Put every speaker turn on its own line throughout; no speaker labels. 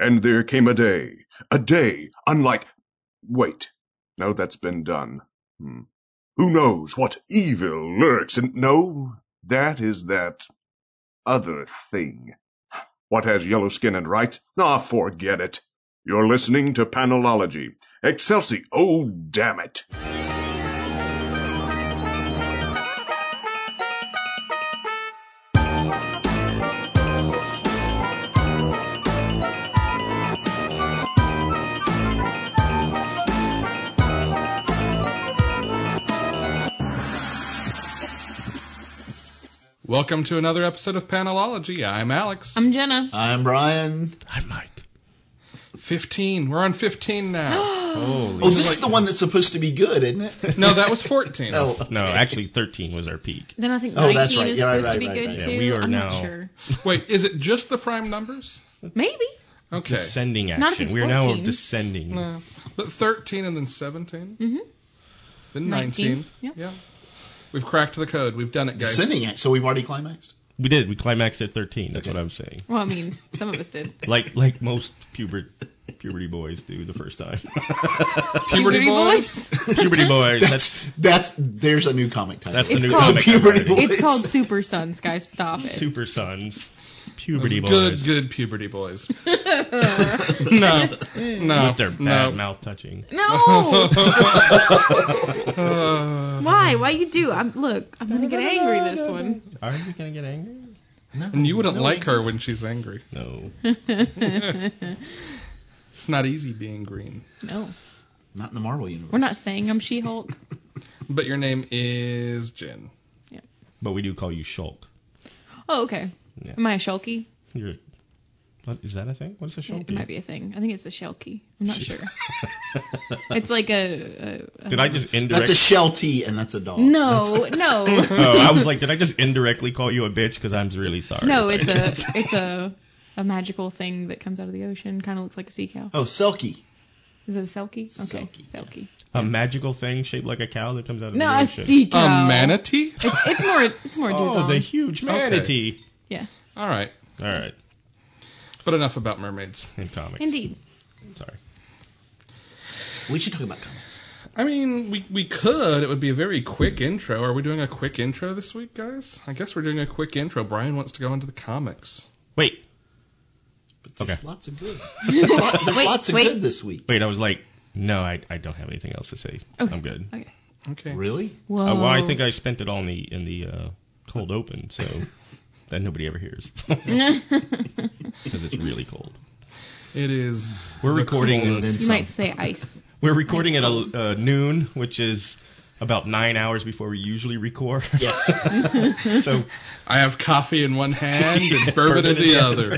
And there came a day, a day unlike. Wait, no, that's been done. Hmm. Who knows what evil lurks in. No, that is that other thing. What has yellow skin and rights? Ah, forget it. You're listening to Panelology. Excelsi, oh, damn it.
Welcome to another episode of Panelology. I'm Alex.
I'm Jenna.
I'm Brian.
I'm Mike.
15. We're on 15 now.
Holy.
Oh, this is the one that's supposed to be good, isn't it?
no, that was 14.
Oh,
No, actually, 13 was our peak.
Then I think
Oh,
19
that's right.
is
Yeah, right,
supposed to be
right,
good
right,
too.
right. Yeah, we are
I'm not
now-
sure.
Wait, is it just the prime numbers?
Maybe.
Okay.
Descending action.
Not if it's
We're now
14.
descending.
No. But 13 and then 17?
Mhm.
Then 19.
19. Yeah.
Yeah. We've cracked the code. We've done it, guys.
Sending it. So we've already climaxed.
We did. We climaxed at 13. That's what I'm saying.
Well, I mean, some of us did.
Like like most puberty puberty boys do the first time.
Puberty
boys.
puberty boys. That's
That's there's a new comic title.
that's the
It's
new
called-
comic.
Puberty
already.
boy.
It's called Super Sons, guys. Stop it.
Super Sons.
Those
Puberty
good,
boys.
good puberty boys. no,
mm.
no,
With their bad
no.
mouth touching.
No.
Uh,
Why? Why you do? I'm look. I'm gonna get angry this one.
Are you gonna get angry?
and you wouldn't like her when she's angry.
No.
It's not easy being green.
No,
Not in the Marvel universe.
we're not saying I'm She-Hulk.
But your name is Jen.
But we do call you Shulk.
Oh, okay.
Yeah.
Am I a Shulky?
You're. What is that a thing? What's a Shulk?
It might be a thing. I think it's a Shelky. I'm not sure. it's like a, a, a
Did I just
That's
indirectly?
a shell tea and that's a dog.
no, no,
oh, I was like, did I just indirectly call you a bitch? Because I'm really sorry.
no.
Like-
It's a it's a a magical thing that comes out of the ocean. Kind of looks like a sea cow.
Oh, Selkie.
Is it a selkie? Okay,
selkie,
selkie.
yeah.
A magical thing shaped like a cow that comes out of
No,
the
a
ocean.
sea cow.
A manatee?
It's, it's more. It's more dugong.
Oh, the huge manatee.
Yeah,
All right.
All right,
But enough about mermaids.
in comics.
indeed.
Sorry.
We should talk about comics.
I mean, we, we could. It would be a very quick intro. Are we doing a quick intro this week, guys? I guess we're doing a quick intro. Brian wants to go into the comics.
Wait,
But there's
Okay.
lots of good. There's, lot- there's
Wait,
lots of
wait.
good this week.
wait. I was like, no, I, I don't have anything else to say.
Okay. Oh.
I'm good.
Okay.
Okay.
Really?
Whoa.
Uh, well, I think I spent it all in the in the uh, cold open, so that nobody ever hears because it's really cold.
It is.
We're
the
recording
coldest.
in-
you might say ice.
We're recording at a, uh, noon, which is about nine hours before we usually record.
Yes.
so
I have coffee in one hand and bourbon in the other.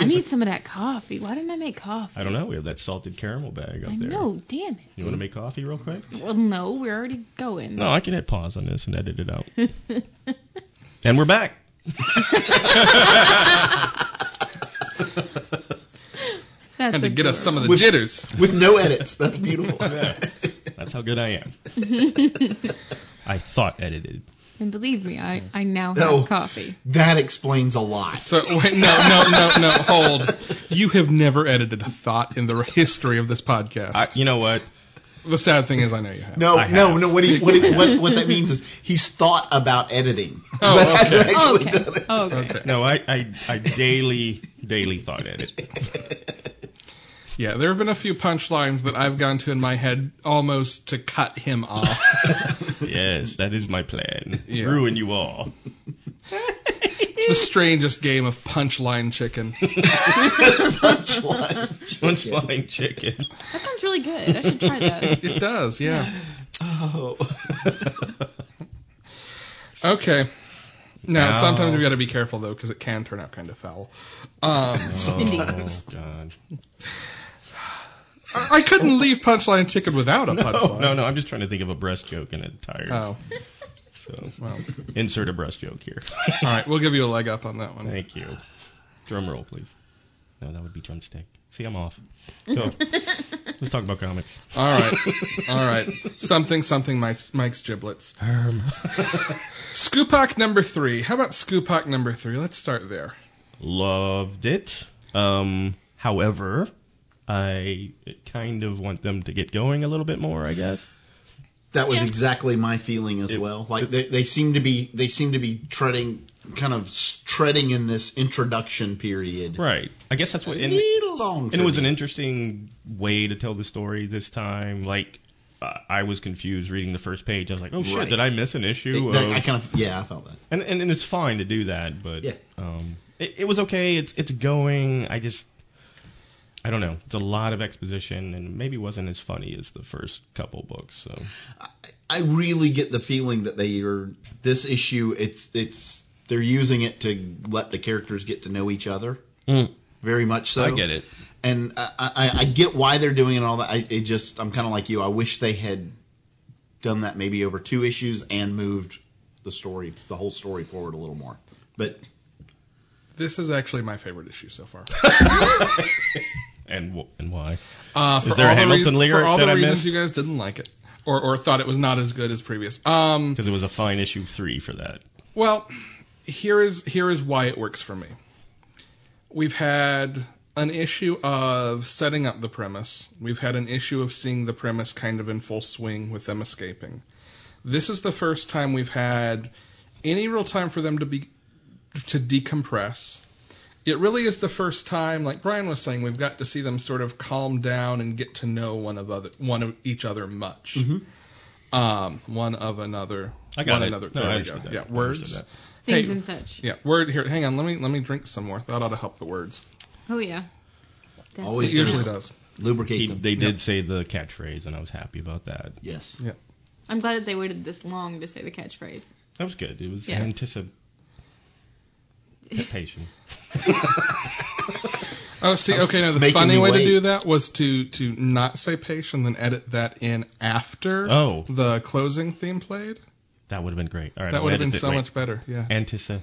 I need some of that coffee. Why didn't I make coffee?
I don't know. We have that salted caramel bag up
I
there.
know. Damn
You
it.
want to make coffee real quick?
Well, no, we're already going.
No, I can hit pause on this and edit it out. and we're back.
That's
And to get us some of the
With-
jitters.
With no edits. That's beautiful.
That's how good I am. I thought edited.
And believe me, I, I now have
No.
coffee.
That explains a lot.
So wait, no, no, no, no. Hold. You have never edited a thought in the history of this podcast.
I, you know what?
the sad thing is, I know you have.
No,
I
no,
have.
no. What, he, what, he, what, what that means is he's thought about editing,
Oh,
but hasn't
okay.
actually
okay.
done it.
okay.
No, I, I, I daily, daily thought edit.
Yeah, there have been a few punchlines that I've gone to in my head almost to cut him off.
Yes, that is my plan.
Yeah.
Ruin you all.
It's the strangest game of punchline chicken.
Punchline.
Punchline chicken.
That sounds really good. I should try that.
It does, yeah.
Oh.
Okay. Now,
No.
sometimes we've got to be careful, though, because it can turn out kind of foul. Um,
Oh,
Indeed.
God.
I I couldn't leave punchline chicken without a
Oh,
punchline.
no, no, I'm just trying to think of a breast joke and it tires.
Oh,
So,
well.
insert a breast joke here.
All right, we'll give you a leg up on that one.
Thank you. Drum roll, please. No, that would be drumstick. See, I'm off. Go. Let's talk about comics.
All right, all right. Something, something, Mike's, Mike's giblets. Scoopak number three. How about Scoopak number three? Let's start there.
Loved it. Um, However, I kind of want them to get going a little bit more, I guess.
That was
Yeah.
exactly my feeling as well. Like they, they seem to be they seem to be treading kind of s- treading in this introduction period.
Right. I guess that's
A
what. And,
little long.
and
for
it was
me.
an interesting way to tell the story this time. Like, uh, I was confused reading the first page. I was like, oh shit,
Right.
did I miss an issue?
It- that-
of-
I kind of yeah, I felt that.
and, and and it's fine to do that, but
Yeah.
um, it, it was okay. It's it's going. I just I don't know. It's a lot of exposition, and maybe wasn't as funny as the first couple books. So
I really get the feeling that they are this issue. It's it's they're using it to let the characters get to know each other. Very much so.
Hmm. I get it.
and I, I, I get why they're doing it and all that. I it just I'm kind of like you. I wish they had done that maybe over two issues and moved the story, the whole story forward a little more. But
This is actually my favorite issue so far.
And wh- and why?
Uh, for
there a
all the
Hamilton
rea-
lyric
For all
that
the
I
reasons
missed?
you guys didn't like it, or or thought it was not as good as previous. Um,
Because it was a fine issue three for that.
Well, here is here is why it works for me. We've had an issue of setting up the premise. We've had an issue of seeing the premise kind of in full swing with them escaping. This is the first time we've had any real time for them to be to decompress. It really is the first time, like Brian was saying, we've got to see them sort of calm down and get to know one of other one of each other much. Um, one of another.
Mm-hmm. I got
one
it.
Another.
No,
there we
I understood
go.
that. I
Yeah,
understood
words.
that.
Things
Hey,
and such.
yeah, word here. Hang on, let me let me drink some more. That ought to help the words.
Oh yeah.
It
Definitely.
Always
usually
does.
does.
lubricate
He,
them.
they did say the catchphrase, and I was happy about that.
yes.
I'm glad that they waited this long to say the catchphrase.
That was good. It was
Yeah.
anticipation.
Oh, see, okay. Now
it's
the
making
funny
me
way to
wait.
do that was to to not say patient, then edit that in after
Oh.
the closing theme played.
That would have been great. All right,
That
I'll
would have
edit
been
it.
so
Wait.
much better. Yeah.
Antici-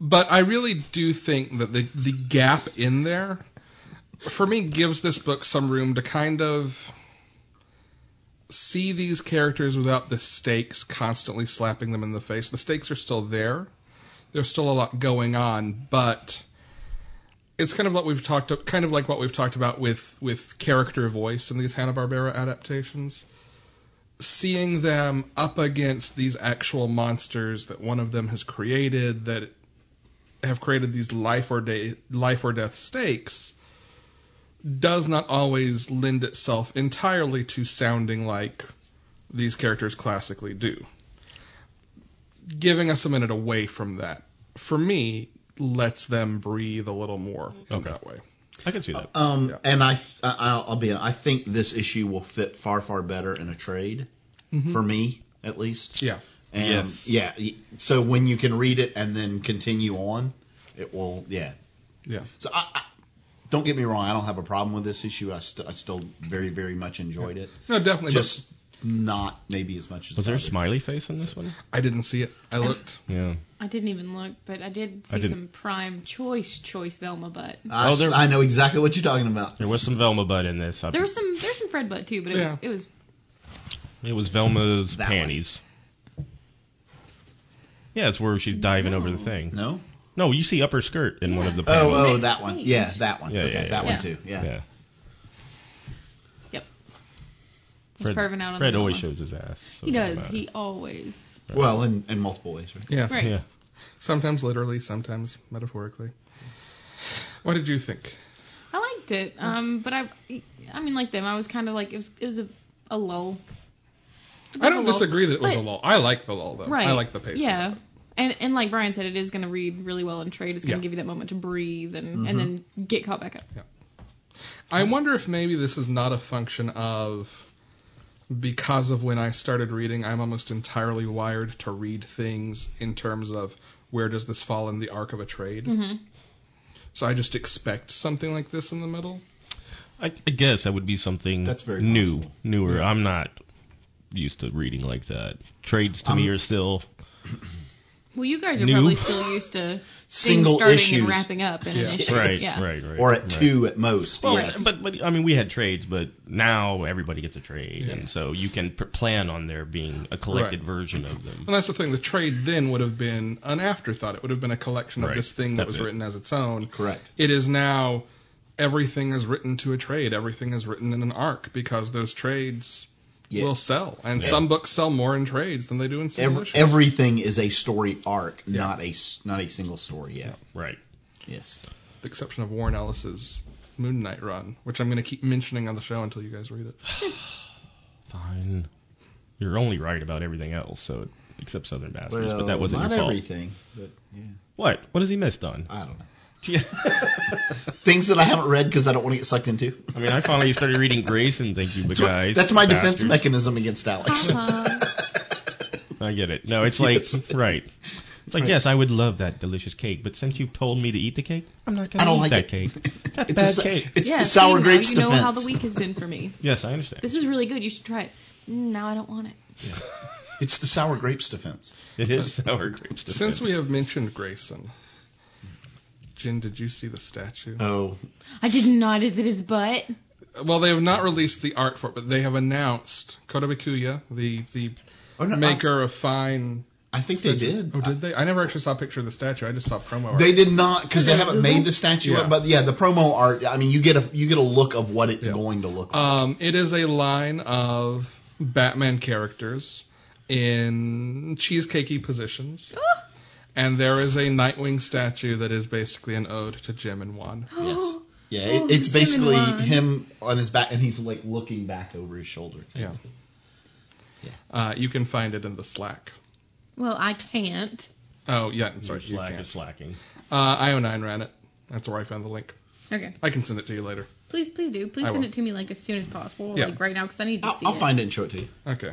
but I really do think that the the gap in there for me gives this book some room to kind of see these characters without the stakes constantly slapping them in the face. The stakes are still there. There's still a lot going on, but it's kind of what we've talked kind of like what we've talked about with with character voice in these Hanna-Barbera adaptations. Seeing them up against these actual monsters that one of them has created that have created these life or day life or death stakes does not always lend itself entirely to sounding like these characters classically do. Giving us a minute away from that, for me, lets them breathe a little more in
Okay.
that way.
I can see that.
Uh,
Um,
Yeah.
and I, I I'll, I'll be, I think this issue will fit far, far better in a trade, for me at least.
Yeah.
And
Mm-hmm. Yes.
Yeah. y- So when you can read it and then continue on, it will. Yeah.
Yeah.
So I, I, don't get me wrong. I don't have a problem with this issue. I, st- I still very, very much enjoyed it.
No, definitely.
Just not maybe as much as.
Was there a
uh,
others.
smiley face in this one?
but I didn't see it. I looked.
Yeah.
I didn't even look, but I did see
didn't-
some prime choice choice Velma butt.
I,
Oh, there-
I know exactly what you're talking about.
There was some Velma butt in this. I-
There was some there's some Fred butt too, but it
Yeah.
was it was
It was Velma's
That one.
panties. Yeah, it's where she's diving over the thing. No.
No.
you see upper skirt in one of the
Oh,
panties.
oh,
Next
that one.
page.
Yeah, that one.
Yeah,
okay,
yeah, yeah.
that
Yeah.
one too. Yeah.
yeah.
yep. Was
Fred,
perving out on
Fred
the
always
Velma.
shows his ass. so
He
it doesn't
does.
matter.
He always
Well, in, in multiple ways, right?
Yeah.
right.
Yeah.
Sometimes literally, sometimes metaphorically. What did you think?
I liked it, um, but I, I mean, like them, I was kind of like it was it was a, a lull.
I don't
It was a lull.
disagree that it was
But-
a lull. I like the lull though.
Right.
I like the pacing.
Yeah. And, and like Brian said, it is going to read really well in trade. It's going to
Yeah.
give you that moment to breathe and,
Mm-hmm.
and then get caught back up.
I wonder if maybe this is not a function of because of when I started reading, I'm almost entirely wired to read things in terms of where does this fall in the arc of a trade.
Mm-hmm.
So I just expect something like this in the middle.
I, I guess that would be something
That's very
new,
possible.
newer. I'm not used to reading like that. Trades to me
I'm-
are still
Well, you guys are
New.
probably still used to
Single
things starting
issues.
and wrapping up in
Yeah.
an issue.
Right,
yeah.
right, right.
or at
right.
two at most.
Well,
yes.
but but I mean, we had trades, but now everybody gets a trade,
Yeah.
and so you can p- plan on there being a collected
Right.
version of them.
And that's the thing. The trade then would have been an afterthought. It would have been a collection of
Right.
this thing that
That's
was
it.
written as its own.
Correct.
It is now everything is written to a trade. Everything is written in an arc because those trades
Yeah.
will sell. And some books sell more in trades than they do in single
Ev-
issues.
everything is a story arc, not a s- not a single story. Yeah.
Right.
Yes.
With the exception of Warren Ellis's Moon Knight run, which I'm going to keep mentioning on the show until you guys read it.
Fine. You're only right about everything else, so except Southern Bastards, but that wasn't
not
your fault.
everything. But yeah,
What? What has he missed on?
I don't know.
Yeah.
Things that I haven't read because I don't want to get sucked into.
I mean, I finally started reading Grace and thank you, but guys.
That's my
bastards.
defense mechanism against Alex.
Uh-huh.
I get it. No, it's like
Yes.
right. It's like yes, I would love that delicious cake, but since you've told me to eat the cake, I'm not gonna
I don't
eat
like
that
it.
cake. That's
It's, a
bad
sa-
cake.
it's
yeah,
the
see,
sour
now
grapes
You know
defense.
how the week has been for me.
Yes, I understand.
This is really good. You should try it. Mm, Now I don't want it.
It's the sour grapes defense.
It is sour grapes.
Since
defense.
we have mentioned Grayson, Jin, did you see the statue?
Oh,
I did not. Is it his butt?
Well, they have not released the art for it, but they have announced Kotobikuya, the the
oh no,
maker of fine.
I, I think they
statues-
did.
Oh, did they? I never actually saw a picture of the statue. I just saw promo art.
They did not because they
Yeah,
haven't
Google.
made the statue.
Yeah.
up, But yeah, the promo art. I mean, you get a you get a look of what it's
Yeah.
going to look like.
Um, it is a line of Batman characters in cheesecakey positions. And there is a Nightwing statue that is basically an ode to Jim and Juan.
Yes. Yeah,
Oh,
it, it's
Jim and
basically
Juan.
him on his back, and he's like looking back over his shoulder.
Yeah.
Yeah.
Uh, you can find it in the Slack.
Well, I can't.
Oh, yeah, I'm sorry.
Your
You
slack
can't.
is slacking.
Uh, IO9 ran it. That's where I found the link.
Okay.
I can send it to you later.
Please, please do. Please
I
send
will.
it to me like as soon as possible,
Yeah.
like right now, because I need to
I'll,
see
I'll
it.
find it and show it to you.
Okay.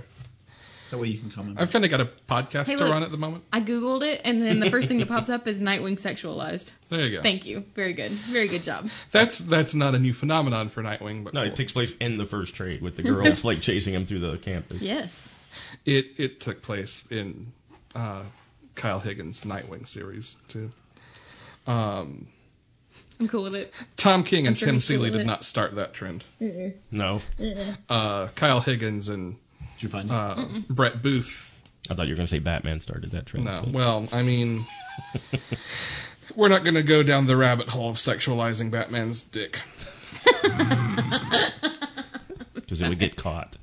That way you can comment.
I've kind of got a podcast
Hey,
to
look.
run at the moment.
I googled it, and then the first thing that pops up is Nightwing sexualized.
There you go.
Thank you. Very good. Very good job.
That's that's not a new phenomenon for Nightwing, but
No,
cool.
it takes place in the first trade with the girls like chasing him through the campus.
Yes.
it it took place in uh, Kyle Higgins' Nightwing series too. Um,
I'm cool with it.
Tom King and
I'm sure
Tim
he's cool
Seeley
with
did
it.
not start that trend.
No,
Uh, Kyle Higgins and
Did you find it?
uh, Brett Booth.
I thought you were gonna say Batman started that trend.
No,
but-
well, I mean, we're not going to go down the rabbit hole of sexualizing Batman's dick.
because it would get caught.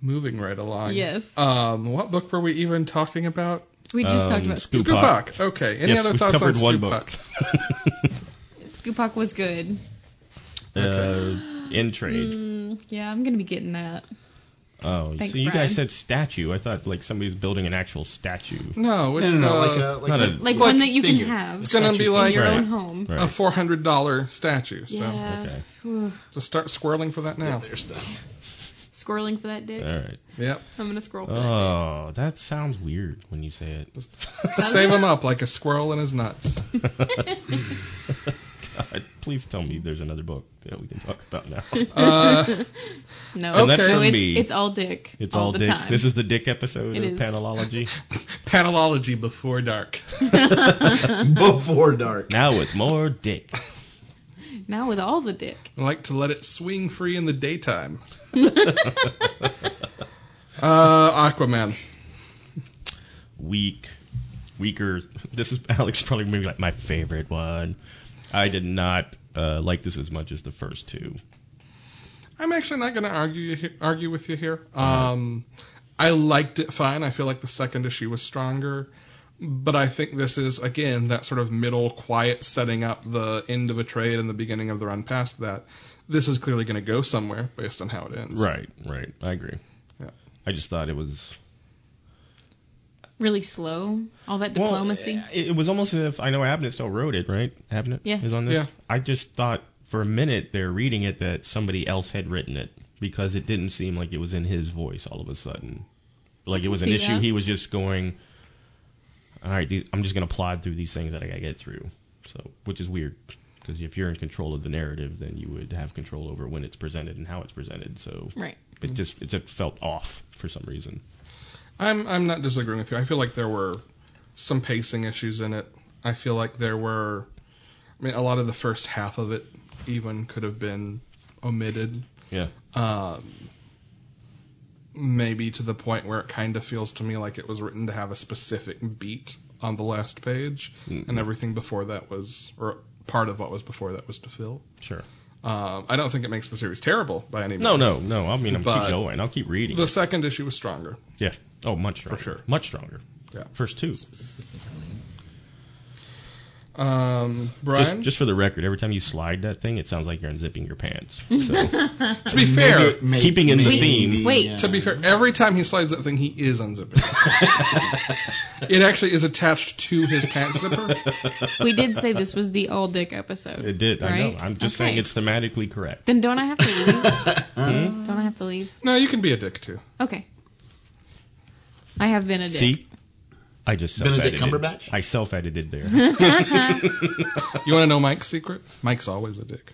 Moving right along.
Yes.
Um, what book were we even talking about?
We just talked
Um,
about
Scoop-
Scoop-
Scoop-Hawk.
Scoop-Hawk. Okay. Any
Yes,
other
we've
thoughts on
covered one
Scoop-Hawk?
Scoopak was good.
Uh, in trade.
Yeah, I'm gonna be getting that.
Oh,
Thanks,
so you
Brian.
guys said statue. I thought like somebody's building an actual statue.
No,
no,
it's
no, no,
uh,
like a like,
not
a,
a-
Like
it's
one that you can
figure.
have.
A
It's
gonna
statue
be like-
In your
Right.
own home.
Right.
a four hundred dollar statue. So
Yeah.
Okay.
Whew.
just start squirreling for that
figure.
now.
Yeah, there's the-
Squirreling for that dick.
All right.
Yep.
I'm gonna scroll for that.
Oh, that sounds weird when you say it.
Save him up like a squirrel in his nuts.
God, please tell me there's another book that we can talk about now.
Uh,
No,
And that's
no,
from
it's,
me.
it's all dick.
It's
all,
all,
the
dick.
time.
This is the dick episode
It
of
is.
panelology.
panelology before dark.
before dark.
now with more dick.
now with all the dick.
I like to let it swing free in the daytime. uh, Aquaman.
Weak, weaker. This is Alex probably maybe like my favorite one. I did not uh, like this as much as the first two.
I'm actually not going to argue you he- argue with you here. Um, I liked it fine. I feel like the second issue was stronger, but I think this is again that sort of middle quiet setting up the end of a trade and the beginning of the run past that. This is clearly going to go somewhere based on how it ends.
Right, right. I agree.
Yeah.
I just thought it was
Really slow. All that
Well, eh,
diplomacy.
it, it was almost as if I know Abnett still wrote it, right? Abnett
Yeah.
is on this.
Yeah.
I just thought for a minute there reading it that somebody else had written it because it didn't seem like it was in his voice all of a sudden. Like it was an
see
issue
that.
he was just going. All right, these, I'm just gonna plod through these things that I gotta get through. So, which is weird because if you're in control of the narrative, then you would have control over when it's presented and how it's presented. So
right.
it just it just felt off for some reason.
I'm I'm not disagreeing with you. I feel like there were some pacing issues in it. I feel like there were I mean a lot of the first half of it even could have been omitted.
Yeah.
Um maybe to the point where it kind of feels to me like it was written to have a specific beat on the last page
Mm,
and everything before that was or part of what was before that was to fill.
Sure.
Um, I don't think it makes the series terrible by any means.
No, no, no. I mean, I'm
But-
keep going. I'll keep reading.
The second issue was stronger.
yeah. Oh, much stronger.
sure.
Much stronger.
Yeah.
First two.
Um, Brian,
Just, just for the record, every time you slide that thing, it sounds like you're unzipping your pants. So,
to be fair,
Keeping in the theme.
Wait.
to be fair, every time he slides that thing, he is unzipping. it. it actually is attached to his pants zipper.
We did say this was the all dick episode.
it did. I know.
Right?
I'm just
Okay.
saying it's thematically correct.
Then don't I have to leave?
Hmm?
Don't I have to leave?
No, you can be a dick too.
Okay. I have been a dick.
See? I just self
Benedict
edited.
Cumberbatch?
I self edited there.
You want to know Mike's secret? Mike's always a dick.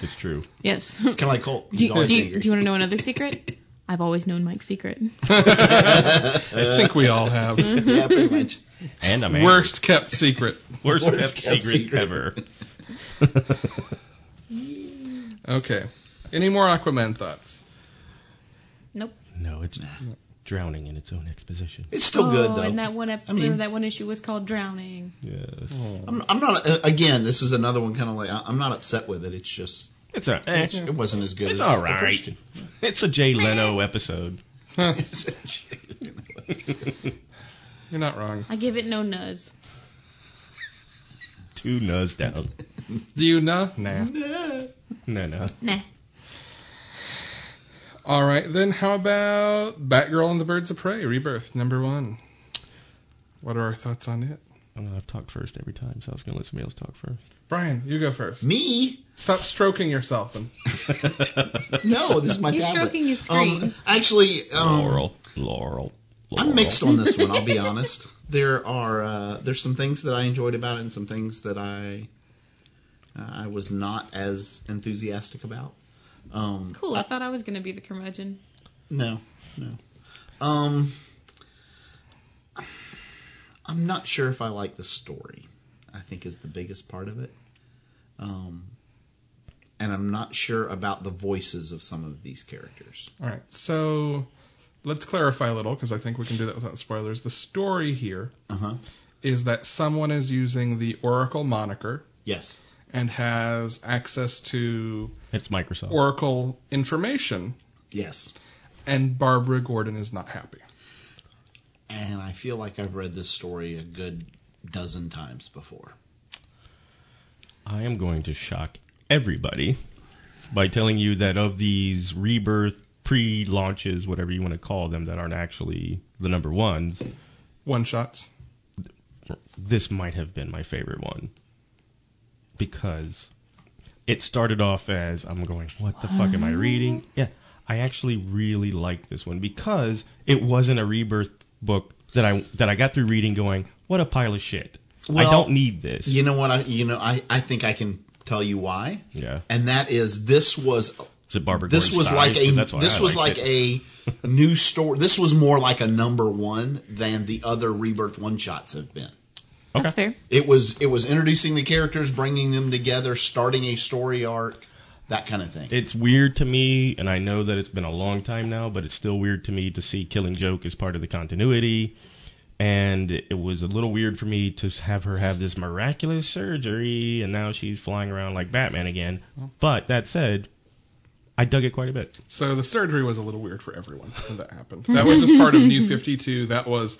it's true.
Yes.
It's kind of like Colt.
do,
He's
you,
always
do, you,
angry.
do you want to know another secret? I've always known Mike's secret.
I think we all have.
yeah, pretty much.
And I'm angry.
Worst kept secret.
worst,
worst
kept
kept
secret,
secret.
ever.
Okay. Any more Aquaman thoughts?
Nope.
No, it's drowning in its own exposition.
It's still good
oh,
though.
And that one ep-
I mean-
that one issue was called Drowning.
Yes.
I'm, I'm not. Uh, again, this is another one. Kind of like I- I'm not upset with it. It's just
It's all right.
it's- it wasn't as good.
It's
as
all
the first
right.
two.
It's a Jay Leno episode.
It's-
You're not wrong.
I give it no nuz.
Two nuz down.
Do you know? Nah.
No, no.
Nah.
All right, then how about Batgirl and the Birds of Prey Rebirth number one? What are our thoughts on it?
I'm gonna have to talk first every time, so I was gonna let somebody else talk first.
Brian, you go first.
Me?
Stop stroking yourself and
No, this is my
He's
tablet.
stroking his screen.
Um, actually, um,
Laurel, Laurel, Laurel.
I'm mixed on this one. I'll be honest. There are uh, there's some things that I enjoyed about it, and some things that I uh, I was not as enthusiastic about. Um,
Cool. I thought I was gonna be the curmudgeon.
no, no. Um, I'm not sure if I like the story. I think is the biggest part of it. Um, and I'm not sure about the voices of some of these characters.
All right, so let's clarify a little because I think we can do that without spoilers. The story here
Uh huh.
is that someone is using the Oracle moniker
Yes.
and has access to
It's Microsoft.
Oracle information,
Yes.
and Barbara Gordon is not happy.
and I feel like I've read this story a good dozen times before.
I am going to shock everybody by telling you that of these rebirth pre-launches, whatever you want to call them, that aren't actually the number ones,
One shots.
this might have been my favorite one because it started off as I'm going, what the fuck am I
Oh.
reading? Yeah, I actually really liked this one because it wasn't a rebirth book that I that I got through reading going, what a pile of shit. I
Well,
don't need this.
You know what? I you know I I think I can tell you why,
yeah.
and that is this was
Is it Barbara
this
Gordon
was
Stiles?
like
'Cause
a
that's why
this
I
was
liked
like
it.
a new story. This was more like a number one than the other Rebirth one shots have been.
That's fair.
It was it was introducing the characters, bringing them together, starting a story arc, that kind of thing.
It's weird to me, and I know that it's been a long time now, but it's still weird to me to see Killing Joke as part of the continuity. And it was a little weird for me to have her have this miraculous surgery, and now she's flying around like Batman again. But that said, I dug it quite a bit.
So the surgery was a little weird for everyone when that happened. That was just part of New 52. That was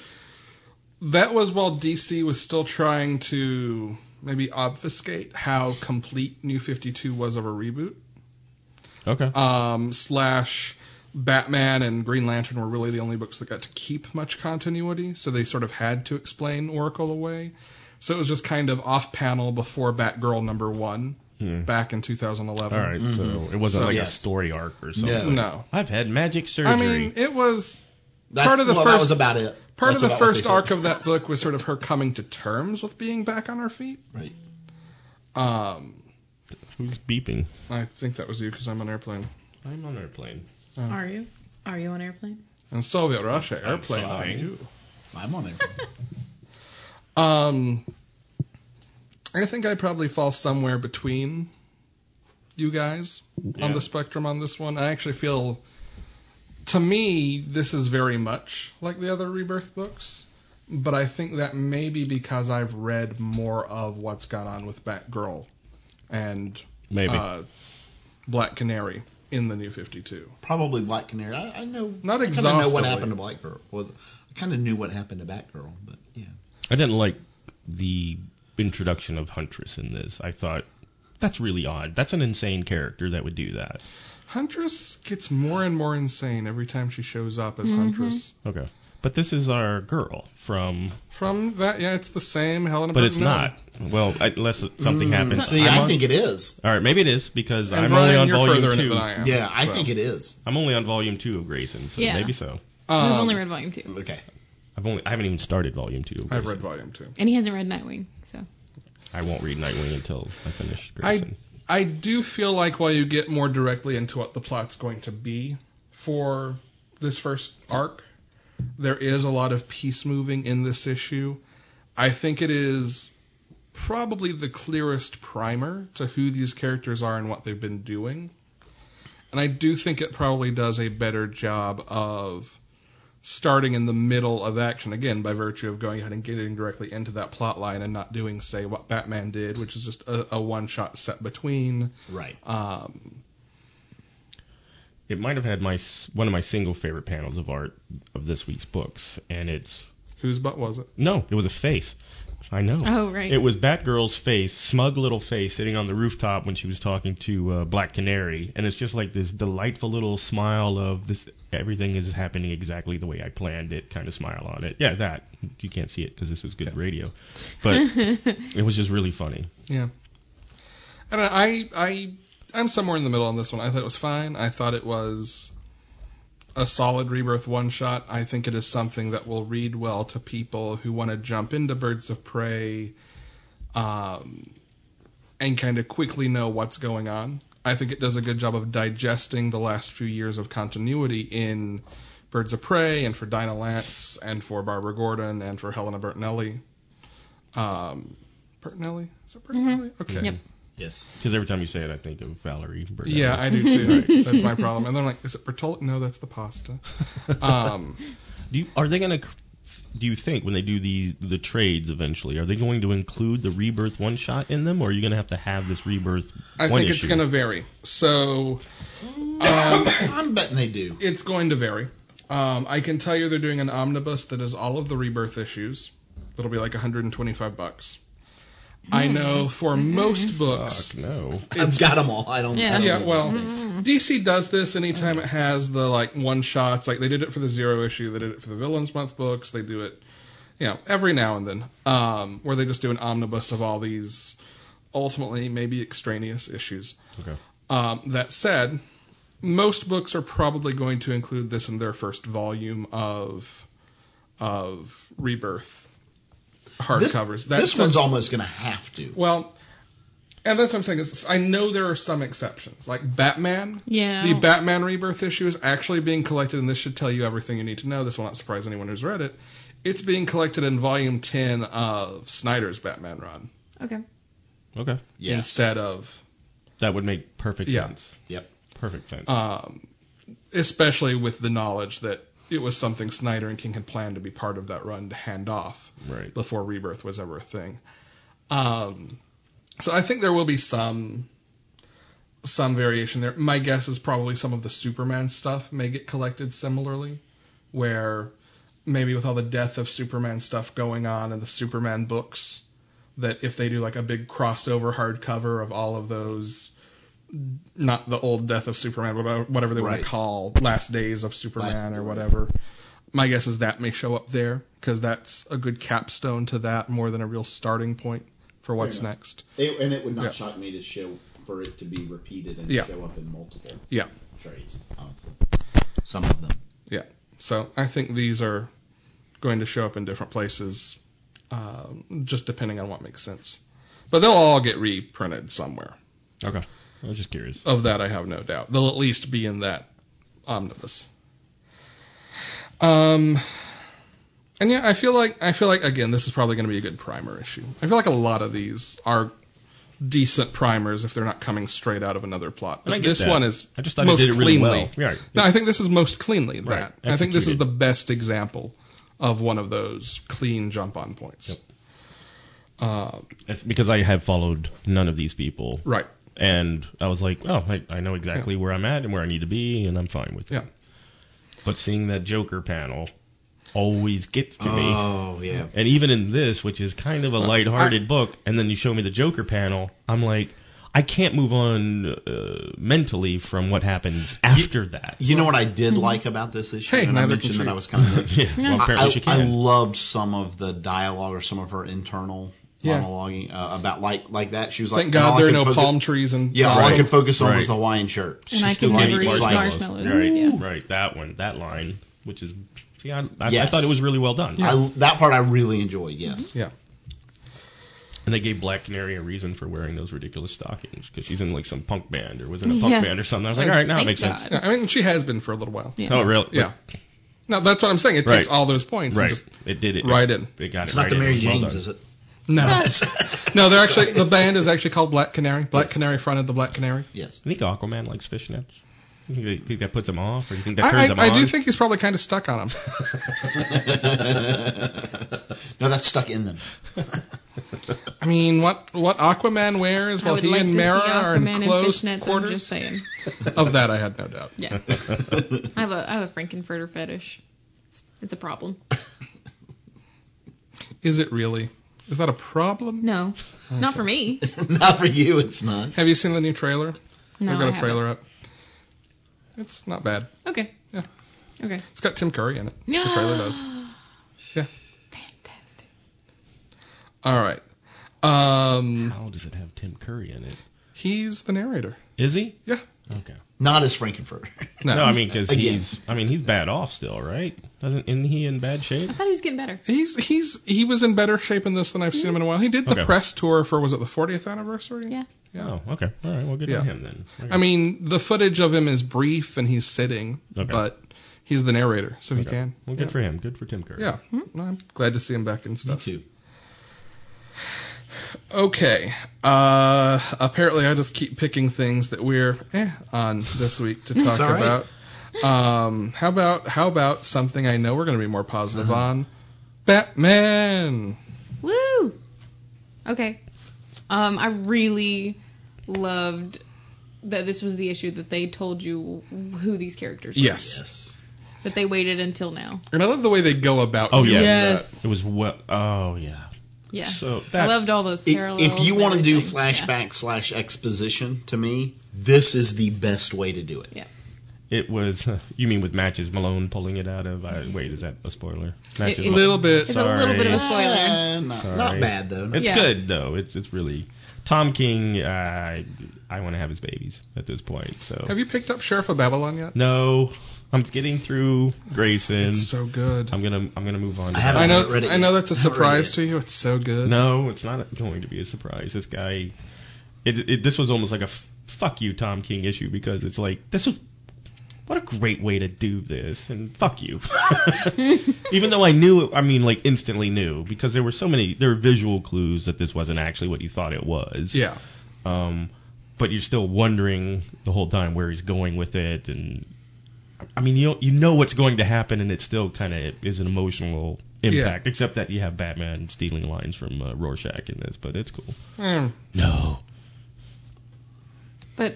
that was while DC was still trying to maybe obfuscate how complete New 52 was of a reboot.
Okay.
Um, slash Batman and Green Lantern were really the only books that got to keep much continuity, so they sort of had to explain Oracle away. So it was just kind of off panel before Batgirl number one
Hmm.
back in 2011.
All right, so it wasn't
So,
like
Mm-hmm. yes.
a story arc or something.
No.
I've had magic surgery.
I mean, it was
That's-
part of the
well, that
first-
was about it.
Part
That's
of the
about what they
first
said.
arc of that book was sort of her coming to terms with being back on her feet.
Right.
Um,
Who's beeping?
I think that was you because I'm on airplane.
I'm on an airplane.
Are you? Are you on airplane?
and Soviet Russia airplane on
fine.
you.
I'm on there.
Um, I think I probably fall somewhere between you guys on
Yeah.
the spectrum on this one. I actually feel, to me, this is very much like the other Rebirth books, but I think that maybe because I've read more of what's gone on with Batgirl and
Maybe.
uh, Black Canary in the New 52.
Probably Black Canary. I, I know.
Not
I kinda know what
exhaustively.
happened to Black Girl. Well, I kind of knew what happened to Batgirl, but yeah.
I didn't like the introduction of Huntress in this. I thought that's really odd. That's an insane character that would do that.
Huntress gets more and more insane every time she shows up as Huntress.
Okay. But this is our girl from,
From that, yeah, it's the same Helena
but it's
Burton Miller.
not. Well, I- unless something happens.
See,
I'm
i
on-
think it is.
All right, maybe it is because
And
I'm
Ryan,
only on
you're further
volume
in it
two.
than I am.
Yeah, I
so.
think it is.
I'm only on volume two of Grayson, so
Yeah.
maybe so.
I've
Um,
only read volume two,
Okay.
I've only I haven't even started volume two. Of
I've
Grayson.
read volume two.
and he hasn't read Nightwing, so
I won't read Nightwing until I finish
I
Grayson.
I do feel like while you get more directly into what the plot's going to be for this first arc, there is a lot of piece moving in this issue. I think it is probably the clearest primer to who these characters are and what they've been doing. And I do think it probably does a better job of starting in the middle of action again by virtue of going ahead and getting directly into that plot line and not doing say what batman did which is just a, a one shot set between
Right.
um,
it might have had my s- one of my single favorite panels of art of this week's books, and it's
whose butt was it
no, it was a face. I know.
oh right,
It was Batgirl's face, smug little face, sitting on the rooftop when she was talking to uh, Black Canary, and it's just like this delightful little smile of this. Everything is happening exactly the way I planned it, kind of smile on it. Yeah, that you can't see it because this is good radio, but it was just really funny.
yeah and i i i'm somewhere in the middle on this one i thought it was fine i thought it was a solid rebirth one shot i think it is something that will read well to people who want to jump into birds of prey um, and kind of quickly know what's going on. I think it does a good job of digesting the last few years of continuity in Birds of Prey and for Dinah Lance and for Barbara Gordon and for Helena Bertinelli. Um, Bertinelli? Is it Bertinelli? Okay.
Yep.
yes.
Because every time you say it, I think of Valerie. Burdette.
Yeah, I do too. That's my problem. And then I'm like, is it Bertolli? No, that's the pasta. Um,
Do you, are they going to? Do you think when they do the the trades eventually, are they going to include the rebirth one shot in them, or are you going to have to have this rebirth?
I
one
think it's
issue?
going to vary. So
I'm betting they do.
It's going to vary. Um, I can tell you they're doing an omnibus that is all of the rebirth issues. That'll be like 125 bucks. I know for most books.
Hmm. Mm-hmm. Fuck no.
I've got them all. I don't. I
Yeah.
don't
Yeah,
know.
well, DC does this anytime it has the like one shots. Like they did it for the zero issue, they did it for the Villains Month books. They do it, you know, every now and then, um, where they just do an omnibus of all these ultimately maybe extraneous issues.
Okay.
Um, that said, most books are probably going to include this in their first volume of of Rebirth
this,
hardcovers. That
this
said-
one's almost going to have to.
well, and that's what I'm saying is I know there are some exceptions, like Batman.
yeah.
The Batman Rebirth issue is actually being collected, and this should tell you everything you need to know. This will not surprise anyone who's read it. It's being collected in Volume 10 of Snyder's Batman run
okay.
Okay.
Yes.
instead of
That would make perfect
Yeah.
sense.
Yep.
Perfect sense.
um, especially with the knowledge that it was something Snyder and King had planned to be part of that run to hand off
right.
before Rebirth was ever a thing. Um, so I think there will be some some variation there. My guess is probably some of the Superman stuff may get collected similarly, where maybe with all the death of Superman stuff going on and the Superman books, that if they do like a big crossover hardcover of all of those. Not the old death of Superman, but whatever they want
Right.
to call last days of Superman
Last-
or whatever my guess is that may show up there because that's a good capstone to that more than a real starting point for what's
enough.
next.
It, and it would not
Yeah.
shock me to show for it to be repeated and
Yeah.
show up in multiple
Yeah.
trades. Honestly, some of them.
So I think these are going to show up in different places, um, just depending on what makes sense. But they'll all get reprinted somewhere.
Okay. I was just curious.
Of that, I have no doubt. They'll at least be in that omnibus. Um, and yeah, I feel like I feel like again, this is probably going to be a good primer issue. I feel like a lot of these are decent primers if they're not coming straight out of another plot.
And I
But
get
this
that.
one is
I just thought it
most
did it really
cleanly.
well. Yeah.
No, I think this is most cleanly that.
Right.
I think this is
Executed.
the best example of one of those clean jump on points.
Yep.
Uh,
It's because I have followed none of these people,
right.
and I was like, oh, I, I know exactly where I'm at and where I need to be, and I'm fine with it.
Yeah.
But seeing that Joker panel always gets to me.
Oh yeah.
And even in this, which is kind
Uh,
of a lighthearted book, and then you show me the Joker panel, I'm like, I can't move on uh, mentally from what happens after that.
You know what I did like about this issue,
Hey,
and I
neither
mentioned
can
that
she.
I was kind of.
yeah, well, apparently
I,
she
I
can.
loved some of the dialogue or some of her internal
Yeah.
monologuing uh, about like like that. She was like,
Thank
and all
God
I
there are
could
no
focus-
palm trees and
Yeah, all I could focus on was
Right.
the Hawaiian shirt.
And I
Still
can
can't
never
eat
eat
marshmallows.
marshmallows.
Right,
Yeah.
right. That one, that line, which is see, I, I, I
Yes.
thought it was really well done.
I, that part I really enjoyed.
Mm-hmm.
Yes.
Yeah.
And they gave Black Canary a reason for wearing those ridiculous stockings because she's in like some punk band or was in a punk
Yeah.
band or something. I was like, all right, now it
Thank
makes sense.
God.
Yeah, I mean, she has been for a little while.
Yeah.
Oh, really?
Yeah. No, that's what I'm saying. It takes
Right.
all those points
Right.
and just
it did it.
right in.
It got
It's
it
not
right
the
in.
Mary
was well
Jane's,
done.
is it?
No. no, they're actually the band is actually called Black Canary. Black Canary fronted the Black Canary.
Yes.
I think Aquaman likes fishnets. You think, you think that puts him off, or you think that turns
I,
him
I, I
on?
do think he's probably kind of stuck on him.
No, that's stuck in them.
I mean, what what Aquaman wears
I
while
would
he
like
and
to
Mara
see
are
Aquaman
in
in
close
fishnets. I'm just
quarters.
saying.
Of that, I had no doubt.
Yeah. I have a I have a Frankenfurter fetish. It's- It's a problem.
Is it really? Is that a problem?
No, not for me.
not for you. It's not.
Have you seen the new trailer?
No,
I've got
I
a trailer
haven't.
up. It's not bad.
Okay.
Yeah.
Okay.
It's got Tim Curry in it. The trailer does.
Fantastic.
All right. Um,
How does it have Tim Curry in it?
he's the narrator.
Is he?
Yeah.
Okay.
Not as Frankenfurter.
No,
No, I mean because
Again.
he's, I mean he's bad off still, right? Doesn't isn't he in bad shape?
I thought he was getting better.
he's he's he was in better shape in this than I've seen him in a while. He did the
Okay.
press tour for was it the 40th anniversary?
Yeah.
Oh, okay. All right. Well, good
Yeah.
on him then. Okay.
I mean, the footage of him is brief and he's sitting,
Okay.
but he's the narrator, so he can.
well, good for him. Good for Tim Curry.
Yeah,
Hmm?
No, I'm glad to see him back in
Me
stuff.
too.
Okay. Uh, apparently, I just keep picking things that we're eh, on this week to talk
all right.
about. Um, how about how about something I know we're going to be more positive
Uh-huh.
on? Batman.
Woo. Okay. Um, I really loved that this was the issue that they told you who these characters. were.
Yes.
Yes.
That they waited until now.
And I love the way they go about.
Oh,
doing
yeah.
that.
Yes.
It was well. Oh yeah.
Yeah.
So
I
that
loved all those
If,
parallels.
if you
and
want to do
everything. Yeah.
flashback slash exposition, to me, this is the best way to do it.
it was. You mean with matches Malone pulling it out of? I, wait, is that a spoiler? Matches
it-
Malone-
Little bit.
It's a little bit of a
Sorry.
spoiler.
Eh, not, not
Sorry.
bad though.
It's
Yeah.
good though. It's it's really. Tom King. Uh, I I want to have his babies at this point. So.
Have you picked up Sheriff of Babylon yet?
no, I'm getting through Grayson.
It's so good.
I'm gonna I'm gonna move on. to
I haven't
I
that.
know.
haven't read it
I know
yet.
that's a
I haven't read it
surprise to you. It's so good.
No, it's not going to be a surprise. This guy, it, it, this was almost like a f- fuck you Tom King issue because it's like this was what a great way to do this and fuck you. Even though I knew, I mean, like instantly knew because there were so many there were visual clues that this wasn't actually what you thought it was.
Yeah.
Um, but you're still wondering the whole time where he's going with it, and I mean, you you know what's going to happen, and it still kind of is an emotional impact. Except that you have Batman stealing lines from uh, Rorschach in this, but it's cool.
Hmm.
No,
But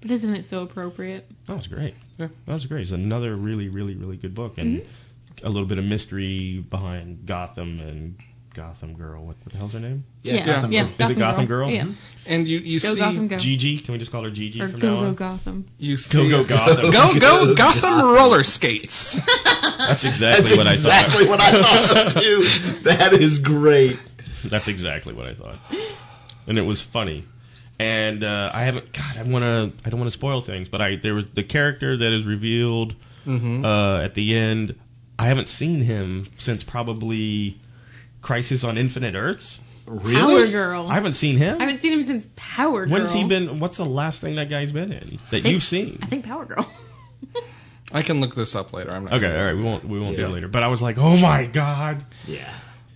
but isn't it so appropriate?
that was great.
Yeah.
That was great. It's another really, really, really good book, and
Mm-hmm.
a little bit of mystery behind Gotham and Gotham Girl. What, what the hell's her name?
Yeah.
Gotham
yeah.
Girl.
Is it Gotham Girl?
Yeah.
And you you
Go
see
Gotham Go.
Gigi. Can we just call her Gigi
or
from
Go
now
Go
on?
Gotham.
you see
Go go Gotham.
Go go Gotham roller skates.
That's
That's
exactly what I thought.
exactly what I thought of too. That is great.
That's exactly what I thought, and it was funny. And uh, I haven't. God, I want to. I don't want to spoil things, but I there was the character that is revealed
hmm
uh, at the end. I haven't seen him since probably Crisis on Infinite Earths.
Power Girl.
I haven't seen him.
I haven't seen him since Power Girl.
When's he been? What's the last thing that guy's been in that
think-
you've seen?
I think Power Girl.
I can look this up later. I'm not
Okay, all right, we won't we won't do
Yeah.
it later. But I was like, oh my god,
Yeah.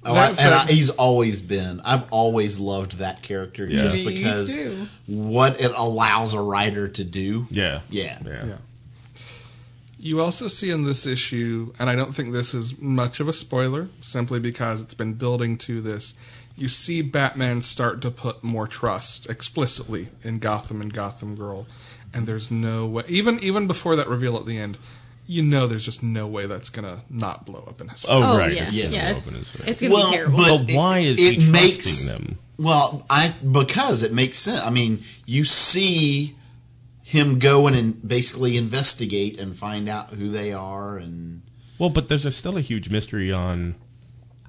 Oh, I,
That
and I,
said-
he's always been. I've always loved that character
Yeah.
just
Me
because
too.
what it allows a writer to do.
yeah,
Yeah.
yeah,
Yeah. You also see in this issue, and I don't think this is much of a spoiler, simply because it's been building to this. You see Batman start to put more trust explicitly in Gotham and Gotham Girl, and there's no way. Even even before that reveal at the end, you know there's just no way that's gonna not blow up in his face.
Oh,
Oh,
right,
yeah,
it's
yeah.
just
Yeah.
open as fuck.
It's gonna
Well,
be terrible.
but-
But
it-
why is
it
he
makes-
trusting them?
Well, I because it makes sense. I mean, you see him go in and basically investigate and find out who they are and
Well, but there's a, still a huge mystery on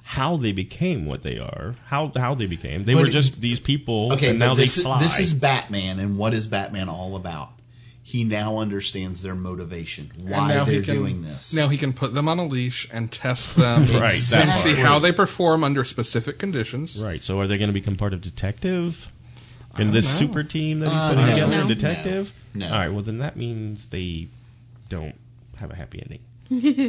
how they became what they are, how how they became. They
But
were
it-
just these people,
okay,
and
but
now
this,
they
is-
fly.
this is Batman and what is Batman all about? He now understands their motivation,
And
why
now he
they're
can-
doing this.
Now he can put them on a leash and test them
Right,
and
that
see
part.
how they perform under specific conditions.
right. So are they going to become part of detective in
don't
this
know.
super team that he's
Uh,
putting
no.
together?
No.
Detective.
No.
All right. Well, then that means they don't have a happy ending.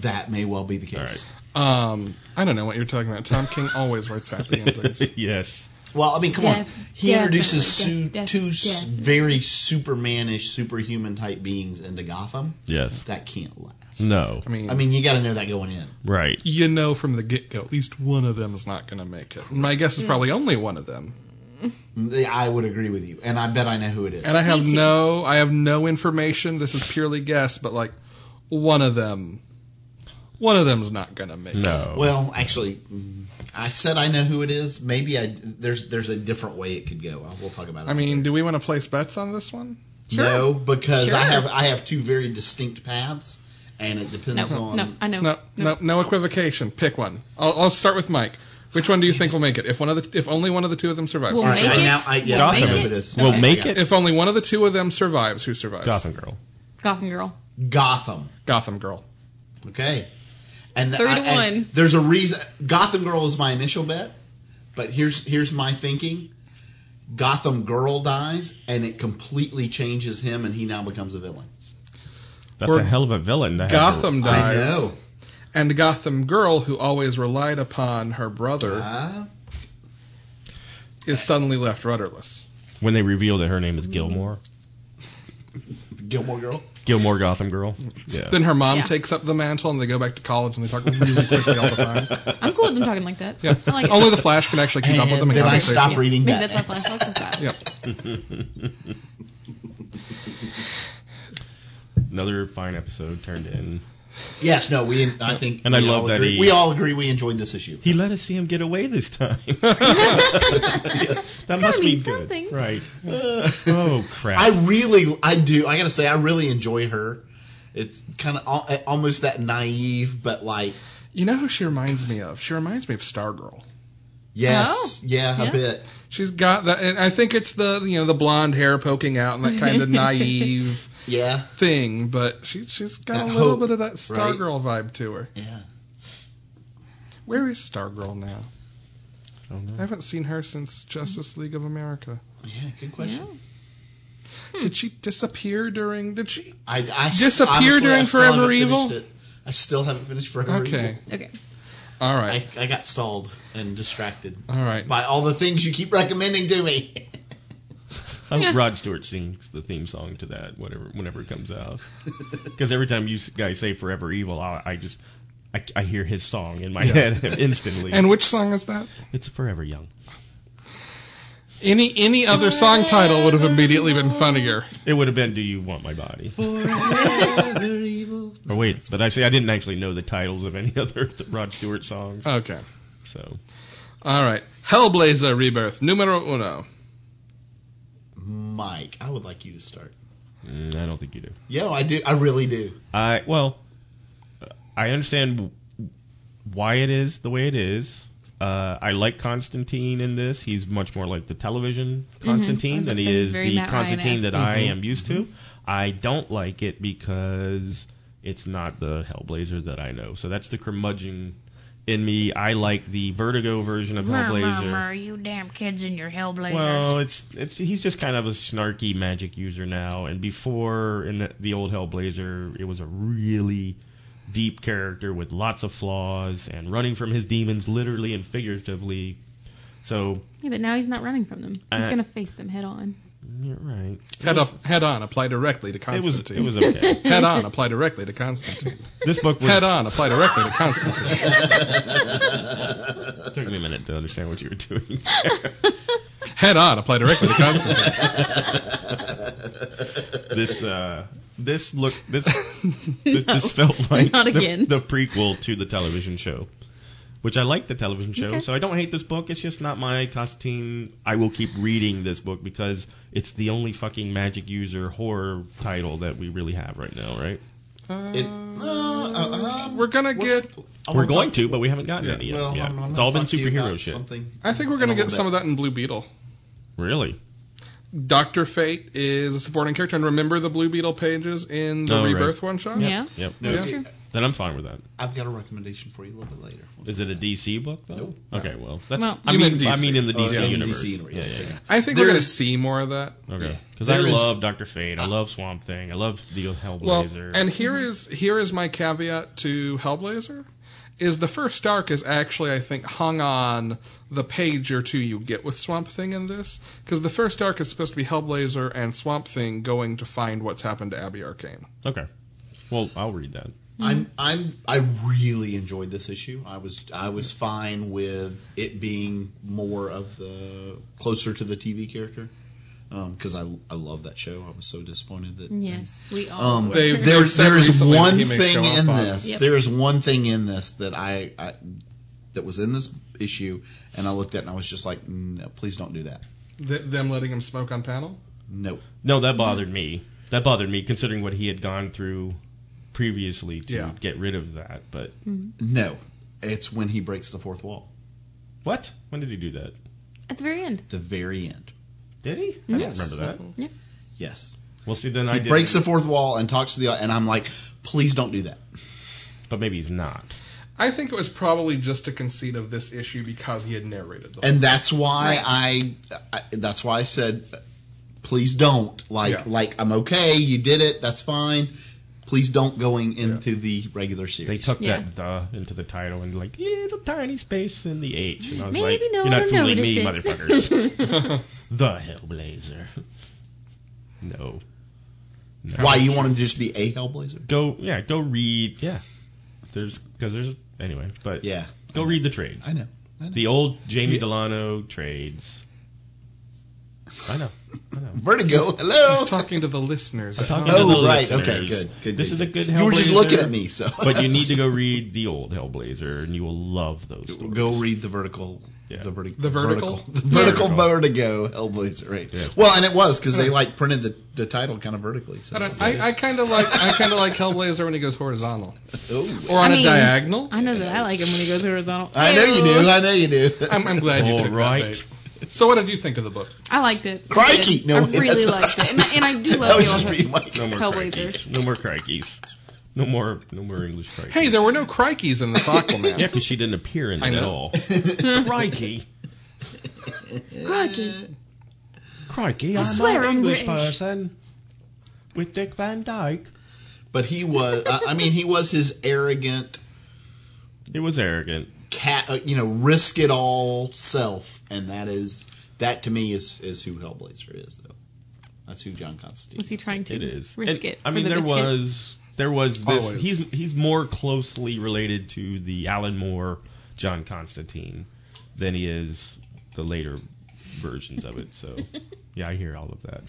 That may well be the case.
All right.
Um, I don't know what you're talking about. Tom King always writes happy endings.
yes.
Well, I mean, come
Def-
on. He introduces
definitely,
su-
def-
two
def-
s
def-
very Supermanish, superhuman type beings into Gotham.
Yes.
That can't last.
No.
I mean,
I mean, you got to know that going in.
Right.
you know from the get go, at least one of them is not going to make it. My guess is
Hmm.
probably only one of them.
I would agree with you, and I bet I know who it is.
And I have
Me too.
no, I have no information. This is purely guess, but like one of them, one of them's not going to make it.
No.
well, actually, mm, I said I know who it is. Maybe I there's there's a different way it could go. I'll- We'll talk about it.
I mean,
later.
do we want to place bets on this one?
no, because I
Sure.
have I have two very distinct paths, and it depends
no,
on.
no, I know.
No, no, no equivocation. Pick one. I'll, I'll start with Mike. Which one do you think will make it? If one of the, if only one of the two of them survives.
Will
who
All
make
right,
survives?
I
it?
now- I- yeah,
Will
I know
Gotham.
make
who it is.
We'll
Okay.
make
I got
it.
If only one of the two of them survives, who survives?
Gotham Girl.
Gotham Girl.
Gotham.
Gotham Girl.
Okay. And th-
Three to
I- and
one.
there's a reason. Gotham Girl is my initial bet, but here's here's my thinking. Gotham Girl dies, and it completely changes him, and he now becomes a villain.
That's
Or
a hell of a villain. To have
Gotham
I
dies.
know.
And Gotham Girl, who always relied upon her brother,
Ah.
Uh,
is suddenly left rudderless.
when they reveal that her name is Gilmore.
Gilmore Girl.
Gilmore Gotham Girl. Yeah.
Then her mom
Yeah.
takes up the mantle and they go back to college and they talk really quickly all the time.
I'm cool with them talking like that.
Yeah.
I like it.
Only the Flash can actually keep up with them in
And then I
conversation.
stop reading
Maybe
that.
that's why Flash was so fast.
Yeah.
Another fine episode turned in.
Yes, no, we. I think.
And I
we
love
all
that
agree,
he-
we all agree we enjoyed this issue.
He let us see him get away this time. that
gotta
must
mean
be good.
something.
Right. oh crap.
Uh, I really, I do. I gotta say, I really enjoy her. It's kind of almost that naive, but like,
You know who she reminds me of? She reminds me of Stargirl.
yes, Oh. yeah,
yeah.
a bit.
She's got that, and I think it's the you know the blonde hair poking out and that kind of naive
Yeah,
thing, but she she's got
That
a little
hope,
bit of that
right?
Stargirl vibe to her.
yeah.
Where is Stargirl now?
I don't
I
know.
haven't seen her since Justice League of America.
Yeah, good question.
Hmm.
Did she disappear during? Did she?
I, I s-
Disappear
honestly, I
during
still haven't
Forever
finished
Evil?
it. I still haven't finished Forever
Okay.
Evil.
Okay.
All right.
I, I got stalled and distracted
All right.
by all the things you keep recommending to me.
I
Yeah.
hope Rod Stewart sings the theme song to that whatever whenever it comes out. Because every time you s- guys say "Forever Evil," I, I just I, I hear his song in my head instantly.
And which song is that?
it's "Forever Young."
Any any other song title would have immediately been funnier.
It would have been "Do You Want My Body?" Or wait, but I say I didn't actually know the titles of any other Rod Stewart songs.
Okay.
So
All right. Hellblazer Rebirth, numero uno.
Mike, I would like you to start.
mm, I don't think you do.
Yo, I do. I really do.
I well, I understand why it is the way it is. Uh, I like Constantine in this. He's much more like the television
I
Constantine
was
than
gonna
he
say, he's
is
Mm-hmm. very
the
Matt
Constantine
Ryan-esque. Mm-hmm.
that I am used to. I don't like it because it's not the Hellblazer that I know. So that's the curmudgeon in me, I like the Vertigo version of Hellblazer.
you damn kids and your Hellblazers.
Well, it's it's he's just kind of a snarky magic user now, and before in the, the old Hellblazer, it was a really deep character with lots of flaws and running from his demons literally and figuratively. So
Yeah, but now he's not running from them. He's
Uh,
gonna face them head on.
you're right.
Head up, head on. Apply directly to
It was
Constantine.
it was okay.
head on. Apply directly to Constantine.
this book was
Head on. Apply directly to Constantine.
It took me a minute to understand what you were doing.
Head on. Apply directly to Constantine.
this uh, this look this this, this felt like
not
the,
again.
the prequel to the television show, which I like the television show,
Okay.
so I don't hate this book. It's just not my Constantine. I will keep reading this book because it's the only fucking magic user horror title that we really have right now, right?
It, uh, uh,
We're gonna get.
Oh,
I
we're
wanna
going
talk-
to, but we haven't gotten
Yeah.
any yet.
Well,
yeah.
I'm- I'm
it's
gonna
all been
talk to you
superhero
about
shit.
Something.
I think we're gonna
In
get
a little
some of
bit.
that in Blue Beetle.
Really?
Doctor Fate is a supporting character, and remember the Blue Beetle pages in the
Oh, right.
Rebirth one shot.
Yeah.
Yep.
No,
Yeah.
see,
Then I'm fine with that.
I've got a recommendation for you a little bit later.
Is it a DC book though?
Nope.
Okay, well, that's
Well-
I
You
mean,
meant
I mean in the
Oh,
DC
yeah, in the
universe.
DC universe.
Yeah, yeah, yeah.
I think
There
we're gonna
is-
see more of that.
Okay.
Yeah.
Because I
There is-
love Doctor Fate. I love Swamp Thing. I love the
Well,
Hellblazer.
and here is here is my caveat to Hellblazer, is the first arc is actually I think hung on the page or two you get with Swamp Thing in this, because the first arc is supposed to be Hellblazer and Swamp Thing going to find what's happened to Abby Arcane.
okay. Well, I'll read that.
I'm I'm I really enjoyed this issue. I was I was fine with it being more of the closer to the TV character because I I love that show. I was so disappointed that
Yes, we all.
Um,
were.
They-
there,
they've said
there is
recently that
one
he may
thing
show up
in
on-
this.
Yep.
There is one thing in this that I, I that was in this issue, and I looked at it and I was just like, no, please don't do that.
Th- them letting him smoke on panel.
No,
No, that bothered me. That bothered me considering what he had gone through previously to
Yeah.
get rid of that. But
no. It's when he breaks the fourth wall,
what? When did he do that?
At the very end.
the very end.
Did he? I don't remember that.
Yes,
Well, see, then I
he
did.
breaks the fourth wall and talks to the and I'm like, please don't do that.
but maybe he's not.
I think it was probably just a conceit of this issue because he had narrated the
and that's why I, I that's why I said please don't like
Yeah.
like I'm okay you did it that's fine please don't going into the regular
They
series
took
Yeah.
that "the" into the title and like little tiny space in the H, and I was
Maybe
like,
no
"You're not
one
fooling me,
noticed it."
motherfuckers." the Hellblazer. No. no.
why you want him to just be a Hellblazer
go yeah go read yeah there's because there's anyway but
yeah
go read the trades
I know I know
the old Jamie
Yeah.
Delano trades I know I know
Vertigo hello
He's talking to the listeners.
I'm talking to
oh
the
right
listeners.
okay good good
this
good,
is a good
you were just
Hellblazer,
looking at me so
but you need to go read the old Hellblazer and you will love those stories.
go read the vertical
Yeah.
the, verti-
The vertical?
vertical, the vertical vertigo
Vertical.
Hellblazer right
Yeah.
well and it was because they like printed the, the title kind of vertically so
I,
that
don't,
was good.
I, I kind of like I kind of like Hellblazer when he goes horizontal
Oh.
or on
I
a
mean,
diagonal.
I know that I like him when he goes horizontal.
I know you do.
Ew.
I know you do.
I'm, I'm glad you
All
took
right.
that bait. So, what did you think of the book?
I liked it.
Crikey! No,
I
wait,
really liked
that's-
it, and I, and I do
That
love
was
the old.
just me, Mike.
no more
Hellblazer.
crikeys no more crikeys no more no more English crikeys
Hey, there were no crikeys in this Aquaman.
yeah because she didn't appear in
I
it at
know.
all crikey
Crikey!
Crikey,
I I'm swear an I'm English British.
person with Dick Van Dyke.
But he was. I I mean, he was his arrogant
It was arrogant.
cat. uh, You know, risk it all self, and that is that to me is is who Hellblazer is, though. That's who John Constantine.
Was he trying to
It is.
risk
And,
it?
I
for
mean,
the
there
biscuit?
was there was this.
Always.
He's he's more closely related to the Alan Moore, John Constantine, than he is the later versions of it. So, yeah, I hear all of that.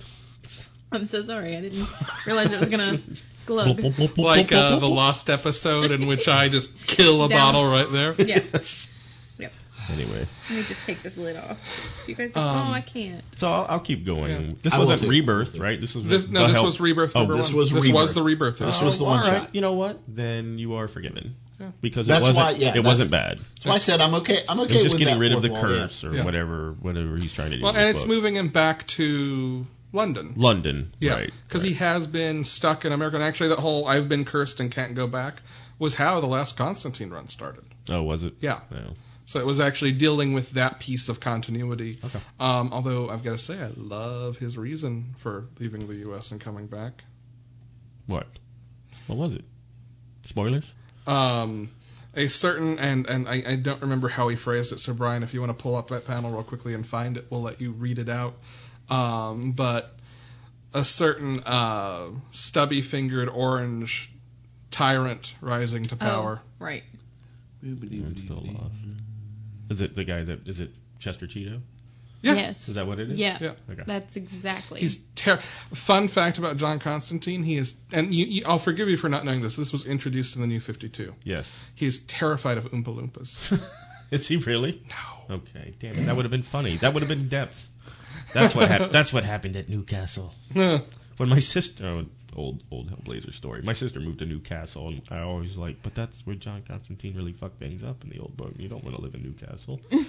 I'm so sorry. I didn't realize it was gonna
Blop,
glug.
blop, blop, blop,
Like
blop,
uh,
blop,
the
blop.
lost episode in which I just kill a
Down.
bottle right there.
Yeah.
Anyway,
Let me just take this lid off. So you guys don't.
Um,
oh, I can't.
so I'll, I'll keep going.
Yeah.
This
I will
wasn't
too.
rebirth, right? This was
This, no,
the
this
help-
was rebirth.
Oh,
Number
this
one.
was
this
Rebirth.
was the rebirth.
This
issue.
was the
Oh,
one
all right.
shot.
You know what? Then you are forgiven
Yeah.
because
That's
it wasn't.
why- yeah,
it
that's-
wasn't bad.
So I said, I'm okay. I'm okay
It's just
with
getting
that
rid of
fourth
the
wall, yeah.
curse or
Yeah.
whatever whatever he's trying to do.
well,
with
and
this
it's
book.
moving him back to London.
London,
Yeah,
right?
because he has been stuck in America. And actually, that whole "I've been cursed and can't go back" was how the last Constantine run started.
Oh, was it?
Yeah.
No.
So it was actually dealing with that piece of continuity.
Okay.
Um, although I've got to say, I love his reason for leaving the U.S. and coming back.
What? What was it? Spoilers?
Um, a certain and and I, I don't remember how he phrased it. So Brian, if you want to pull up that panel real quickly and find it, we'll let you read it out. Um, but a certain uh, stubby-fingered orange tyrant rising to power.
Oh, right.
I'm still lost. Is it the guy that is it Chester Cheeto?
Yeah.
Yes.
Is that what it is?
yeah.
Yeah.
Okay.
That's exactly.
He's ter- fun fact about John Constantine. He is, and you, you, I'll forgive you for not knowing this. This was introduced in the New Fifty Two.
Yes.
He is terrified of Oompa Loompas.
Is he really?
No.
Okay. Damn it. That would have been funny. That would have been depth. That's what happened. That's what happened at Newcastle. When my sister, oh, old old Hellblazer story. My sister moved to Newcastle, and I always like, but that's where John Constantine really fucked things up in the old book. You don't want to live in Newcastle. and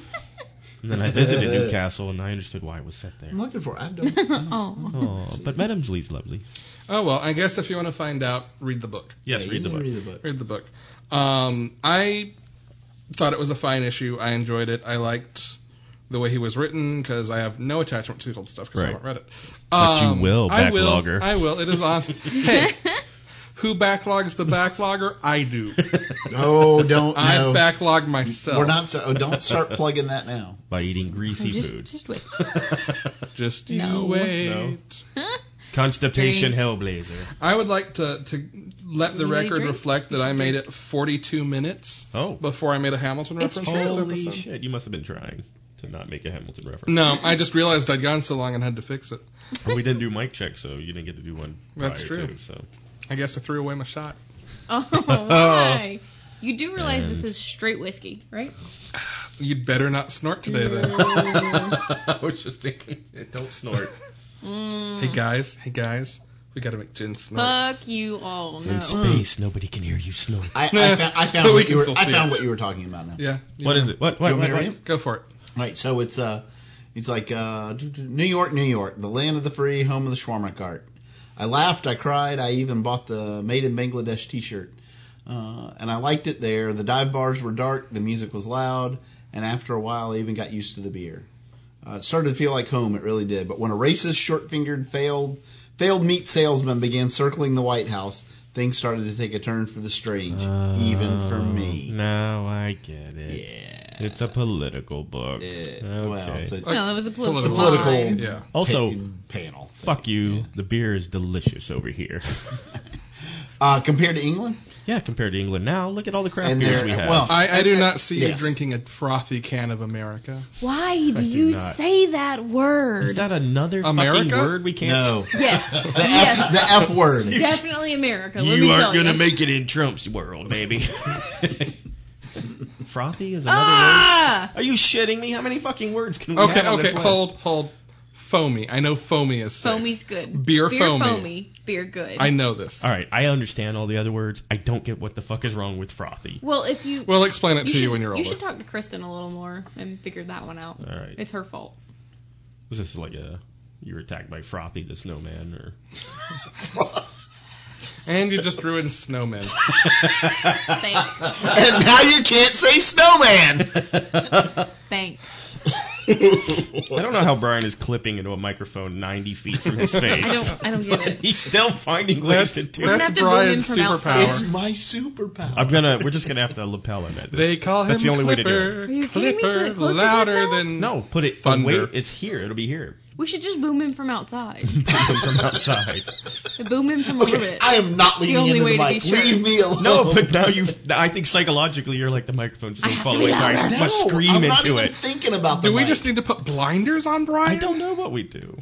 then I visited Newcastle, and I understood why it was set there.
I'm looking for. I don't. I don't
Oh.
Oh, but Madame Julie's lovely.
oh well, I guess if you want to find out, read the book.
Yes,
Yeah,
read
you
the book.
Read the book.
Read the book. Um, I thought it was a fine issue. I enjoyed it. I liked the way he was written because I have no attachment to the old stuff because I
Right.
haven't read it. Um,
But you will,
I
backlogger.
I will. It is on. hey, who backlogs the backlogger? I do.
No, Oh, don't.
I
no.
backlog myself.
We're not. So, oh, don't start plugging that now.
By eating greasy
Just,
food.
just wait.
Just you
No.
wait.
No. Constipation Hellblazer.
I would like to, to let the
You really
record
drink?
reflect that I made it 42 minutes
Oh.
before I made a Hamilton
It's
reference.
true.
for this
Holy
episode.
shit. You must have been trying to not make a Hamilton reference.
No, I just realized I'd gone so long and had to fix it.
Well, we didn't do mic check, so you didn't get to do one. Prior
That's true.
To, so
I guess I threw away my shot.
Oh, why? You do realize this is straight whiskey, right?
You'd better not snort today, then.
Mm.
I was just thinking, don't snort.
hey guys, hey guys, we gotta make Jin snort.
Fuck you all. No.
space, nobody can hear you snort.
I, I found, I found
But we
what
can
you were.
still
I
see
found
it.
what you were talking about now.
yeah. you
What
know.
is it? What?
You want
What?
me
What?
to
what?
read it?
Go for it.
Right. So it's uh, it's like uh, do- do- New York, New York, the land of the free, home of the shawarma cart. I laughed, I cried, I even bought the Made in Bangladesh T-shirt, uh, and I liked it there. The dive bars were dark, the music was loud, and after a while, I even got used to the beer. Uh, it started to feel like home, it really did. But when a racist, short-fingered, failed failed meat salesman began circling the White House, things started to take a turn for the strange,
Uh,
even for me.
Oh, Now I get it.
Yeah.
It's a political book.
It-
okay.
Well, it's a,
No, that was a political.
Political.
Political.
line.
Yeah.
also,
pa- panel. thing.
fuck you. The beer is delicious over here.
Uh, compared to England,
yeah, compared to England now, look at all the craft
And
beers
they're-
we have.
well,
I, I do not see you
Yes.
drinking a frothy can of America.
Why do
do
you
not.
say that word?
is that another fucking
America?
word we can't?
no.
yes.
The F,
yes.
the F word.
Definitely America. Let me
You
tell
aren't gonna
you.
make it in Trump's world, baby. Frothy is another
ah!
word. Are you shitting me? How many fucking words can we
Okay,
have? on
okay,
this
hold, hold. Foamy. I know foamy is safe.
Foamy's good.
Beer foamy.
foamy. Beer good.
I know this.
All right, I understand all the other words. I don't get what the fuck is wrong with frothy.
well, if you
We'll explain it
you
to
should,
you when you're
you
older.
should talk to Kristen a little more and figure that one out.
All right,
It's her fault.
was this like a you were attacked by frothy the snowman or?
and you just ruined snowmen.
Thanks.
And now you can't say snowman.
Thanks.
I don't know how Brian is clipping into a microphone 90 feet from his face.
I don't. I don't get it.
He's still finding ways to
That's,
do it.
have
that's
to bring him
Brian's
from outside.
superpower.
It's my superpower.
I'm gonna. We're just gonna have to lapel him at this.
They call him
That's the only way to do
Clipper.
Are you kidding me? Put
Clipper
it closer to
louder
his mouth?
than
no, put it.
Thunder.
Wait, it's here. It'll be here.
We should just boom him from outside.
Come from outside.
boom him from a little
Okay,
bit.
I am not leaning
only
into
way
the
to be
mic.
sure.
Leave me alone.
No, but now you. I think psychologically you're like the microphone's
I
still
have to
following,
be
so I
louder.
no,
must scream
I'm
into
not even
it.
thinking about the
Do we
mic.
just need to put blinders on Brian?
I don't know what we do.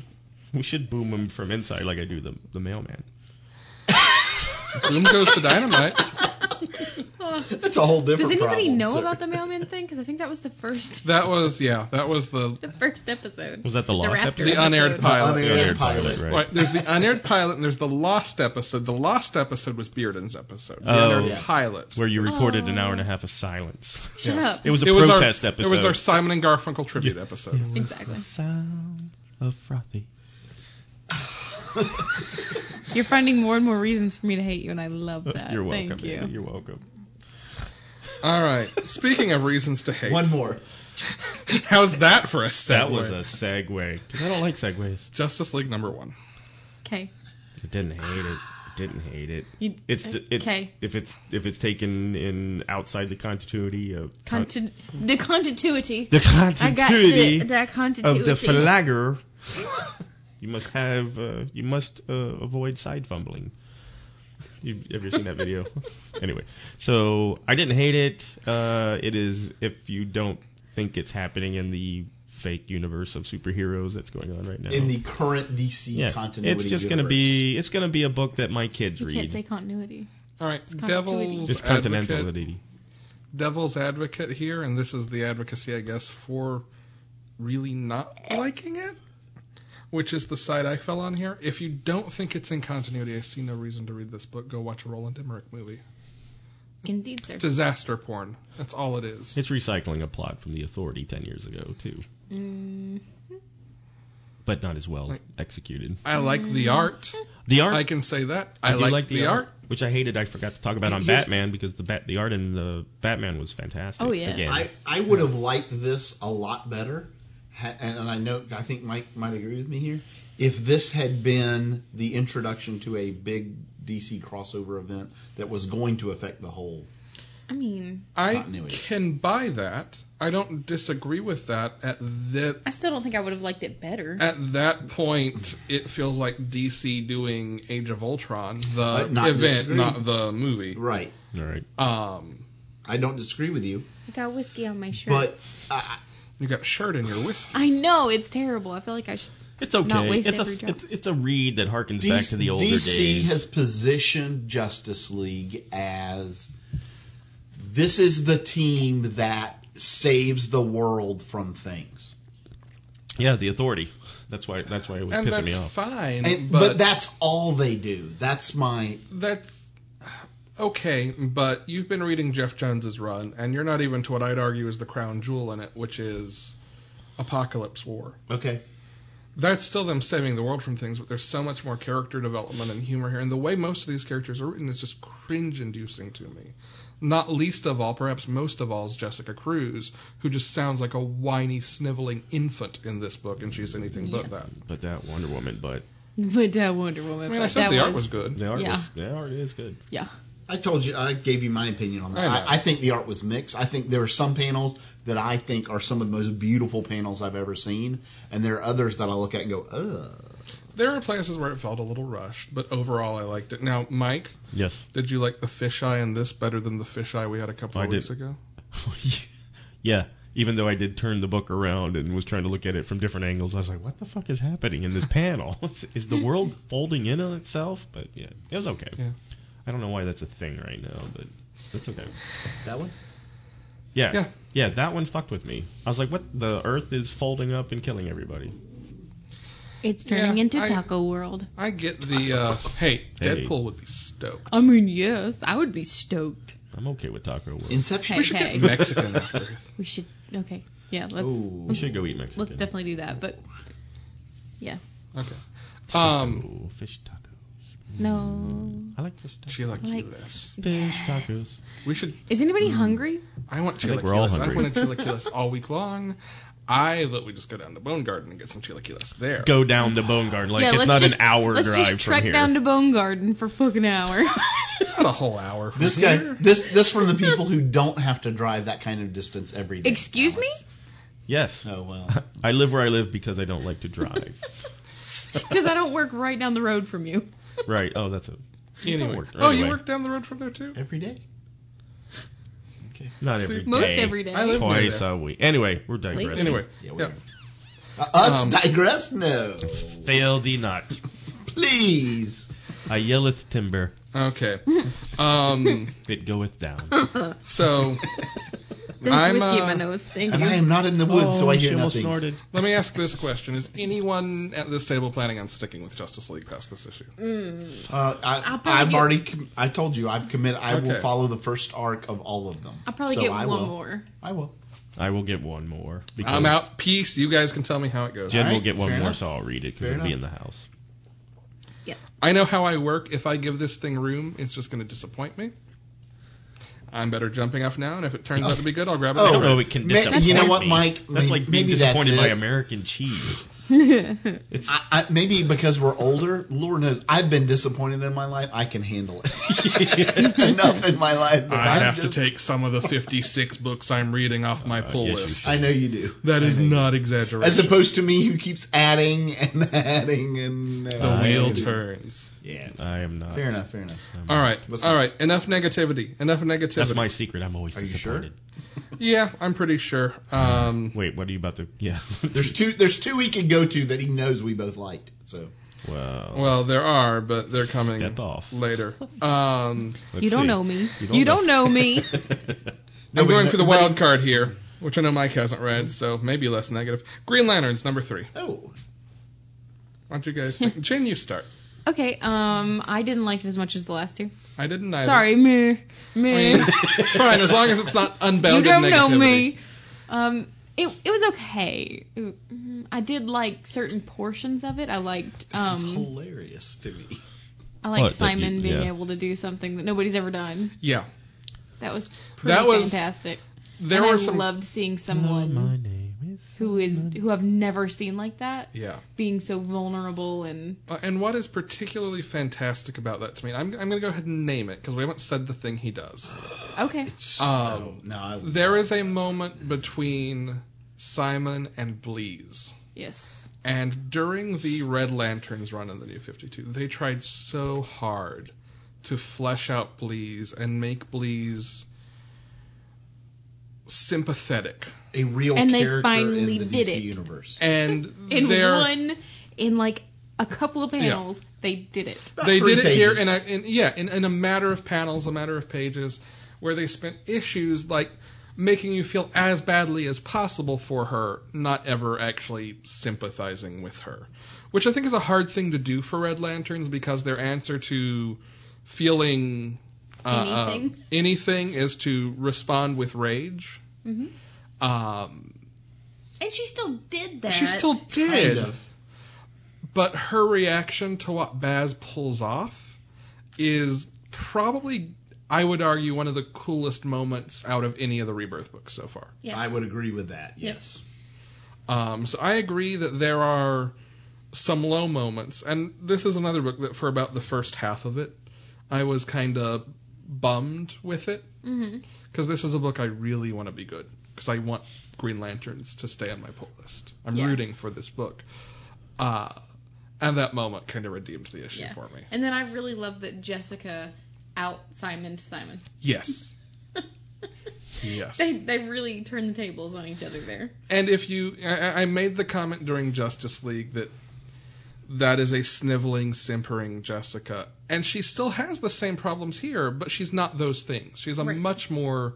We should boom him from inside like I do the the mailman.
Boom goes the dynamite.
That's a whole
Does
different.
anybody
problem,
know
sir.
about the mailman thing? Because I think that was the first,
That was yeah. That was the
the first episode.
Was that the
the
lost
Raptor
episode?
The unaired
episode.
pilot.
Unaired
The unaired
pilot.
right?
right. There's the unaired pilot and there's the lost episode. The lost episode was Bearden's episode. The
Oh.
unaired
Yes.
pilot.
Where you reported
Oh.
an hour and a half of silence.
Shut
Yes.
up.
It was a
was
protest
our,
episode.
It was our Simon and Garfunkel tribute episode.
Exactly.
sound of frothy.
You're finding more and more reasons for me to hate you, and I love that.
You're welcome.
Thank you.
Andy. You're welcome.
All right. Speaking of reasons to hate,
One more.
how's that for a segue?
That was a segue. 'Cause I don't like segues.
Justice League number one.
Okay.
I didn't hate it. I didn't hate it.
You,
It's it,
okay.
if it's if it's taken in outside the continuity of
Conti- the continuity.
the
I got the,
continuity
that continuity.
of the flagger, you must have uh, you must uh, avoid side fumbling. You've ever seen that video? anyway, so I didn't hate it. Uh, it is if you don't think it's happening in the fake universe of superheroes that's going on right now.
In the current DC
yeah,
continuity,
it's just
going
gonna
to
be it's gonna be a book that my kids
You can't
read.
say continuity.
All right.
continuity.
Devil's
it's
advocate.
continentality.
devil's advocate here, and this is the advocacy, I guess, for really not liking it, which is the side I fell on here. If you don't think it's in continuity, I see no reason to read this book. Go watch a Roland Emmerich movie.
Indeed, sir.
Disaster porn. That's all it is.
It's recycling a plot from the Authority ten years ago too,
Mm,
but not as well
Mm-hmm. Like-
executed.
I like the art.
The art
I can say that.
I
I
do
like, the, art.
which I hated. I forgot to talk about on
Here's-
Batman because the bat, the art in the Batman was fantastic.
Oh, yeah.
Again.
I, I would have liked this a lot better, ha- and, and I know I think Mike might agree with me here. If this had been the introduction to a big DC crossover event that was going to affect the whole,
I mean,
I
Continuity.
can buy that. I don't disagree with that. At that
I still don't think I would have liked it better.
at that point, it feels like DC doing Age of Ultron, the
But not
event,
disagree.
not the movie.
right?
All right.
Um,
I don't disagree with you,
I got whiskey on my shirt.
but I,
you got shirt in your whiskey.
I know it's terrible. I feel like I should.
It's okay.
waste
It's
every
a
drop.
it's, it's a read that harkens
DC,
back to the older
DC
days.
has positioned Justice League as this is the team that saves the world from things.
yeah, the Authority. That's why that's why it was
and
pissing
that's
me off.
fine.
And,
but,
but, that's all they do. That's my
that's okay. But you've been reading Jeff Jones's run, and you're not even to what I'd argue is the crown jewel in it, which is Apocalypse War.
okay.
That's still them saving the world from things, but there's so much more character development and humor here. And the way most of these characters are written is just cringe inducing to me. Not least of all, perhaps most of all, is Jessica Cruz, who just sounds like a whiny, sniveling infant in this book, and she's anything but
Yes.
that.
But that Wonder Woman, but
But that Wonder Woman.
I mean,
but
I said
that
the art was good.
the art
Yeah.
was the art is good.
Yeah.
I told you I gave you my opinion on that.
I know.
I, I, think the art was mixed. I think there are some panels that I think are some of the most beautiful panels I've ever seen, and there are others that I look at and go, ugh.
There are places where it felt a little rushed, but overall I liked it. Now, Mike,
Yes.
did you like the fisheye in this better than the fisheye we had a couple
I
of weeks
did.
ago?
yeah. Even though I did turn the book around and was trying to look at it from different angles, I was like, "What the fuck is happening in this panel? is the world folding in on itself?" But yeah, it was okay.
Yeah.
I don't know why that's a thing right now, but that's okay.
That one?
Yeah.
Yeah.
yeah. that one fucked with me. I was like, what? The earth is folding up and killing everybody.
It's
turning
turning
Yeah, into
into
I-
Taco World.
I get the uh, hey,
Hey.
Deadpool would be stoked.
I mean, yes, I would be stoked.
I'm okay with Taco World.
Inception.
we should
okay.
get Mexican after. this.
We should. Okay. Yeah. Let's.
Ooh.
we should go eat Mexican.
Let's definitely do that. But
Okay. Um,
Ooh, fish tacos.
no.
I like fish tacos.
she like
Like-
this.
Fish
Yes.
tacos.
We should.
Is anybody hungry?
I want
think we're all
chilaquiles. I,
hungry.
wanted chilaquiles all week long. I thought we just go down to Bone Garden and get some chilaquiles there.
Go down to Bone Garden. Like
yeah.
it's
let's
not
just,
an hour
let's
drive
just trek
from here.
down to Bone Garden for fucking hour.
It's not a whole hour. From
This guy,
here.
this this from the people who don't have to drive that kind of distance every day.
Excuse me?
yes.
Oh well.
I live where I live because I don't like to drive.
Because I don't work right down the road from you.
right. Oh, that's a.
Anyway.
work-
Oh, you
anyway.
work down the road from there too.
Every day.
Not every day.
Most every day.
I live-
Twice a week. Anyway, we're digressing.
Anyway,
Yeah, we
yeah.
are. Uh, us
Um,
digress? No.
Fail thee not.
Please.
I yelleth timber.
Okay. Um.
It goeth down.
So
There's
I'm,
whiskey in my
uh,
nose. Thank
And
you.
I am not in the woods, so
Oh,
I
she
hear
almost
nothing.
snorted.
let me ask this question: Is anyone at this table planning on sticking with Justice League past this issue?
Uh,
I'll
I,
probably
I've
get-
already. Com- I told you I've committed. I will
Okay.
follow the first arc of all of them.
I'll probably
So
get
I
one
will.
more.
I will.
I will get one more. Because
I'm out. Peace. You guys can tell me how it goes.
Jen
All
will
right,
get one
fair
more,
enough.
so I'll read it because
Fair
it'll be in
enough.
the house.
Yeah.
I know how I work. If I give this thing room, it's just going to disappoint me. I'm better jumping off now, and if it turns out to be good, I'll grab it.
Oh.
I don't
later.
know. It can
Ma-
disappoint
you know what,
me.
Mike?
That's
May-
like being
maybe that's
disappointed by
it.
American cheese. It's
I, I, maybe because we're older, Lord knows I've been disappointed in my life. I can handle it enough in my life. that
I
I'm
have to
just-
take some of the 56 books I'm reading off my pull
Uh, yes, you
list.
should.
I know you do.
That
I
is
know you do.
not exaggeration.
As opposed to me, who keeps adding and adding and
the
I
wheel
do.
turns.
Yeah,
I am not.
fair enough, fair enough.
I'm-
All right,
What's
all
next?
right. Enough negativity. Enough negativity.
That's my secret. I'm always
Are you sure?
disappointed.
Yeah, I'm pretty sure. Um,
Wait, what are you about to? Yeah.
There's two. There's two we can go to that he knows we both liked. So
Wow.
well, there are, but they're coming
Step off.
later. Um,
Let's
you don't
see.
know me. You don't,
You don't
know me.
I'm going for the
nobody-
wild card here, which I know Mike hasn't read, so maybe less negative. Green Lantern's number three.
oh,
Why don't you guys? Think? Jen, you start.
okay. Um, I didn't like it as much as the last two.
I didn't either.
Sorry, me, me.
It's fine as long as it's not
you
unbounded
don't
negativity.
know me. Um, it it was okay. Mm, I did like certain portions of it. I liked
this is
um,
hilarious to me.
I liked
What, that Oh, you-
Simon being
yeah.
able to do something that nobody's ever done.
Yeah,
That was pretty
That was-
fantastic.
there
and
were
I
some.
loved seeing someone
My name is.
who is who I've never seen like that
yeah,
being so vulnerable and
Uh, and what is particularly fantastic about that to me? I'm I'm going to go ahead and name it because we haven't said the thing he does.
okay.
Um,
no, I,
There is a moment between Simon and Bleeze.
Yes.
And during the Red Lanterns run in the New 52, they tried so hard to flesh out Bleeze and make Bleeze sympathetic.
a real
And they
character
finally
in the
did
DC
it.
universe.
And
In
they're,
one in like a couple of panels they did it.
About
they
three
did it here
pages.
in a in, yeah in, in a matter of panels, a matter of pages, where they spent issues like making you feel as badly as possible for her, not ever actually sympathizing with her, which I think is a hard thing to do for Red Lanterns because their answer to feeling uh,
Anything.
Uh, anything is to respond with rage.
Mhm.
Um,
And she still did that.
she still did.
Kind of.
But her reaction to what Baz pulls off is probably, I would argue, one of the coolest moments out of any of the Rebirth books so far.
Yeah.
I would agree with that. Yes.
Um, so I agree that there are some low moments, and this is another book that for about the first half of it, I was kind of bummed with it
Mhm.
because this is a book I really want to be good because I want Green Lanterns to stay on my pull list. I'm
Yeah.
rooting for this book, uh, and that moment kind of redeemed the issue
Yeah.
for me.
And then I really love that Jessica out Simon to Simon.
Yes. yes.
They they really turned the tables on each other there.
And if you, I, I made the comment during Justice League that that is a sniveling, simpering Jessica, and she still has the same problems here, but she's not those things. She's a
Right.
much more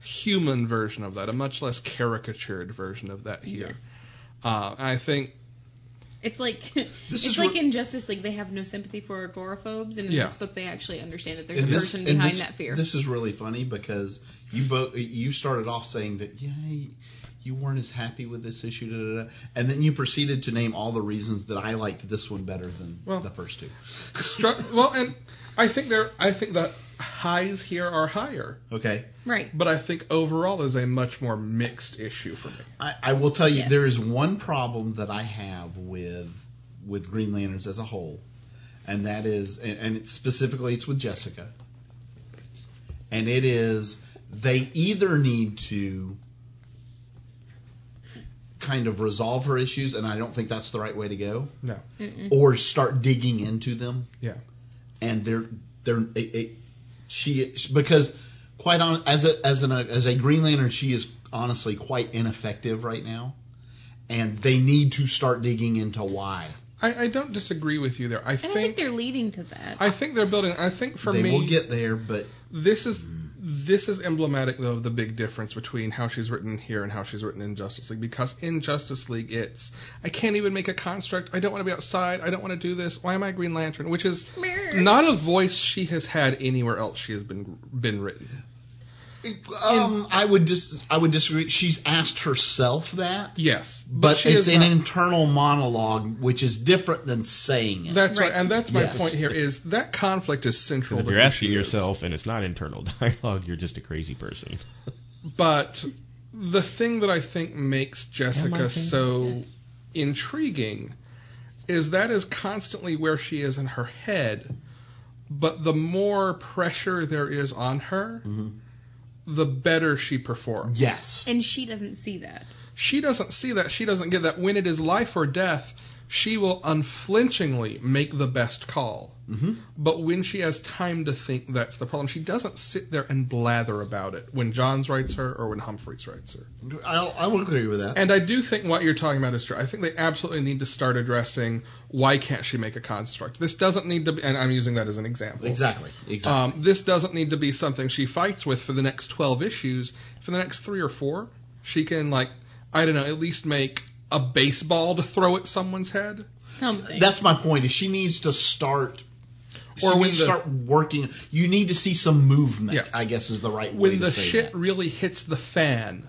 human version of that, a much less caricatured version of that here.
Yes.
Uh, I think,
It's like
This
it's
is
like
what-
in Justice League they have no sympathy for agoraphobes, and in
Yeah.
this book they actually understand that there's
And
a
this-
person
and
behind
this-
that fear.
This is really funny because you both you started off saying that yeah, you weren't as happy with this issue, da, da, da, and then you proceeded to name all the reasons that I liked this one better than
Well-
the first two.
stru- well, and I think there, I think the highs here are higher,
Okay,
right.
but I think overall there's a much more mixed issue for me.
I, I will tell you
Yes.
there is one problem that I have with with Green Lanterns as a whole, and that is, and, and it's specifically it's with Jessica, and it is they either need to kind of resolve her issues, and I don't think that's the right way to go.
No.
Or start digging into them.
Yeah.
And they're they're it, it, she because quite on as a as an as a Green Lantern she is honestly quite ineffective right now, and they need to start digging into why
I, I don't disagree with you there. I
And
think,
I think they're leading to that.
I think they're building. I think for
they
me,
will get Mm. there. But
this is this is emblematic though of the big difference between how she's written here and how she's written in Justice League. Because in Justice League, it's I can't even make a construct. I don't want to be outside. I don't want to do this. Why am I Green Lantern? Which is
Mer.
not a voice she has had anywhere else she has been been written.
Um, I would dis- I would disagree. She's asked herself that,
Yes,
but
she
it's
is
an
not-
internal monologue, which is different than saying it.
That's right,
Right.
and that's my
Yes.
point here is that conflict is central.
If
to
you're
who
asking
she is.
yourself and it's not internal dialogue, you're just a crazy person.
But the thing that I think makes Jessica
opinion,
so intriguing is that is constantly where she is in her head. But the more pressure there is on her, the better she performs.
Yes.
And she doesn't see that.
She doesn't see that. She doesn't get that. When it is life or death, she will unflinchingly make the best call.
Mhm.
But when she has time to think, that's the problem. She doesn't sit there and blather about it when Johns writes her or when Humphreys writes her.
I'll, I will agree with that.
And I do think what you're talking about is true. I think they absolutely need to start addressing why can't she make a construct. This doesn't need to be, and I'm using that as an example.
Exactly. Exactly.
Um, this doesn't need to be something she fights with for the next 12 issues. For the next three or four, she can, like, I don't know, at least make a baseball to throw at someone's head.
Something.
That's my point. Is she needs to start.
Or
Or
when
we
the-
start working, you need to see some movement.
Yeah.
I guess is the right way
When
to
the
say
shit
that.
really hits the fan,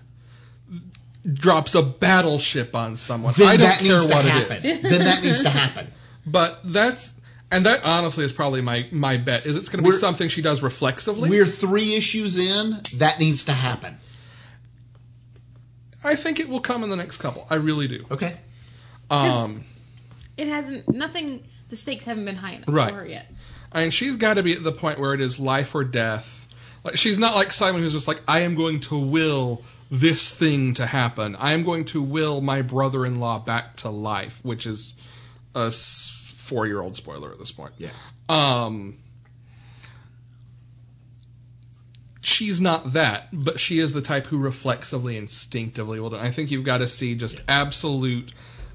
drops a battleship on someone.
Then
I don't
that
care
needs to
what it
happen.
is.
then that needs to happen.
But that's and that honestly is probably my my bet is it's going to be
We're-
something she does reflexively.
We're three issues in. That needs to happen.
I think it will come in the next couple. I really do.
Okay.
Um,
It hasn't. Nothing. The stakes haven't been high enough
Right.
for her yet.
I mean, she's got to be at the point where it is life or death. Like she's not like Simon who's just like I am going to will this thing to happen. I am going to will my brother-in-law back to life, which is a s- four-year-old spoiler at this point.
Yeah.
Um, she's not that, but she is the type who reflexively, instinctively will do. it. I think you've got to see just absolute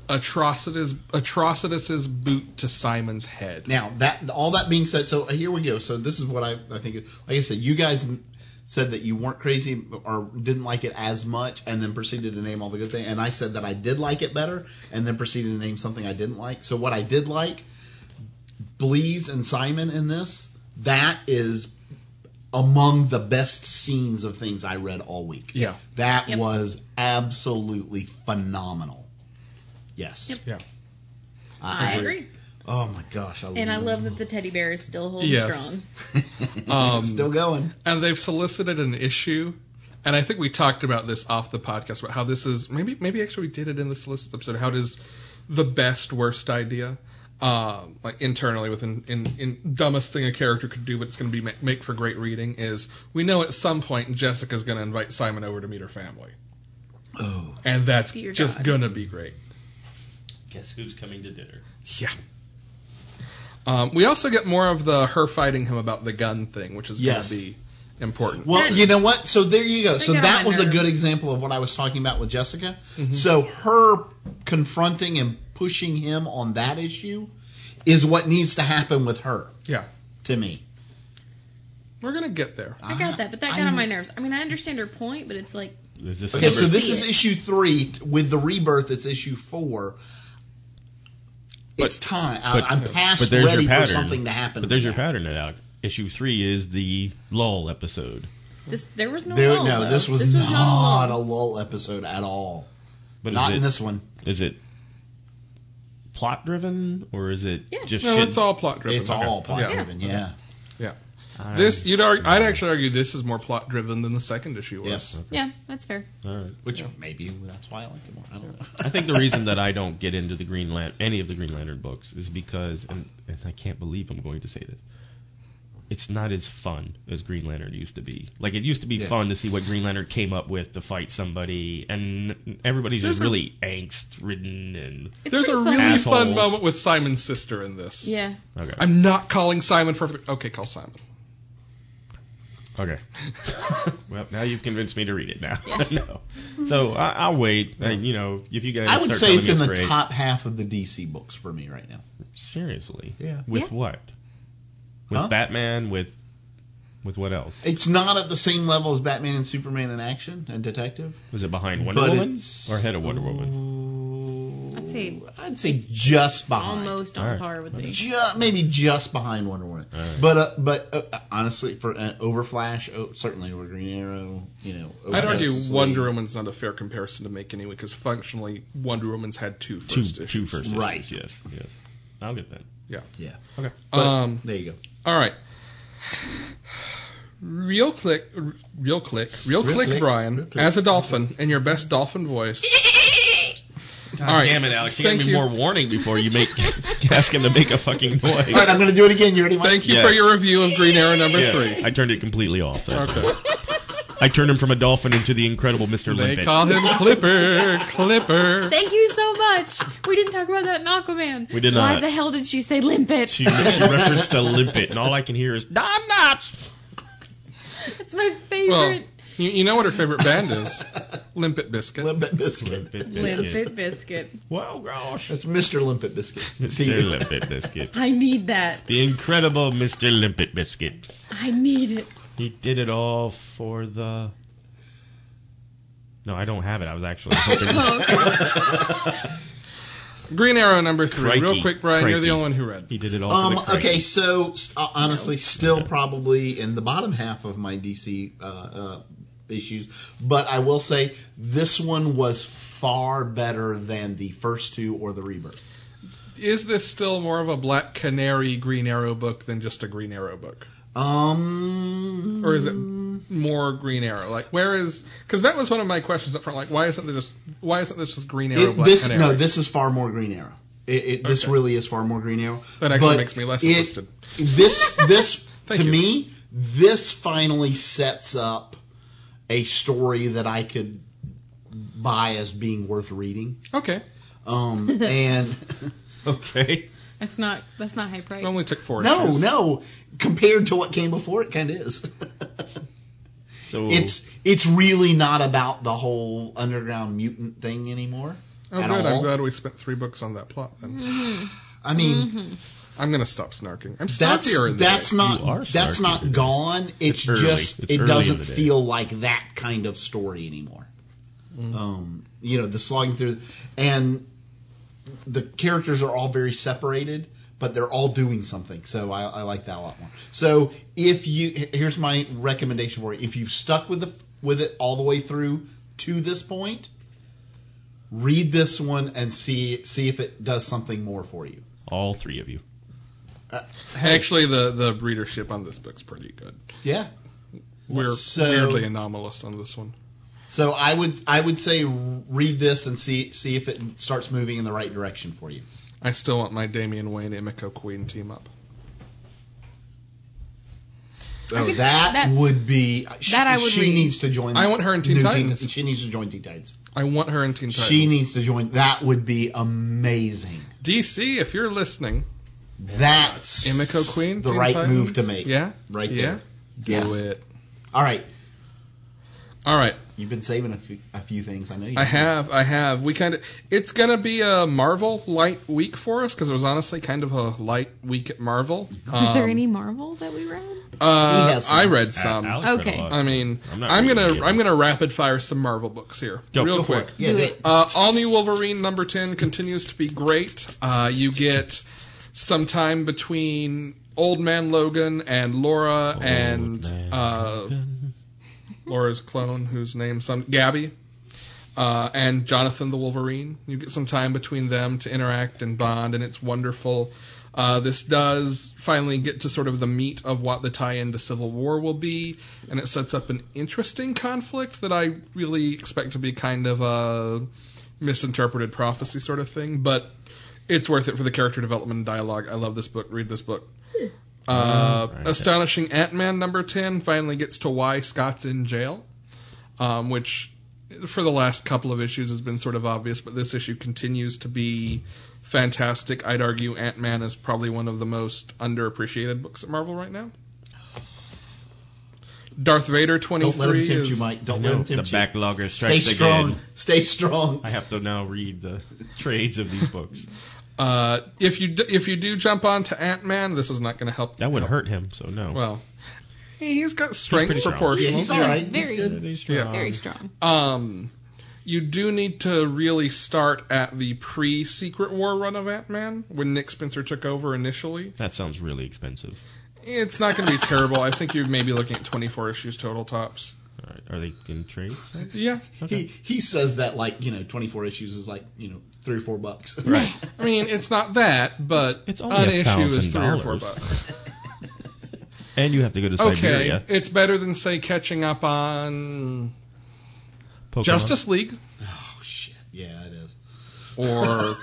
atrocitus, atrocitus's boot to Simon's head.
Now that all that being said, so uh, here we go. So this is what I, I think. Like I said, you guys said that you weren't crazy or didn't like it as much, and then proceeded to name all the good things. And I said that I did like it better, and then proceeded to name something I didn't like. So what I did like, Blease and Simon in this, that is among the best scenes of things I read all week.
Yeah.
That
Yep.
was absolutely phenomenal. Yes.
Yep.
Yeah.
I agree.
Oh my gosh, I
And I love that the teddy bear is still holding
Yes.
strong.
Um,
Still going.
and they've solicited an issue. And I think we talked about this off the podcast about how this is maybe maybe actually we did it in the solicit episode. How does the best worst idea, uh, like internally within in, in dumbest thing a character could do, but it's going to be ma- make for great reading is we know at some point Jessica's going to invite Simon over to meet her family,
Oh,
and that's
Dear
just
God.
going to be great.
Guess who's coming to dinner?
Yeah. Um, we also get more of the her fighting him about the gun thing, which is
Yes.
going to be important.
well, you know what? So there you go. So
got on
that
my
was a good
nerves.
example of what I was talking about with Jessica.
Mm-hmm.
So her confronting and pushing him on that issue is what needs to happen with her.
Yeah.
To me,
we're going to get there.
I got that, but that got on my nerves. I mean, I understand her point, but it's like
Is this
Okay,
another-
so this
see
is
it.
issue three t- with the rebirth. It's issue four. it's time. I,
but-
I'm past
but there's your
ready for
pattern.
something to happen.
But there's
with that.
your pattern now. Issue three is the lull episode,
this. There was no.
There,
lull,
no,
though.
this was,
this was
not,
a
a
lull.
lull episode at all.
but
not
is,
in
it,
this one.
is it plot driven or is it
Yeah.
just
No,
shit?
it's all plot driven.
It's all plot driven. Yeah.
Yeah.
I-
This you'd argue, I'd actually argue this is more plot driven than the second issue was.
Yes.
Yeah, that's fair.
All right.
Which maybe that's why I like it more. I don't know.
I think the reason that I don't get into the Green Lan- any of the Green Lantern books is because, and, and I can't believe I'm going to say this, it's not as fun as Green Lantern used to be. Like it used to be
Yeah.
fun to see what Green Lantern came up with to fight somebody, and everybody's
There's
just
a-
really angst-ridden and
It's
There's a
pretty fun.
really fun
Assholes.
moment with Simon's sister in this.
Yeah.
okay,
I'm not calling Simon for okay, call Simon.
okay. well, now you've convinced me to read it now. no, so I, I'll wait. And, you know, if you guys,
I would
start
say
telling
it's
me
in the
great-
top half of the DC books for me right now.
Seriously,
Yeah.
With
Yeah.
what? With
Huh?
Batman? With with what else?
It's not at the same level as Batman and Superman in action and Detective.
Was it behind Wonder
But
Woman
it's-
or ahead of Wonder Woman?
Woman.
That's say
I'd say just behind.
almost on
Alright.
par with the.
Ju- maybe just behind Wonder Woman. But uh, but uh, honestly, for uh, over Flash, oh, certainly over Green Arrow, you know. Over
I'd argue
Justice League.
Wonder Woman's not a fair comparison to make anyway, because functionally Wonder Woman's had two
two,
first
two
issues.
first issues.
Right.
Yes. Yes. I'll get that.
Yeah.
Okay.
But
Um,
there you go.
all right. Real click, real click, real,
Real
click,
click,
Brian,
real click.
as a dolphin in your best dolphin voice. all right,
Damn it, Alex! You
Thank
gotta be more warning before you make ask him to make a fucking
All right,
noise.
I'm gonna do it again. You ready? Mike?
Thank you
Yes.
for your review of Green Arrow number
Yeah,
three.
I turned it completely off. that time.
Okay.
I turned him from a dolphin into the incredible Mr.
They
Limpet.
call him Clipper, Clipper.
Thank you so much. We didn't talk about that in Aquaman.
We did
Why
not.
the hell did she say limpet?
she, she referenced a limpet, and all I can hear is Don Knotts.
That's my
Well,
favorite.
you, you know what her favorite band is? Limpet Biscuit.
Limpet Biscuit.
Limpet biscuit.
limpet biscuit.
Well, gosh.
That's Mr. Limpet Biscuit.
Mr. Limpet Biscuit.
I need that.
The incredible Mr. Limpet Biscuit.
I need it.
He did it all for the. No, I don't have it. I was actually hoping.
Oh, okay.
Green Arrow number three.
Crikey,
Real quick, Brian, you're the
crikey.
only one who read.
he did it all
Um,
for the.
okay,
cranky.
so s- uh, honestly, still
Okay.
probably in the bottom half of my DC uh, uh, issues, but I will say this one was far better than the first two or the Rebirth.
Is this still more of a Black Canary Green Arrow book than just a Green Arrow book?
Um,
Or is it more Green Arrow? Like, where is. Because that was one of my questions up front. Like, why isn't there just. Why isn't this just Green Arrow,
it-
Black
this?
Canary?
No, this is far more Green Arrow. It, it, This
Okay.
really is far more Green Arrow.
that actually
but
makes me less
it-
interested.
this this to
Thank you.
me this finally sets up a story that I could buy as being worth reading.
Okay.
Um, and
Okay.
That's not. That's not high price.
It only took four
no,
issues.
no, compared to what came before, it kind of is.
So
it's it's really not about the whole underground mutant thing anymore.
Oh,
at
good. I'm
all. Mm-hmm.
glad we spent three books on that plot then.
I mean,
I'm going to stop snarking. I'm
that's
snarkier in the
that's
day.
You are
not that's
snarky
not
today.
gone. It's,
It's early.
just
It's early
it
in
doesn't
the day.
feel like that kind of story anymore.
Mm.
Um, you know, the slogging through, and the characters are all very separated, but they're all doing something. So I, I like that a lot more. So if you he- here's my recommendation for you: if you've stuck with the with it all the way through to this point, read this one and see see if it does something more for you.
all three of you.
Actually, the, the breedership on this book's pretty good.
Yeah.
We're
So-
weirdly anomalous on this one.
So I would I would say read this and see see if it starts moving in the right direction for you.
I still want my Damian Wayne Emiko Queen team up.
So
think
that,
that-
would be she,
that I would
she
read.
needs to join.
I want her in Teen
New
Titans.
she needs to join Teen Titans.
I want her in Teen Titans.
She needs to join. That would be amazing.
DC. If you're listening,
That's
Emiko Queen,
the
Teen
right
Titans?
move to make.
Yeah,
right
yeah.
there. Yes.
Do it.
All right,
All right,
you've been saving a few, a few things. I know you.
I have, I have. We kind of, it's gonna be a Marvel light week for us because it was honestly kind of a light week at Marvel.
Is there
Um,
any Marvel that we read?
uh,
He has some.
I read some.
Alex read a
Okay.
lot.
I mean,
I'm
I'm,
not reading
gonna,
any of
I'm
them.
gonna rapid fire some Marvel books here,
Go.
real
Go
for
quick.
it. Yeah,
Do
do
it.
Uh, all new Wolverine number 10 continues to be great. Uh, you get some time between Old Man Logan and Laura and uh, Laura's clone, whose name some Gabby, uh, and Jonathan the Wolverine. You get some time between them to interact and bond, and it's wonderful. Uh, this does finally get to sort of the meat of what the tie-in to Civil War will be, and it sets up an interesting conflict that I really expect to be kind of a misinterpreted prophecy sort of thing, but it's worth it for the character development and dialogue. I love this book. Read this book. Uh,
Alright.
Astonishing Ant Man number 10 finally gets to why Scott's in jail, um, which for the last couple of issues has been sort of obvious, but this issue continues to be fantastic. I'd argue Ant Man is probably one of the most underappreciated books at Marvel right now. Darth Vader 23
Don't let him tempt
is
you, Mike.
I
Don't let
know,
him
the
tempt you.
backlogger
Stay
strikes
strong.
again.
Stay strong.
I have to now read the trades of these books.
Uh, if you do, if you do jump onto Ant Man, this is not going to help.
That would hurt him, so no.
Well, he's got strength
pretty strong.
proportional.
Yeah, he's all right.
Very-
He's good.
um, Pretty strong.
Yeah.
Very strong.
Um, you do need to really start at the pre Secret War run of Ant Man when Nick Spencer took over initially.
That sounds really expensive.
It's not going to be terrible. I think you may be looking at 24 issues total tops.
All right. Are they in trades?
Yeah.
He he says that like you know 24 issues is like you know three or four bucks.
Right.
I mean, it's not that, but
It's only
an issue is
$1,000.
three or four bucks.
And you have to go to
Okay,
Siberia.
it's better than say catching up on
Pokemon.
Justice League
Oh shit. Yeah, it is.
or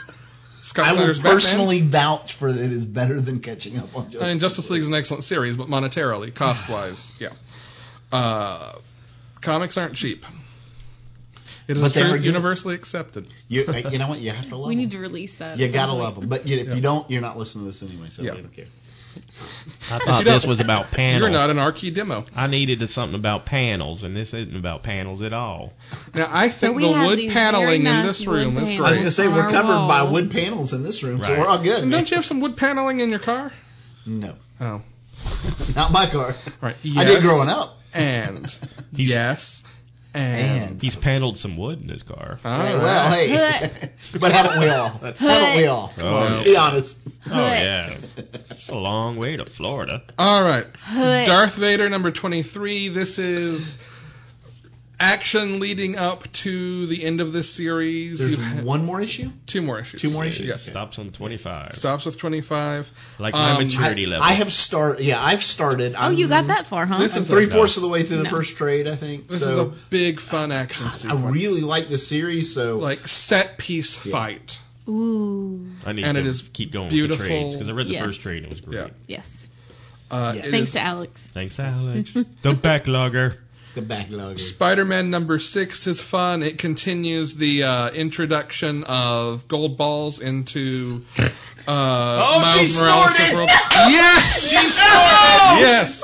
Scott
I will
Snyder's Batman.
personally vouch for that it is better than catching up on. Justice
I mean, Justice League is an excellent series, but monetarily, cost wise, yeah. Uh, comics aren't cheap. It is
But
a
they are
truth
good.
universally accepted.
You, uh, you know what? You have to love.
We
them.
need to release that.
You
at
gotta
some
love
point.
them, but yet if
Yeah.
you don't, you're not listening to this anyway, so
Yeah.
I don't care.
I thought
don't-
Ah, this was about panels.
You're not an Archie demo.
I needed to- something about panels, and this isn't about panels at all.
Now, I
But
think
we
the
have
wood
these
paneling
very
in
nice
this
wood
room is
panels.
I was
Right.
gonna
great.
say we're
Our
covered by
walls.
wood panels in this room, so
Right.
we're all good.
And
man.
don't you have some wood paneling in your car?
No,
Oh,
not my car.
right.
I
Yes,
did growing up.
And
He's-
yes, and,
And
He's paneled some wood in his car.
All
Hey,
right.
well, hey, but haven't we all? haven't we all?
Come on,
yeah.
Be honest.
Oh yeah, it's a long way to Florida.
All right.
Hood.
Darth Vader number 23. This is action leading up to the end of this series.
There's
You have
one more issue.
two more issues.
Two more
It
issues. Okay.
stops on 25.
Stops with 25.
Like my
Um,
maturity level.
I have started. Yeah, I've started.
Oh, you
um,
got that far, huh?
This
I'm
is
three
a,
fourths of the way through the
No.
first trade, I think.
this
so
is a big fun action
I
sequence.
really like this series. So
like set piece
Yeah.
fight.
Ooh.
I need
and
to
it is
keep going
beautiful.
with the trades because I read the
Yes.
first trade and it was great.
Yeah.
Yes.
Uh,
Yeah.
it
Thanks
is
to Alex.
Thanks, Alex. the backlogger.
the backlog.
Spider-Man number six is fun. It continues the uh, introduction of gold balls into uh,
Oh,
Miles Morales' world. Yes, she snorted. Yes.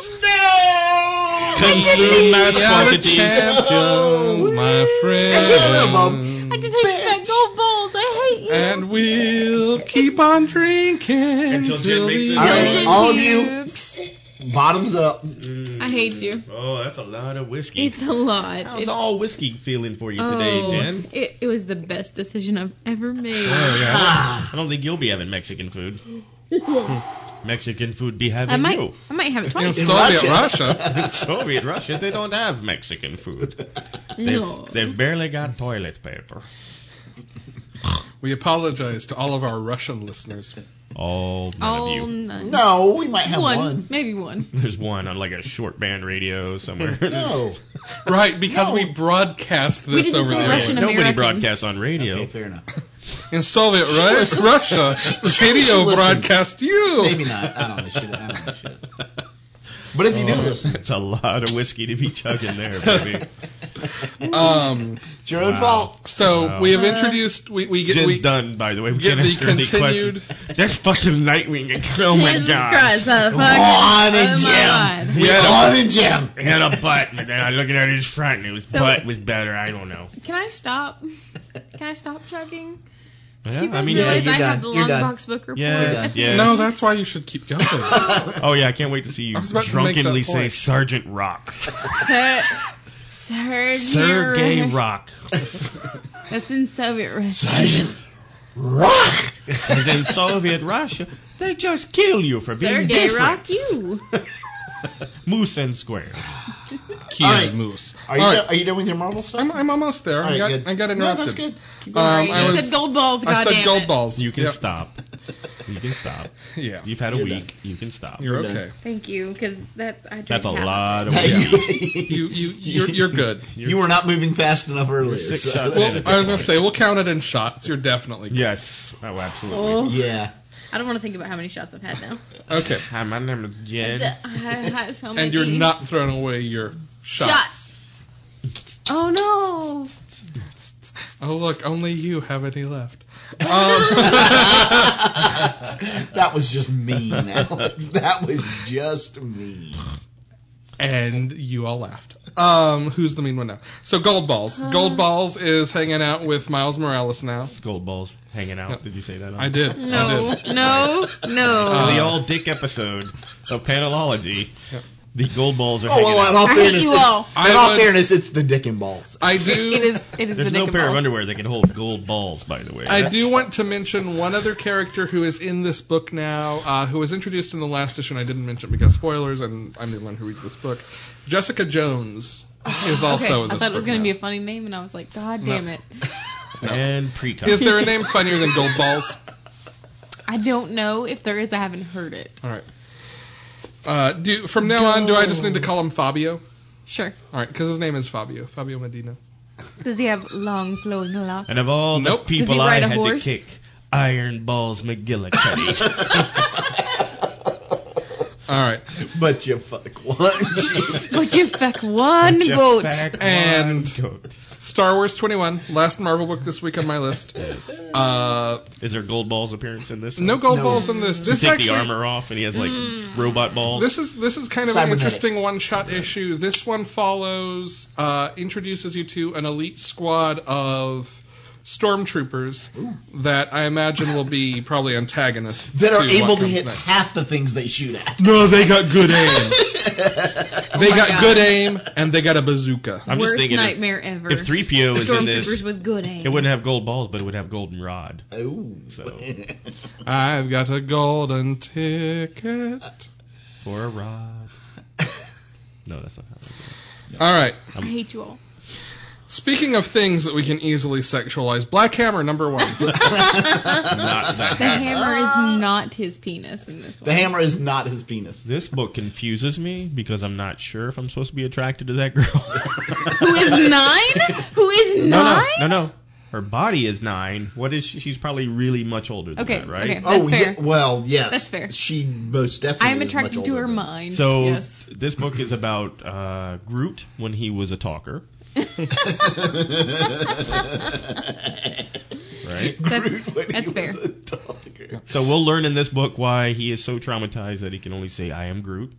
Consume mass
We are the
quantities.
champions, my friend.
I did take that gold balls. I hate you.
And we'll keep on drinking
Until Jen
till
makes
the
this
All
Alright,
end.
right,
Belgian
all of you,
pubes.
bottoms up.
I hate you.
Mm. Oh, that's a lot of whiskey.
It's a lot.
How's
It's-
all whiskey feeling for you today,
oh,
Jen?
It, it was the best decision I've ever made.
Oh, yeah.
Ah.
I don't think you'll be having Mexican food. Mexican food be
I
having
might,
you.
I might have it
In
twice.
Soviet
Russia.
Russia.
In Soviet Russia, they don't have Mexican food. They've,
No.
they've barely got toilet paper.
we apologize to all of our Russian listeners.
All Oh, none
All
of you.
none.
No, we might have
one,
one.
maybe one.
There's one on like a short band radio somewhere.
No.
Right, because
No.
we broadcast this
We didn't
over
say
the
Russian
air.
Nobody
American.
broadcasts on radio.
Okay, fair enough.
In Soviet Ru- Russia, video
listens.
broadcast you.
Maybe not. I don't know shit. I don't know shit. But if you do listen,
It's a lot of whiskey to be chugging there, baby.
Um,
it's your own
Wow.
fault.
so
Wow.
we have introduced. We, we get
Jen's
we,
done, by the way. We
get
can't
the
answer any
continued-
questions. That's fucking Nightwing. Oh my
Jesus
god.
Christ, motherfucker.
on and
oh my God.
He had, a,
Love and Jim.
he had a butt, but then I looked at his front and his
So-
butt was better. I don't know.
Can I stop? Can I stop chugging?
Yeah,
Do you guys
I mean,
yeah,
realize
you're
I
done.
have the
You're
long
done.
box book report?
yes,
Yeah.
yes.
No, that's why you should keep going.
Oh yeah, I can't wait to see you
I was about to
drunkenly
make that
say
point.
Sergeant Rock,
Sir, Sergey
Sergey
Ru-
Rock,
That's in Soviet Russia.
Rock.
because in Soviet Russia they just kill you for being
Sergey
different.
Rock you.
Moose and square.
Kill
All right.
moose.
Are you,
All right.
done, are you done with your Marvel stuff?
I'm, I'm almost there.
All
I
right,
got
good.
I got interrupted.
no, that's good.
Um, I
you
was
said gold balls,
I
goddamn
said gold
it.
balls.
You can
Yep.
stop. You can stop.
Yeah,
You've had a
You're
week. You can stop.
you're
done.
okay.
Thank you, because that's I drink
That's a
half
lot of
it.
whiskey.
You you you're, you're good.
You were not moving fast enough earlier.
Six
so-
shots
Well,
in at
I was
this
gonna
point.
say we'll count it in shots. You're definitely good.
Yes. Oh, absolutely.
Oh,
Yeah.
I don't want to think about how many shots I've had now.
Okay,
Hi, my name is Jen.
The- I- I felt
and
my
you're
knee.
not throwing away your shots.
shots. Oh no!
Oh look, only you have any left. Um,
That was just mean, Alex. That was just mean.
and you all laughed. Um, who's the mean one now? So Gold Balls.
Uh.
Gold Balls is hanging out with Miles Morales now.
Gold balls hanging out. Did you say that? On?
I did. I
No,
did.
no, no.
Uh,
the all dick episode of panelology. The gold balls are
Oh
hanging
well, in
out.
all
I hate
fairness,
you all.
in
I
all
would-
fairness, it's the dick and balls.
I do.
It is. It is the
There's no
Dick and
pair of
balls.
underwear that can hold gold balls, by the way.
I
That's-
do want to mention one other character who is in this book now, uh, who was introduced in the last issue, and I didn't mention because spoilers, and I'm the one who reads this book. Jessica Jones is also in this
Ah, okay, I thought it was
book
going to
now.
be a funny name, and I was like, God damn it!
And pre
Is there a name funnier than Gold Balls?
I don't know if there is. I haven't heard it.
All right. Uh, do from now on, do I just need to call him Fabio?
Sure.
All right, because his name is Fabio, Fabio Medina.
Does he have long flowing locks?
And of all
Nope.
the
Does he
people I
ride a
had
horse?
to kick, Iron Balls McGillicuddy.
All right,
But you fuck one.
Would you fuck one
Jeff
goat?
Beck,
And-
one goat.
Star Wars 21, last Marvel book this week on my list. Uh,
Is there gold balls appearance in this?
no
one?
gold
No.
balls in this.
To
This
take
actually,
the armor off, and he has like
Mm.
robot balls.
This is this is kind of an
Cybernetic.
interesting one-shot issue. This one follows, uh, introduces you to an elite squad of stormtroopers that I imagine will be probably antagonists
that are
to what
able to
comes
hit
next.
half the things they shoot at.
No, they got good aim.
Oh
they got
God.
good aim, and they got a bazooka.
I'm
Worst
just thinking if-
nightmare ever.
if three PO is in
Stormtroopers
this,
with good eh? aim.
it wouldn't have gold balls, but it would have golden rod.
Oh,
So
I've got a golden ticket.
for a rod. No, that's not. How it goes.
All right.
I
Um,
hate you all.
Speaking of things that we can easily sexualize, Black Hammer number one.
Not that.
The
happened.
hammer is not his penis in this one.
the hammer is not his penis.
This book confuses me because I'm not sure if I'm supposed to be attracted to that girl.
Who is nine? Who is nine?
no, no, no, no. Her body is nine. What is she? She's probably really much older than
Okay,
that, right?
okay.
oh,
That's fair.
yeah, well, yes,
That's fair.
She most definitely.
I am
is much
attracted to
older
her
than-
mind.
So
yes.
this book is about uh, Groot when he was a talker. right.
That's,
when he
that's
was
fair.
a dogger.
So we'll learn in this book why he is so traumatized that he can only say "I am Groot."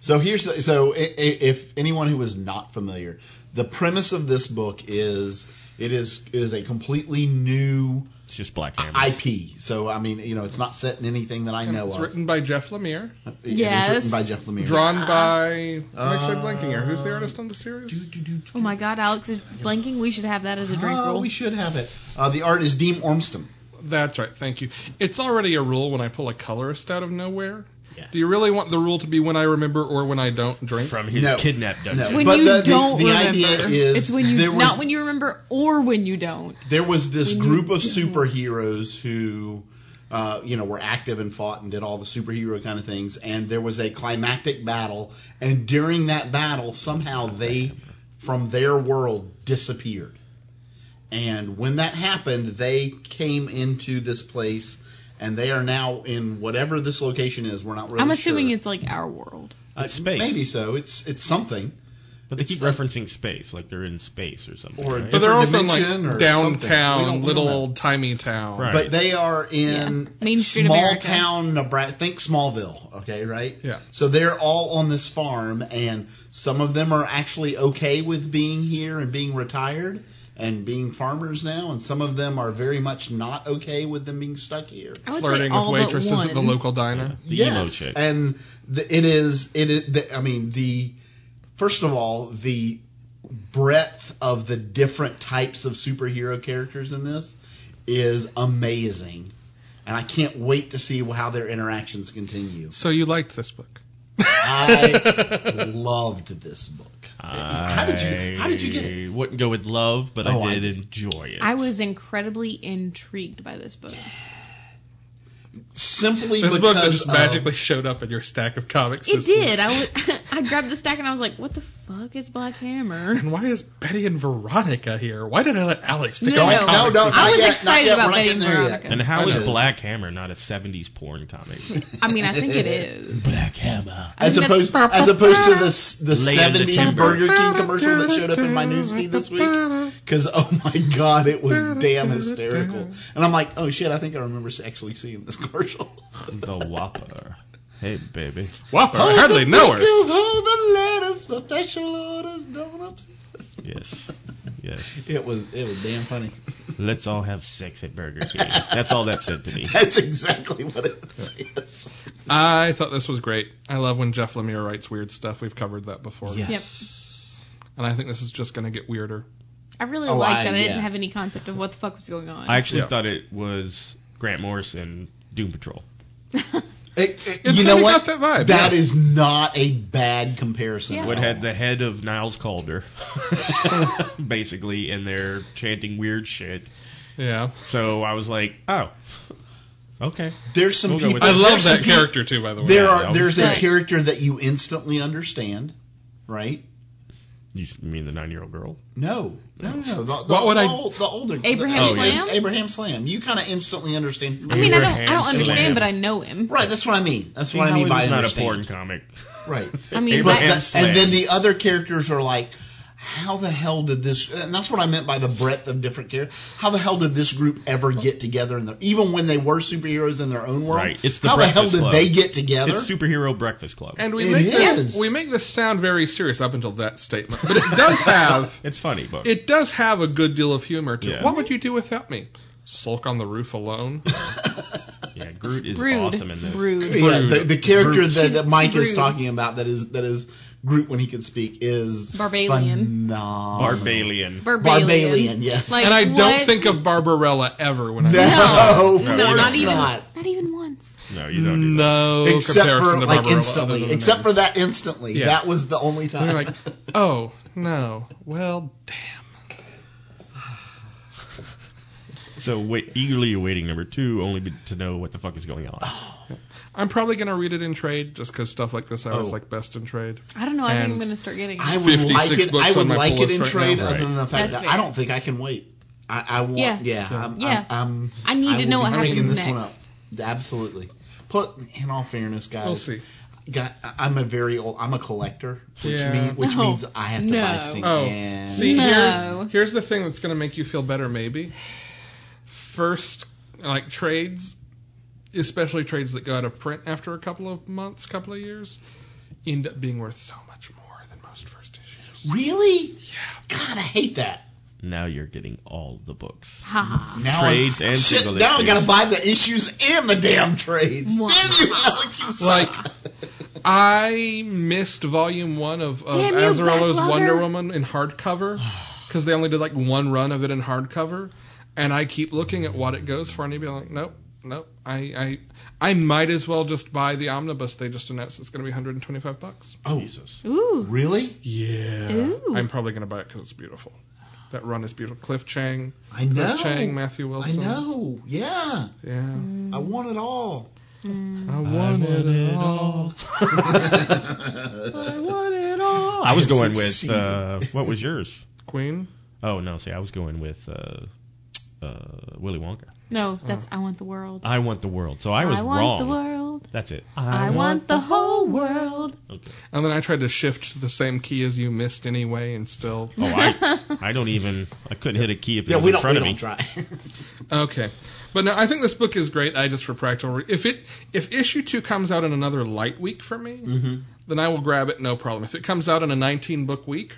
So here's the, so i- i- if anyone who is not familiar, the premise of this book is it is it is a completely new
It's just Black Hammer.
IP. So I mean, you know, it's not set in anything that I know
It's
of.
written by Jeff Lemire,
It is
Yes.
written by Jeff Lemire.
drawn by. I'm actually
Uh,
blanking here. Who's the artist on the series?
Do, do, do, do,
Oh my God, Alex is blanking. We should have that as a drink
Ah,
roll.
we should have it. Uh, the art is Dean Ormston.
That's right. Thank you. It's already a rule when I pull a colorist out of nowhere.
Yeah.
Do you really want the rule to be when I remember or when I don't drink?
from his
No.
kidnap dungeon.
No.
when
But
you
the- the-
don't
the
remember,
idea is
it's when you
there was-
not when you remember or when you don't.
there was this group of superheroes who uh, you know were active and fought and did all the superhero kind of things and there was a climactic battle and during that battle somehow they from their world disappeared and when that happened they came into this place and they are now in whatever this location is we're not really
I'm assuming
sure.
it's like our world.
Uh,
It's space.
maybe so it's it's something
But they keep
It's-
referencing space, like they're in space or something.
Or-
right?
But they're
Different
also in
dimension
like
or
downtown,
something. We don't- we
little
don't know.
old timey town.
Right.
But they are in
Yeah. Main Street
small
America.
town Nebraska. Think Smallville, okay, right?
Yeah.
So they're all on this farm, and some of them are actually okay with being here and being retired and being farmers now, and some of them are very much not okay with them being stuck here.
I would say
Flirting with
all
waitresses
but one.
at the local diner.
The emo
yes,
chick.
and the, it is it is. The, I mean, the first of all, the breadth of the different types of superhero characters in this is amazing, and I can't wait to see how their interactions continue.
So you liked this book?
I loved this book. how did you How did you get it?
I Wouldn't go with love, but
Oh,
I
I
did
did.
enjoy it.
I was incredibly intrigued by this book.
Simply
This
because
book that just
of-
magically showed up in your stack of comics.
It
this week.
did. I was, I grabbed the stack and I was like, "What the fuck is Black Hammer?"
And why is Betty and Veronica here? Why did I let Alex pick
No,
up
no,
my comics?
no,
this
no.
I
Not
was
yet, not
excited
yet,
about
we're not
Betty and
getting there yet.
Veronica.
and how is
I know.
Black Hammer not a 70s porn comic?
I mean, I think it is.
Black Hammer.
I
As
think that's-
opposed, as opposed to the s- the
Lay in the
seventies
timber.
Burger King commercial that showed up in my news feed this week, because oh my god, it was damn hysterical. And I'm like, oh shit, I think I remember actually seeing this commercial.
The Whopper. Hey, baby.
Whopper, I hardly know her.
Pickles, hold the lettuce, for special orders, donuts.
Yes. Yes.
It was it was damn funny.
Let's all have sex at Burger King. That's all that said to me.
That's exactly what it says.
I thought this was great. I love when Jeff Lemire writes weird stuff. We've covered that before.
Yes.
And I think this is just going to get weirder.
I really
Oh,
liked
I-
that I didn't
yeah.
have any concept of what the fuck was going on.
I actually
Yeah.
thought it was Grant Morrison Doom Patrol.
It- it-
It's
you know
kinda
what?
got that vibe,
That
yeah.
is not a bad comparison.
Yeah.
at
Would
all.
had the head of Niles Calder, basically, and they're chanting weird shit.
Yeah.
So I was like, oh, okay.
There's some
We'll go
people.
with
I
But
love
there's some
that
people-
character too, by the way.
There
that
are
was
there's a
great.
character that you instantly understand, right?
You s- mean the nine-year-old girl?
No, no, no. no. The, the,
What would
the,
I-
old- the older
Abraham
Oh,
the-
Slam?
Abraham Slam. You kind of instantly understand.
I mean, I don't, I
Abraham
don't
Slam.
understand, but I know him.
right? That's what I mean. That's
See,
what I
how
mean
is
by
this not a
understand.
porn comic.
Right.
I mean,
But
Abraham
that,
that-
Slam.
and then the other characters are like, how the hell did this? And that's what I meant by the breadth of different characters. How the hell did this group ever get together? In the, even when they were superheroes in their own world,
Right. It's the
how the hell
Breakfast
did
Club.
they get together?
It's superhero breakfast club.
And we
It
make this
is.
we make this sound very serious up until that statement, but it does have
it's funny, but
it does have a good deal of humor to it.
Yeah.
What would you do without me? Sulk on the roof alone.
yeah, Groot is
rude.
awesome in this.
Rude.
yeah, the, the character
Groot.
that, that Mike is
Groot.
talking about that is that is Groot when he can speak is
Barbalian.
phenomenal.
Barbalian.
Barbalian.
Barbalian, yes.
Like,
and I don't
what?
think of Barbarella ever when I
no,
No,
of
no,
course
not even,
not.
not even once.
No, you don't do that.
no
Except
comparison
for
to
like
Barbarella other than
instantly. Except
that.
for that instantly.
Yeah.
That was the only time.
And you're like, oh no, well damn.
So wait, eagerly awaiting number two, only be- to know what the fuck is going on.
I'm probably gonna read it in trade just because stuff like this I always
Oh.
like best in trade.
I don't know. I think I'm
And-
going to start getting.
I
it.
would
56
like it.
books
I
on
would
my
like
pull
it
list
in
right
trade,
now.
other than the fact
That's
that I
fair.
don't think I can wait. I, I want. Yeah.
Yeah.
I'm,
Yeah.
I'm, I'm,
I need
I
to
will
know
be
what
picking
happens
this One up.
next.
Absolutely. Put in all fairness, guys.
We'll see.
Got, I- I'm a very old. I'm a collector, which,
Yeah.
mean, which
No.
means I have to buy
No.
single.
Oh,
and
see,
No.
here's here's the thing that's gonna make you feel better, maybe. First, like trades, especially trades that go out of print after a couple of months, couple of years, end up being worth so much more than most first issues.
really? Yeah. God, I hate that.
Now you're getting all the books.
Ha ha.
Now
Trades
I'm,
and
shit,
single
Now I
issues.
gotta buy the issues and the damn trades.
Wow.
Damn you, Alex, you suck.
Like- I missed volume one of, of
Damn you,
Azarillo's
backlogger.
Wonder Woman in hardcover because they only did like one run of it in hardcover, and I keep looking at what it goes for, and i be like, nope, nope. I I I might as well just buy the omnibus they just announced. It's going to be 125 bucks.
oh,
Jesus.
Ooh.
really?
Yeah,
Ooh.
I'm probably going to buy it because it's beautiful. That run is beautiful. Cliff Chang,
I
Cliff
know.
Chang, Matthew
I
Wilson.
know. Yeah.
Yeah,
Mm.
I want it all.
I want it, all.
I want it all.
I was going with uh, what was yours?
Queen.
Oh no, see, I was going with uh, uh, Willy Wonka.
No, that's. I want the world.
I want the world, so I was
want
wrong.
the world.
That's it.
I, want the whole world.
Okay.
And then I tried to shift to the same key as you missed anyway, and still.
Oh, I, I don't even. I couldn't hit a key if it
yeah,
was
we
in
don't,
front
we
of me.
don't try.
Okay, but no, I think this book is great. I just for practical, re- if it if issue two comes out in another light week for me, then I will grab it no problem. If it comes out in a 19 book week,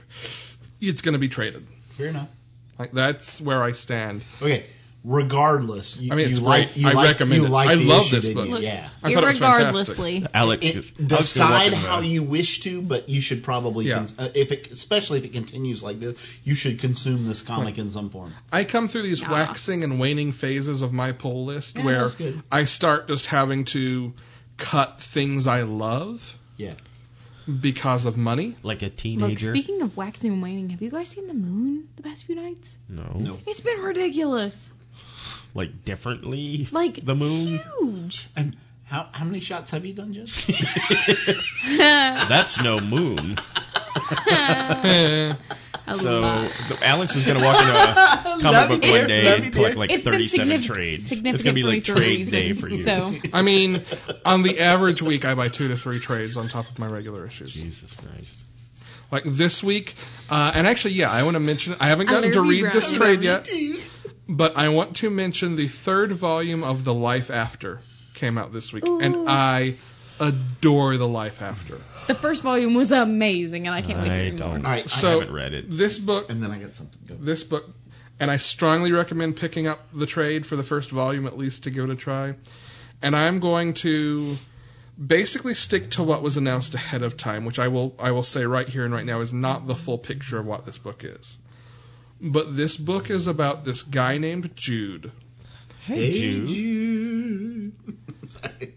it's going to be traded.
Fair enough.
Like that's where I stand.
Okay. Regardless, you,
I mean, it's
you like,
great.
You
I
like,
recommend
you
it.
Like
I
the
love
issue,
this
didn't
book.
you? Yeah.
I thought it was fantastic.
irregardlessly.
Alex,
It-
is- Alex is
decide
walking
how
the-
you wish to, but you should probably,
Yeah.
cons- uh, if it, especially if it continues like this, you should consume this comic in some form.
I come through these
Yes.
waxing and waning phases of my poll list
Yeah,
where
that's good.
I start just having to cut things I love
Yeah.
because of money.
like a
Look,
teenager.
speaking of waxing and waning, have you guys seen the moon the past few nights?
no.
No.
It's been ridiculous.
Like differently.
Like
The moon?
Huge.
And how how many shots have you done, Jess?
A
That's no moon.
Eh.
So
lot.
the- Alex is gonna walk into a comic book
dear,
one day
Uh, love you,
and collect
dear.
like
It's been
37
signif-
trades.
significant
It's gonna be
for me
like
for a
trade
reason,
day for you.
So
I mean, on the average week, I buy two to three trades on top of my regular issues.
Jesus Christ.
Like this week, uh, and actually, yeah, I want to mention. I haven't gotten to
love you,
read this
Brian.
trade yet, but I want to mention the third volume of the Life After came out this week, and
Ooh.
I adore The Life After.
The first volume was amazing, and I can't wait to
I
read more.
don't.
All right.
I
So-
haven't read it.
This book,
and then I got something. Go.
this book, and I strongly recommend picking up the trade for the first volume at least to give it a try. And I'm going to basically stick to what was announced ahead of time, which I will I will say right here and right now is not the full picture of what this book is. But this book is about this guy named Jude
Hey, Jude.
Jude. Sorry.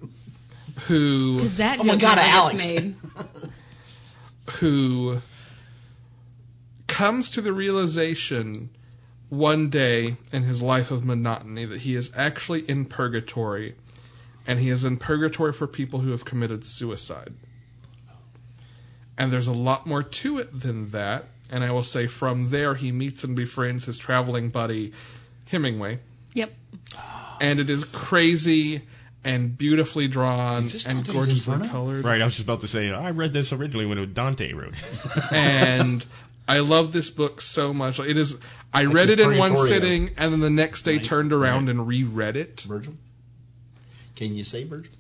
who
Because that
Oh my
joke
God,
never gets
Alex.
made.
who comes to the realization one day in his life of monotony that he is actually in purgatory and he is in purgatory for people who have committed suicide. And there's a lot more to it than that. And I will say from there, he meets and befriends his traveling buddy, Hemingway.
Yep.
And it is crazy and beautifully drawn
Is this
and
Dante's
gorgeously
Inferno?
colored.
Right, I was just about to say I read this originally when Dante wrote it.
and I love this book so much. Like, It is. I read it in one
Purgatorio.
sitting, and then the next day
Right,
turned around and reread it.
Virgil. Can you say Virgil?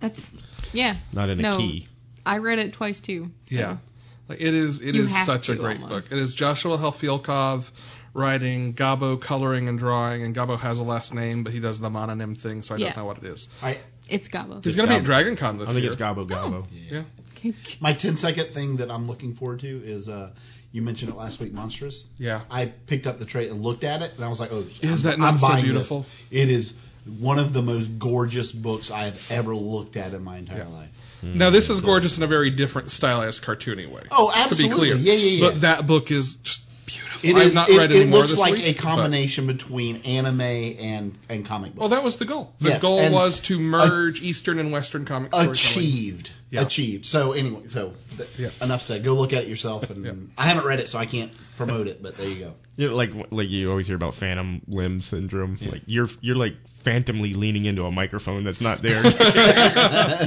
That's yeah.
Not in a
No.
key.
I read it twice too. so.
Yeah, like it is. It is
You have
such a
to,
great
almost.
book. It is Joshua Helfielkov writing, Gabo coloring and drawing, and Gabo has a last name, but he does the mononym thing, so I
Yeah.
don't know what it is.
I
It's Gabo.
He's gonna be
Gabo.
at Dragon Con this
I think
year.
it's Gabo
Oh.
Gabo.
yeah.
My 10 second thing that I'm looking forward to is uh, you mentioned it last week, Monstrous.
Yeah.
I picked up the tray and looked at it, and I was like, "Oh, I'm-
that not
I'm
so
buying
beautiful?
This. It is one of the most gorgeous books I have ever looked at in my entire
Yeah.
life.
Now this is gorgeous in a very different stylized cartoony way.
Mm. Oh,
to be
absolutely.
clear.
Yeah, yeah, yeah.
But that book is just beautiful.
It
I've
is.
not
it,
read
it
any more
looks
this
like
week,
a
but-
combination between anime and and comic books.
Well, Oh, that was the goal. The
Yes,
goal
and
was to merge Eastern and Western comic storytelling.
achieved.
Yeah.
Achieved. So anyway, so th-
Yeah.
enough said. Go look at it yourself. And
Yeah.
I haven't read it, so I can't promote it. But there you go.
You know, like like you always hear about phantom limb syndrome. Like you're you're like phantomly leaning into a microphone that's not there.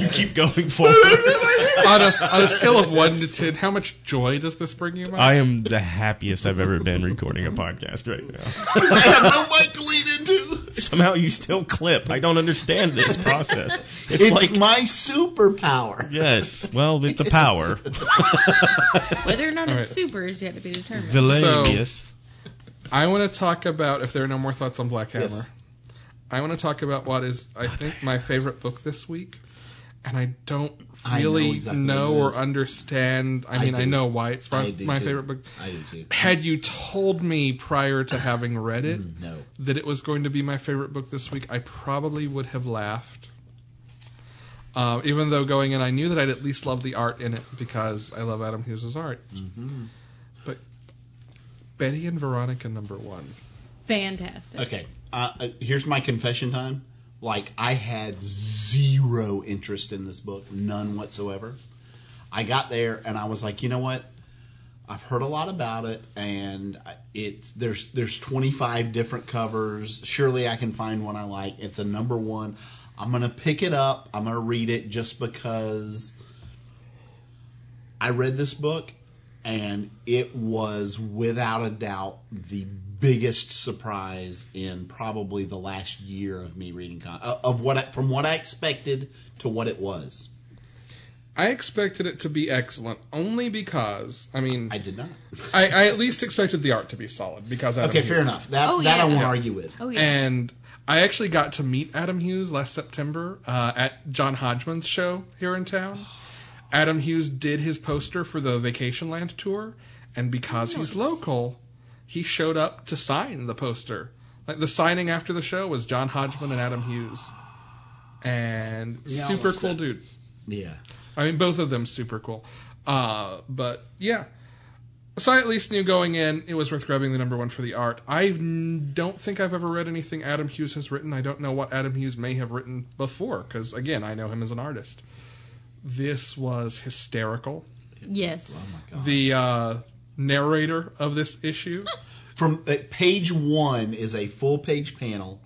you keep going forward.
on, a, on a scale of one to ten, how much joy does this bring you? Mike?
I am the happiest I've ever been recording a podcast right now.
I have no mic to lean into.
Somehow you still clip. I don't understand this process. It's,
It's
like
my superpower.
yes. Well, it's a power.
Whether or not
All
it's super is yet to be determined.
Valerius.
I want to talk about if there are no more thoughts on Black Hammer.
Yes.
I want to talk about what is I think my favorite book this week, and I don't
I know
really know,
exactly what it
or
is.
understand. I
I
mean, I,
do.
know why it's
I
my,
do
my
too.
favorite book.
I do too.
Had you told me prior to having read it
No.
that it was going to be my favorite book this week, I probably would have laughed. Uh, even though going in, I knew that I'd at least love the art in it because I love Adam Hughes's art.
Mm-hmm.
Betty and Veronica number one.
Fantastic.
Okay. Uh, uh, here's my confession time. Like I had zero interest in this book, none whatsoever. I got there and I was like, you know what? I've heard a lot about it, and I- it's there's there's 25 different covers. Surely I can find one I like. It's a number one. I'm gonna pick it up. I'm gonna read it just because I read this book, and it was without a doubt the biggest surprise in probably the last year of me reading con- uh, of what I, from what I expected to what it was.
I expected it to be excellent only because, I mean,
I
I,
did not.
I, at least expected the art to be solid because Adam
Okay,
Hughes.
fair enough. That
Oh,
that I
yeah.
won't
Yeah.
argue with.
Oh yeah.
And I actually got to meet Adam Hughes last September uh, at John Hodgman's show here in town.
Oh.
Adam Hughes did his poster for the Vacation Land tour, and because he's local, he showed up to sign the poster. Like the signing after the show was John Hodgman and Adam Hughes, and
Yeah, I'll
super
watch
cool
that.
dude.
Yeah.
I mean, both of them super cool. Uh, but yeah. So I at least knew going in it was worth grabbing the number one for the art. I n- don't think I've ever read anything Adam Hughes has written. I don't know what Adam Hughes may have written before, because again, I know him as an artist. This was hysterical.
Yes.
Oh my god.
The uh, narrator of this issue,
from uh, page one is a full page panel,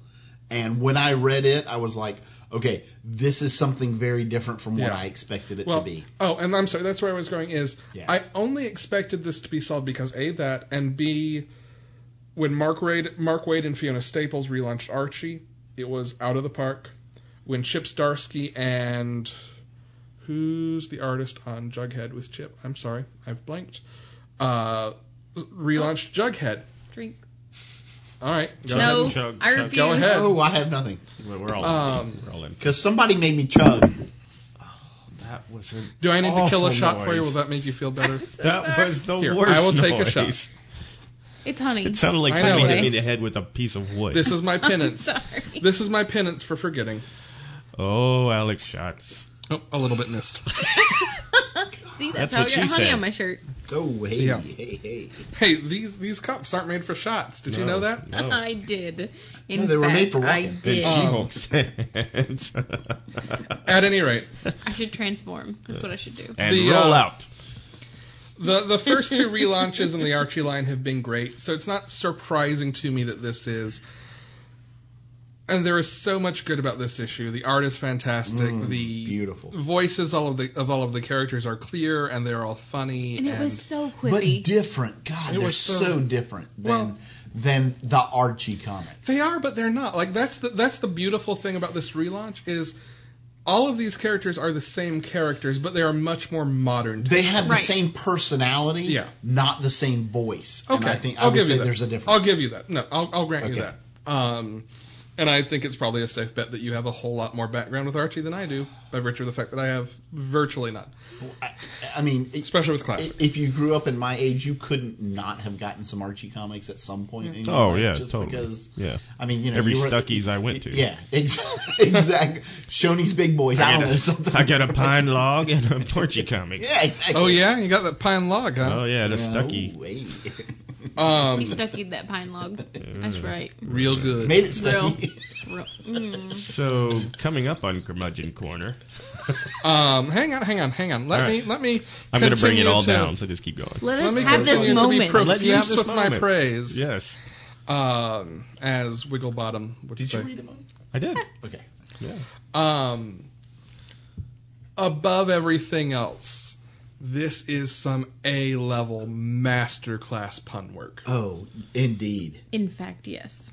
and when I read it, I was like, okay, this is something very different from what
Yeah.
I expected it
well,
to be.
oh, and I'm sorry, that's where I was going. Is
Yeah.
I only expected this to be solved because a that and b when Mark Wade, Mark Wade and Fiona Staples relaunched Archie, it was out of the park. When Chip Starsky and who's the artist on Jughead with Chip? I'm sorry, I've blanked. Uh, relaunched Jughead.
Drink.
All right. go
ahead.
no,
Chug,
I
chug.
refuse.
Go ahead.
Oh, I have nothing.
Well, we're all
Um,
in. We're all in.
Because somebody made me chug.
That was an
Do I need to kill
awful
a shot for you?
noise.
Will that make you feel better?
I'm so
That
sorry.
was the
Here,
worst.
I will take a
noise.
shot.
It's honey.
It sounded like
I
somebody
know,
hit
right?
me in the head with a piece of wood.
This is my
I'm
penance.
sorry.
This is my penance for forgetting.
oh, Alex shots.
Oh, a little bit missed.
See, that's,
That's
how I
what
got
she
honey
said.
on my shirt.
Oh, hey,
Yeah.
hey, hey.
Hey, these these cups aren't made for shots. Did you
No,
know that?
No.
I did. In
No, they were
fact,
made for
I
walking.
Then
did.
Um,
She-Hulk said-
At any rate,
I should transform. That's what I should do.
and
The,
roll
uh,
out.
the the first two relaunches in the Archie line have been great, so it's not surprising to me that this is. And there is so much good about this issue. The art is fantastic. the
beautiful.
voices all of the of all of the characters are clear and they're all funny.
And it was so
But
quippy.
different. God,
It
they're
was so-
so, different than
Well-
than the Archie comics.
They are, but they're not. Like that's the that's the beautiful thing about this relaunch is all of these characters are the same characters, but they are much more modern.
They have
Right.
the same personality,
Yeah.
not the same voice.
okay,
And I think I
will
would
give
say
you that.
there's a difference.
I'll give you that. No, I'll, I'll grant you
Okay.
that. Um, and I think it's probably a safe bet that you have a whole lot more background with Archie than I do, by virtue of the fact that I have virtually none,
I, I mean, it-
especially with
i-
classic.
if you grew up in my age, you couldn't not have gotten some Archie comics at some point. in your
Oh,
life,
yeah,
just
totally.
Because
Yeah.
I mean, you know,
Every
you were-
Stuckey's I went to.
Yeah, exactly. exactly. Shoney's Big Boys. I,
I
don't know
got,
something.
a, I got a pine log and a Porchy comic.
Yeah, exactly.
Oh yeah, you got that pine log,
Oh
huh?
yeah,
No
the Stucky.
way.
Um,
He stuckied that pine log. That's right.
real good.
Made it
Real.
Stucky.
Real- mm.
So coming up on Curmudgeon Corner,
Um, hang on, hang on, hang on. Let
All
me
right.
let me.
I'm going to bring it
continue
all
to-
down. So just keep going.
Let
Let
us
me
have this
continue to be
moment.
Let you have
profuse
this
with my
moment.
praise.
Yes,
um, as Wigglebottom would
Did
say.
you read them?
I did.
Okay.
Yeah.
um, above everything else, this is some A level masterclass pun work
Oh, indeed.
In fact, yes.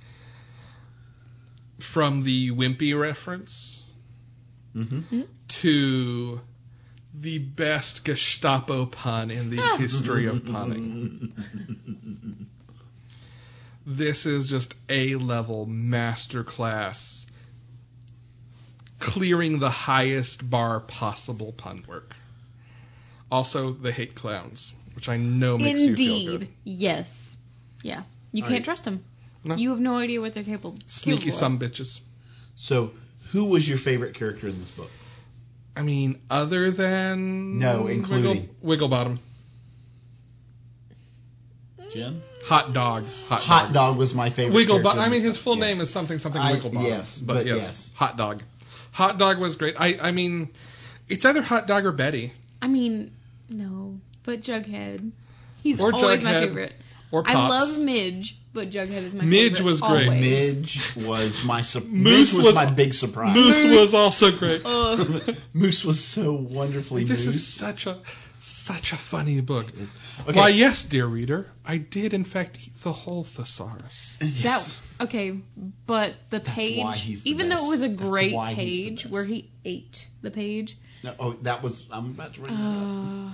from the Wimpy reference
Mm-hmm.
to the best Gestapo pun in
Ah.
the history of punning. This is just A level masterclass, clearing the highest bar possible pun work. Also, they hate clowns, which I know makes you feel
Indeed.
good.
Yes. Yeah. You can't trust them.
No.
You have no idea what they're capable.
Sneaky
capable of.
some bitches.
So, who was your favorite character in this book?
I mean, other than
No, including.
Wiggle, Wigglebottom,
Jen?
hot dog, hot,
Hot
dog.
dog was my favorite.
Wiggle,
character
but
in
I mean,
this
his
book.
full
Yeah.
name is something something
I-
Wigglebottom.
yes,
but,
but
yes,
yes.
hot dog. Hot dog was great. I, I mean, it's either hot dog or Betty
I mean, no. But Jughead. He's
Or
always my
Jughead.
favorite.
or Pops.
I love Midge, but Jughead is my favorite.
Midge was great.
always.
Midge was my su-
Moose
Moose was,
was-
my big surprise.
Moose was also great.
Ugh.
Moose was so wonderfully
this
moose.
is such a such a funny book.
Okay.
Why, yes, dear reader, I did in fact eat the whole thesaurus.
Yes.
That okay, but the
That's
page,
why he's the
even though it was a
best. That's
great
why he's the
page
best.
where he ate the page,
No, oh, that was. I'm about to bring that up.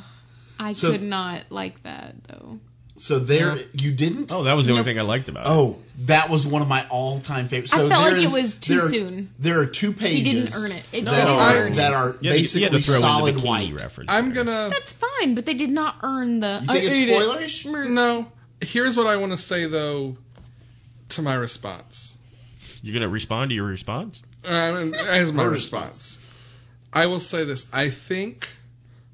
uh, I
So-
could not like that though.
So there,
Yeah.
you didn't.
Oh, that was the only
Nope.
thing I liked about it.
Oh, that was one of my all-time favorites. So
I felt
there
like it
is-
was too
there-
soon.
There are two pages.
He didn't earn it. It
No,
that
didn't
are
earn
that
it.
are
You had to-
basically
you had to throw in the
solid
bikini
white.
reference.
I'm
there.
gonna
That's fine, but they did not earn the.
You
I
think it's
ate it.
spoilerish?
no. Here's what I want to say though, to my response.
You're gonna respond to your response.
Um, as my
Her
response. I will say this. I think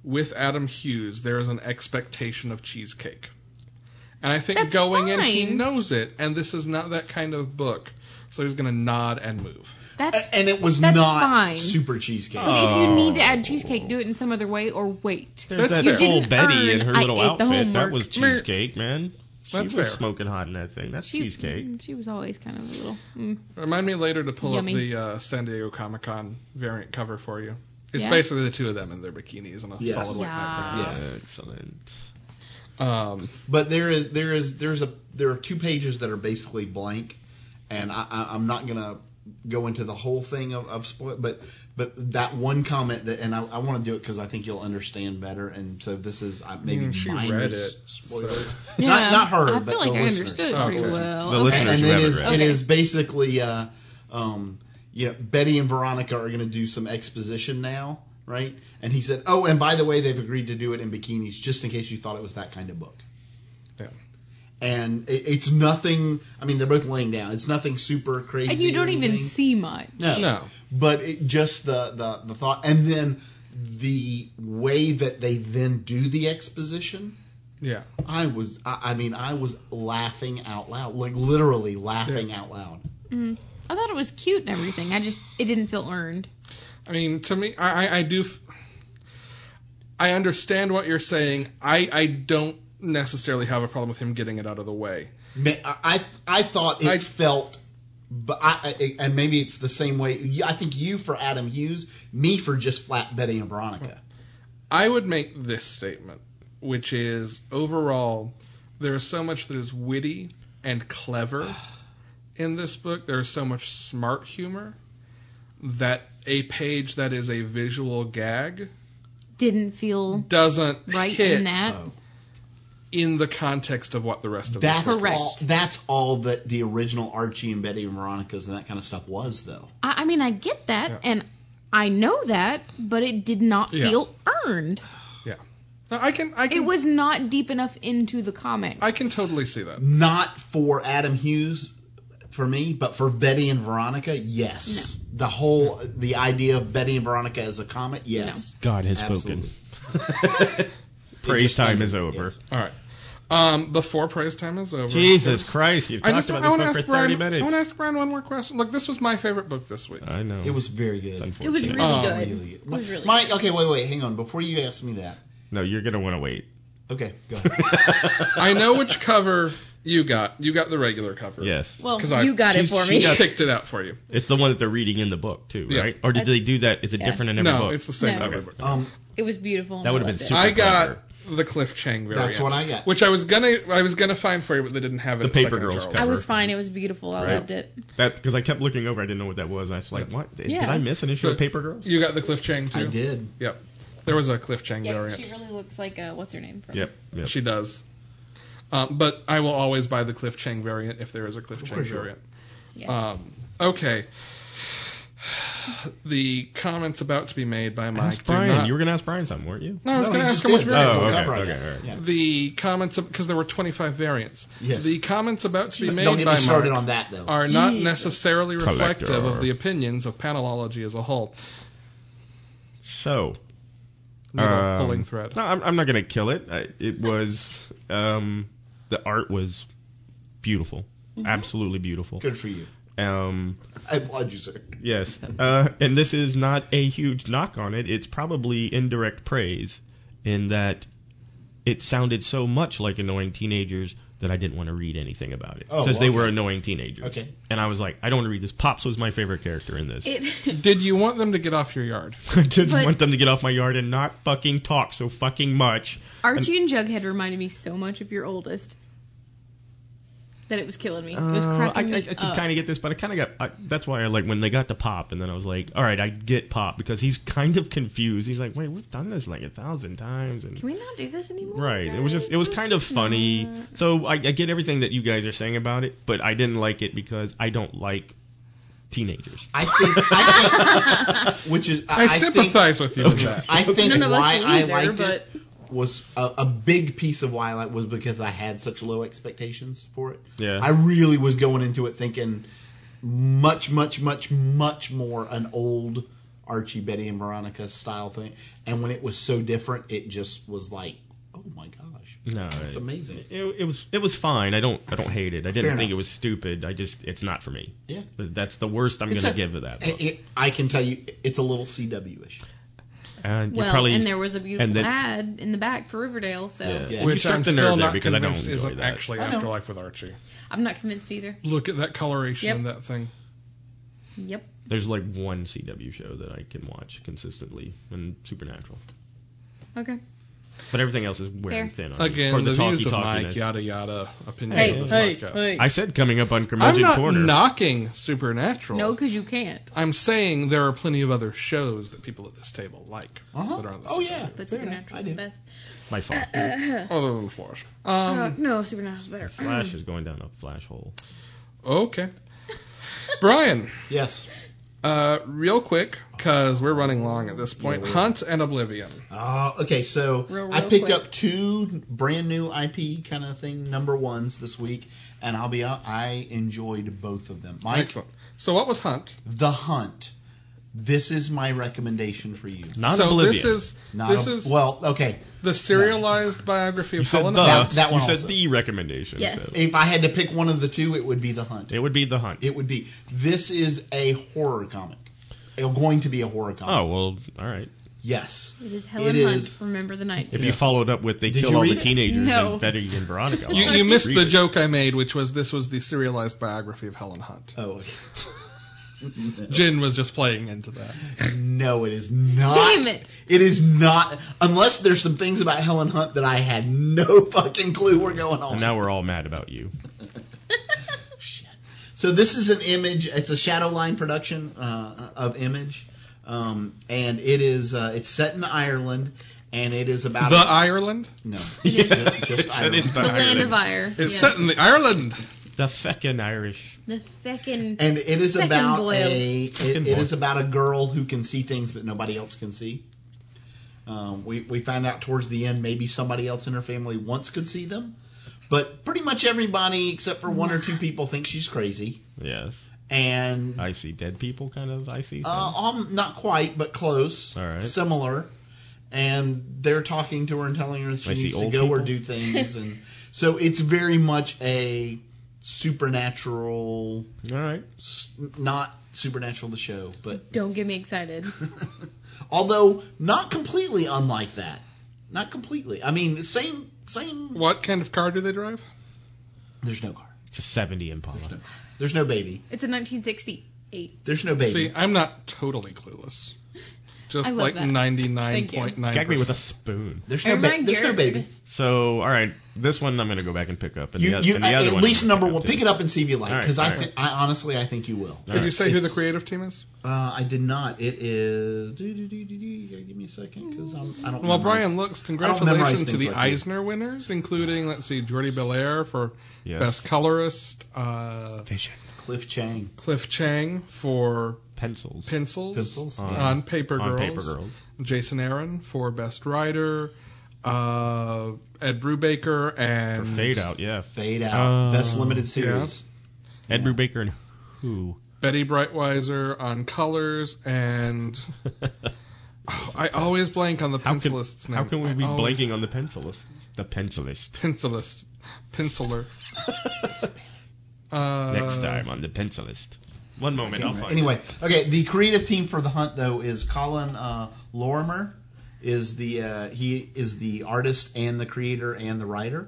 with Adam Hughes, there is an expectation of cheesecake. And I think
That's
going in, he
fine.
knows it, and this is not that kind of book. So he's going to nod and move.
That's.
A- And it was
That's
not
fine.
super cheesecake.
Uh.
Oh.
but if you need to add cheesecake, do it in some other way or wait.
There's
That's
that
fair.
old
You didn't
Betty in
earn
her
I
little
ate the
outfit. That
homework.
was
Mer-
cheesecake, man. She
That's
was
fair.
smoking hot in that thing. That's
She-
cheesecake.
mm, She was always kind of a little. Mm.
Remind me later to pull
Yummy.
up the uh, San Diego Comic Con variant cover for you. It's
Yeah.
basically the two of them in their bikinis and a
Yes.
solid white background.
Yes.
Excellent.
Um,
But there is there is there's a there are two pages that are basically blank, and I, I, I'm not gonna go into the whole thing of, of spoil, but but that one comment that, and I, I want to do it because I think you'll understand better. And so this is uh, maybe
Mm, she
minor
read
s-
it,
spoiler.
so-
Yeah,
not, not her,
I feel
but
like
the
I
listeners.
understood
Oh,
pretty
okay.
well.
The
Okay.
listeners
and
who
it
haven't
is
read
it.
it is basically uh, um, you know Betty and Veronica are going to do some exposition now, right? And he said, "Oh, and by the way, they've agreed to do it in bikinis, just in case you thought it was that kind of book."
Yeah.
And it, it's nothing. I mean, they're both laying down. It's nothing super crazy.
and you
or
don't even
anything.
see much.
No.
No.
But it, just the, the the thought, and then the way that they then do the exposition.
Yeah.
I was, I, I mean, I was laughing out loud, like literally laughing out loud.
I thought it was cute and everything. I just it didn't feel earned.
I mean, to me, I, I, I do. f- I understand what you're saying. I, I don't necessarily have a problem with him getting it out of the way.
Ma- I I I thought it
I-
felt, but I, I and maybe it's the same way. You- I think you for Adam Hughes, me for just flat Betty and Veronica.
I would make this statement, which is overall, there is so much that is witty and clever in this book. There is so much smart humor that a page that is a visual gag
Didn't feel
doesn't
right Oh,
hit
in that.
So
in the context of what the rest of
that's
this
Correct.
all. That's all that the original Archie and Betty and Veronica's and that kind of stuff was, though.
I, I mean, I get that,
Yeah.
and I know that, but it did not
Yeah.
feel earned.
Now, I can I
It
can
was not deep enough into the comic.
I can totally see that.
Not for Adam Hughes, for me, but for Betty and Veronica, yes. The whole the idea of Betty and Veronica as a comic, yes.
God has
Absolutely.
spoken. Praise time is over.
Yes.
All right. Um, before praise time is over.
Jesus Christ, you've
I
talked
just
about
I
this
want to
book for
ask
30
Brian. I want to
minutes.
ask Brian one more question. Look, this was my favorite book this week.
I know.
It was very good.
It's
It was
unfortunate.
really
Oh,
good.
Really?
It was really
Mike, okay, wait, wait, hang on. Before you ask me that,
No, you're gonna want to wait.
okay, go ahead.
I know which cover you got. You got the regular cover.
Yes.
Well,
'Cause I-
you got it
she's-
for
she
me.
got-
Picked it out for you.
It's the one that they're reading in the book too,
Yeah.
right? Or did they
That's-
do that? Is it
yeah.
different in every
No,
book?
it's the same
No.
every book.
Um,
It was beautiful.
That
I
would've been
loved it.
super-
I got
clever.
the Cliff Chang variant.
that's what I got.
Which I was gonna I was gonna find for you, but they didn't have it.
The
at Second
Paper Girls
Charles.
I was
cover.
fine. It was beautiful. I
Right.
loved it.
That because I kept looking over, I didn't know what that was. I was like, what? Did
Yeah.
I miss an issue
So-
of Paper Girls?
You got the Cliff Chang too.
I did.
Yep. There was a Cliff Chang
Yeah,
variant.
she really looks like uh, what's her name from?
Yep. yep.
She does. Um, but I will always buy the Cliff Chang variant if there is a Cliff Chang
course you will.
variant.
Yeah.
Uh,
Um, okay. The comments about to be made by Mike.
Ask
do
Brian.
not-
You were gonna ask Brian something, weren't you?
no, I was
No,
going
he
to ask
just
him which
did.
variant.
Oh,
Okay,
okay,
I'll bring it.
okay, all right.
Yeah.
The comments because there were 25 variants.
Yes.
The comments about to be made
Don't get
by
me started
Mark
on that though.
are not necessarily reflective
Collector.
of the opinions of panelology as a whole.
So,
Needle
Um,
pulling thread.
No, I'm, I'm not gonna kill it. I, it was um, the art was beautiful,
Mm-hmm.
absolutely beautiful.
Good for you.
Um,
I applaud you, sir.
yes, uh, and this is not a huge knock on it. It's probably indirect praise in that it sounded so much like annoying teenagers that I didn't want to read anything about it
Oh,
because they
well,
were
okay.
annoying teenagers.
Okay.
And I was like, I don't want to read this. Pops was my favorite character in this.
It,
Did you want them to get off your yard?
I didn't
But-
want them to get off my yard and not fucking talk so fucking much.
Archie and Jughead reminded me so much of your oldest that it was killing me. It was
Uh,
cracking
I, I,
me
I can
up.
kind of get this, but I kind of got. I, that's why I like when they got to Pop, and then I was like, all right, I get Pop because he's kind of confused. He's like, wait, we've done this like a thousand times, and
Can we not do this anymore?
right, it was just, it was
guys?
kind of
Let's just
funny.
not.
So I, I get everything that you guys are saying about it, but I didn't like it because I don't like teenagers.
I think, I think which is
I,
I, I Think,
sympathize with you with
Okay.
that.
I think
None of us
why
will
I
either,
liked
but-
it was a, a big piece of why I liked was because I had such low expectations for it.
Yeah.
I really was going into it thinking much, much, much, much more an old Archie, Betty, and Veronica style thing, and when it was so different, it just was like, oh my gosh,
No,
that's
it,
amazing.
it, it was it was fine. I don't I don't hate it. I didn't
Fair
think
enough.
it was stupid. I just it's not for me.
Yeah.
That's the worst I'm
It's
gonna
a-
give to that.
It-
Book.
it- I can tell you, it's a little CW ish.
And Uh, you
Well,
probably,
and there was a beautiful
and then-
ad in the back for Riverdale, so
yeah.
Yeah.
You
Which
struck
I'm
the nerve
still
there
not
because I don't
convinced
enjoy
isn't
that.
actually
I know.
Afterlife with Archie.
I'm not convinced either.
Look at that coloration
Yep.
in that thing.
Yep.
There's like one CW show that I can watch consistently, and Supernatural.
Okay.
But everything else is wearing thin on
Again,
you. For
the, views of Mike,
talky-talkiness.
yada yada, opinion
Hey,
of this
hey,
podcast.
hey.
I said coming up on
I'm
Curmudgeon
not
Corner.
knocking Supernatural.
No, because you can't.
I'm saying there are plenty of other shows that people at this table like
Uh-huh.
that are on this.
Oh yeah.
But
fair enough.
Supernatural
I
is the
do.
best.
My fault.
Other than Flash. Um,
Uh, no, Supernatural's better.
Flash is going down a flash hole.
okay. Brian,
Yes.
uh, real quick, because we're running long at this point. Hunt and Oblivion.
Uh, okay, so
Real- real
I picked
quick.
up two brand new IP kind of thing number ones this week, and I'll be out. I enjoyed both of them. Mike,
Excellent. So what was Hunt?
The Hunt. This is my recommendation for you.
Not
so
Oblivion.
this is
Not
this
a-
is
well, okay.
the serialized biography
you
of
said the.
Helen.
That- that one
you said
also.
the recommendation.
Yes.
so.
If I had to pick one of the two, it would be The Hunt.
It would be the hunt.
It would be. This is a horror comic. It's going to be a horror comic.
oh well, all right.
Yes.
It is Helen
It
Hunt.
is-
Remember the night.
If you followed up with they
Did
kill
you
all the
read it?
teenagers
No.
in Betty and Veronica.
You,
I'll
you missed
read
the
it.
joke I made, which was this was the serialized biography of Helen Hunt.
Oh.
Jin was just playing into that.
No, it is not.
Damn it.
It is not. Unless there's some things about Helen Hunt that I had no fucking clue were going on.
And now we're all mad about you.
So this is an image. It's a Shadowline production uh, of Image, um, and it is uh, it's set in Ireland, and it is about
The Ireland?
no,
Yeah,
just, just
it's set in
Ireland.
the
the land
Ireland.
of ire.
It's
yes.
set in the Ireland.
The feckin' Irish.
The feckin'
and it is
Second
about
boil.
a it,
Second
it
boil.
is about a girl who can see things that nobody else can see. Um, we we find out towards the end maybe somebody else in her family once could see them, but pretty much everybody except for one or two people think she's crazy.
Yes.
And
I see dead people, kind of. I see.
Uh, um, not quite, but close.
All right.
Similar. And they're talking to her and telling her that she
I see
needs to
old
go or
people.
do things, and so it's very much a supernatural,
things. all right.
s- not supernatural the show, but
Don't get me excited.
although not completely unlike that, not completely. I mean, same same.
What kind of car do they drive?
There's no car.
It's a 70 Impala.
There's no baby.
It's a 1968.
There's no baby.
See, I'm not totally clueless. Just
I love
like
that.
ninety nine
Thank you.
point nine.
Gag me with a spoon.
there's no,
Am I
ba- there's no
Garrett?
baby.
So, all right. This one I'm going to go back and pick up. And the,
You,
oth-
you
and the
at,
other
at
one I'm
least
gonna
number one.
up
Pick
too.
it up and see if you like,
All right,
because
all
I,
right.
thi- I honestly I think you will.
Did you say who
It's-
the creative team is?
Uh, I did not. It is. Do, do, do, do, do. You gotta give me a second because I'm. I don't.
Well,
memorize-
Brian looks.
memorize
Congratulations to
things
the
like this.
Eisner winners, including let's see, Jordi Belair for
Yes.
best colorist, uh,
Cliff Chang.
Cliff Chang for
Pencils.
pencils,
Pencils,
on,
yeah.
Paper
on
Girls,
Paper Girls.
Jason Aaron for best writer, uh, Ed Brubaker
For
and
Fade Out, yeah.
Fade out.
Oh.
Best limited series.
Ed
Yeah.
Brubaker and who?
Betty Brightweiser on colors and oh, I always blank on the
How can,
pencilist's name.
how can we
I
be
always-
blanking on the pencilist? The pencilist.
pencilist, penciler? Uh,
Next time on the pencilist. One moment, I'll find
Anyway, okay. The creative team for the hunt though is Colin uh, Lorimer. Is the uh, he is the artist and the creator and the writer,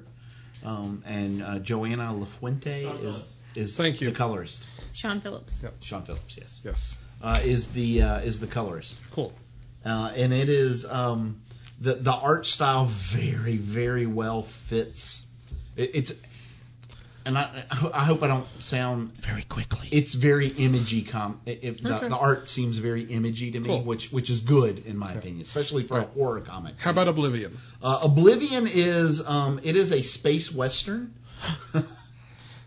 um, and uh, Joanna Lafuente is is
Thank you.
the colorist.
Sean Phillips.
Sean Phillips, yes,
Yes.
uh, is the uh, is the colorist.
Cool.
uh, and it is um, the the art style very very well fits. It, it's and I I ho- I hope I don't sound
it. Very quickly.
it's very imagey. Com if the,
Okay.
the art seems very imagey to me,
Cool.
which which is good in my opinion, especially for a horror comic.
How about Oblivion?
uh, Oblivion is um, it is a space western.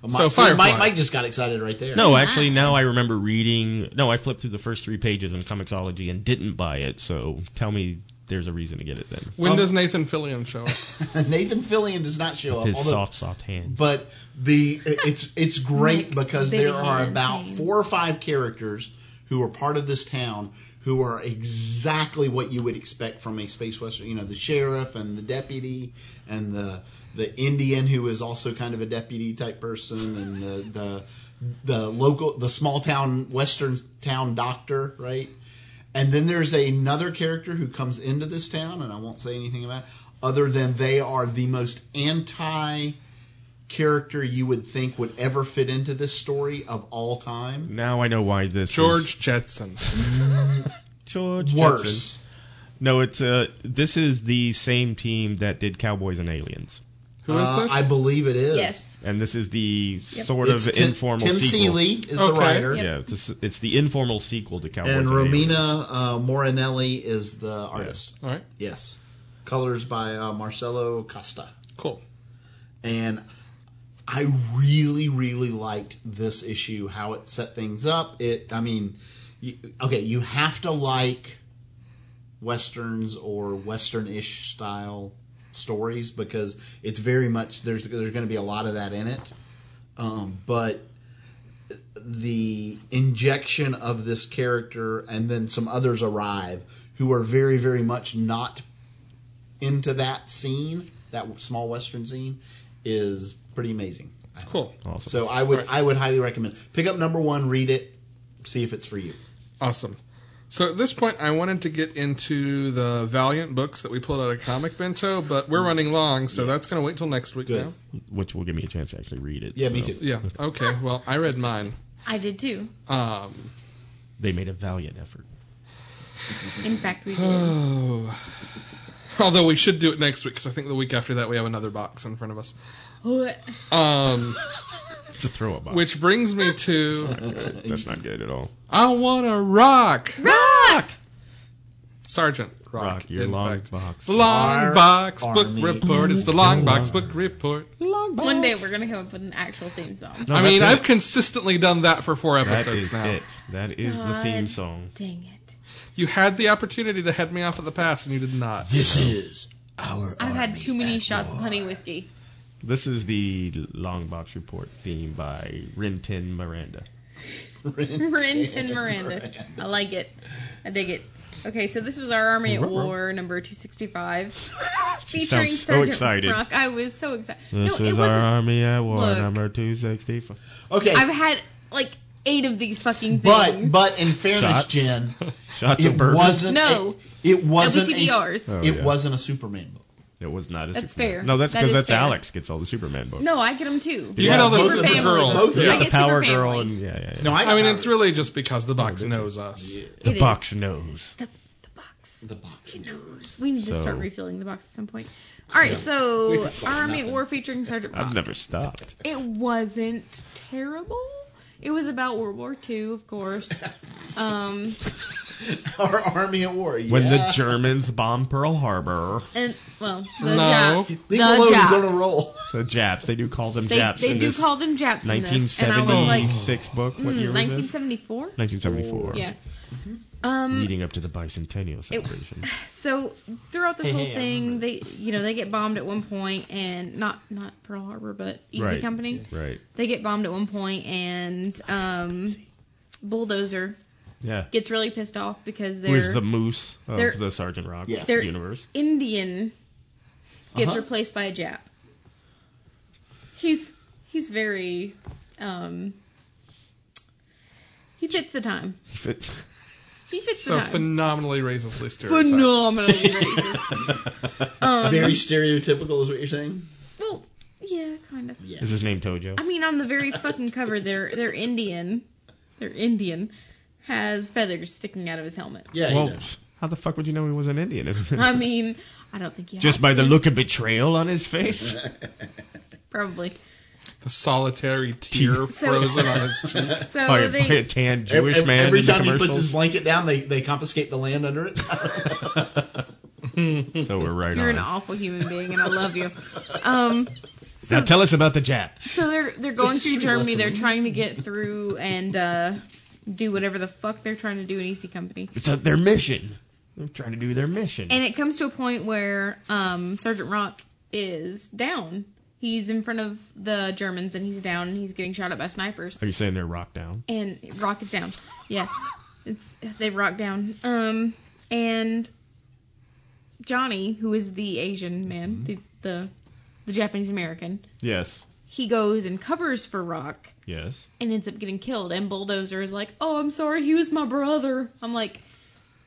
Mike, see,
Firefly.
Mike, Mike just got excited right there.
No, actually, now I remember reading. No, I flipped through the first three pages in Comixology and didn't buy it. So tell me, there's a reason to get it then.
When
Um,
does Nathan Fillion show up?
Nathan Fillion does not show up.
His
although-
soft, soft hand.
but the it's it's great because
big
there are
hand
about
things.
four or five characters who are part of this town who are exactly what you would expect from a space western. You know, the sheriff and the deputy and the the Indian who is also kind of a deputy type person and the the, the local the small town western town doctor, right? And then there's another character who comes into this town, and I won't say anything about it, other than they are the most anti character you would think would ever fit into this story of all time.
Now I know why this.
George
Is
Jetson.
George.
Worse.
Jetson. No, it's uh, this is the same team that did Cowboys and Aliens,
Who is
Uh,
this?
I believe it is.
Yes.
and this is the sort of
Tim,
informal
Tim
sequel.
Seeley is the
Okay.
writer,
Yep.
Yeah, it's, a s- it's the informal sequel to Cowboys
and
and, Aliens.
Romina uh, Morinelli is the artist.
All right.
Yes. Colors by uh, Marcelo Costa.
Cool.
And I really, really liked this issue, how it set things up. It, I mean, you, okay, you have to like westerns or western-ish style stories because it's very much there's there's going to be a lot of that in it. Um, but the injection of this character and then some others arrive who are very, very much not into that scene, that small western scene, is pretty amazing. I think.
Cool.
Awesome.
So I would
All right.
I would highly recommend pick up number one, read it, see if it's for you.
Awesome. So at this point, I wanted to get into the Valiant books that we pulled out of Comic Bento, but
Mm.
we're running long, so that's going to wait till next week
Good.
now.
which will give me a chance to actually read it.
Yeah, me
so.
too.
Yeah. Okay. Well, I read mine.
I did too.
Um,
They made a valiant effort.
In fact, we did.
although we should do it next week because I think the week after that we have another box in front of us.
What?
Um,
It's a throw about.
which brings me to
that's not good at all.
I want to rock,
Rock!
Sergeant Rock.
Rock, your
in
long
fact.
box.
The long
Our
box
army
book report. It's the long box book report.
One day we're going to come up with an actual theme song.
No,
I mean,
that's
I've
it.
consistently done that for four
That
episodes
is
now.
it. That is the theme
God.
song.
Dang it.
You had the opportunity to head me off at the pass, and you did not.
This is our.
I've had too many shots of honey whiskey.
This is the long box report theme by Rintin Miranda.
Rent and Miranda. I like it. I dig it. Okay, so this was our Army at War number 265.
She
featuring
sounds so
Sergeant
excited.
Rock. I was so excited.
This
no, it
is our
wasn't.
army at war
Look.
number two sixty four.
Okay,
I've had like eight of these fucking
but
things.
but in fairness,
Shots?
Jen,
Shots
it
of bourbon.
wasn't.
No.
it, it wasn't. a-
WCBRs.
Oh,
it
yeah.
wasn't a Superman book.
It was not a
That's
Superman.
fair.
No, that's
That
because
is
that's
fair.
Alex gets all the Superman books.
no, I get them too.
You had all those super
both of them.
girls.
Both of
You got
them.
I
the
guess
Power
Superman
Girl
likes-
and yeah, yeah, yeah.
No, I,
I
got
mean,
that
it's really just because the box knows us.
the
It is.
box knows.
The, the box.
the box.
knows. We need to
So-
start refilling the box at some point. All right, so our Army at War featuring Sergeant Rock.
I've never stopped.
It wasn't terrible. It was about World War II, of course. um,
Our army at war.
When
yeah.
the Germans bomb Pearl Harbor,
And well, the
No.
Japs.
Leave
the
alone, he's
Japs.
on a roll.
the Japs, they do call them
They,
Japs
they
in
do
this
call them Japs in this, and I was like, hmm,
1976 book. What year was this?
1974.
1974.
Yeah. Um.
Leading up to the bicentennial celebration.
So throughout this
Hey,
whole
hey, I
thing, they you know they get bombed at one point, and not not Pearl Harbor, but Easy
Right.
Company.
right.
They get bombed at one point, and um, Bulldozer
Yeah.
gets really pissed off because they're
Where's the moose
they're-
of the Sergeant Rock
Yes.
They're-
universe?
Indian gets
Uh-huh.
replaced by a Jap. He's he's very um he fits the time. He fits
So
the time.
phenomenally racistly stereotyped.
Phenomenally racist. Um,
Very stereotypical is what you're saying.
well, yeah, kind of.
Yeah.
Is his name Tojo?
I mean, on the very fucking cover, they're they're Indian. They're Indian has feathers sticking out of his helmet.
Yeah. he
well,
does.
how the fuck would you know he was an Indian?
I mean, I don't think you
Just
have
by the
to.
look of betrayal on his face?
Oh, probably.
The solitary tear
So-
frozen on his cheek.
So
by, a- by a
they
tan
Every-
Jewish
every,
man
every
in the
time he puts
commercials?
his blanket down, they, they confiscate the land under it.
so we're right
you're
on.
an awful human being, and I love you. Um.
Now tell us about the Jap.
So they're they're going through
history
Germany.
lesson.
They're trying to get through and uh, do whatever the fuck they're trying to do in Easy Company.
It's uh, their mission. They're trying to do their mission.
And it comes to a point where um, Sergeant Rock is down. He's in front of the Germans and he's down and he's getting shot at by snipers.
Are you saying they're rock down?
And Rock is down. Yeah, it's they rock down. Um, and Johnny, who is the Asian
Mm-hmm.
man, the the, the Japanese American,
Yes.
he goes and covers for Rock.
Yes.
and ends up getting killed. And Bulldozer is like, "Oh, I'm sorry, he was my brother." I'm like,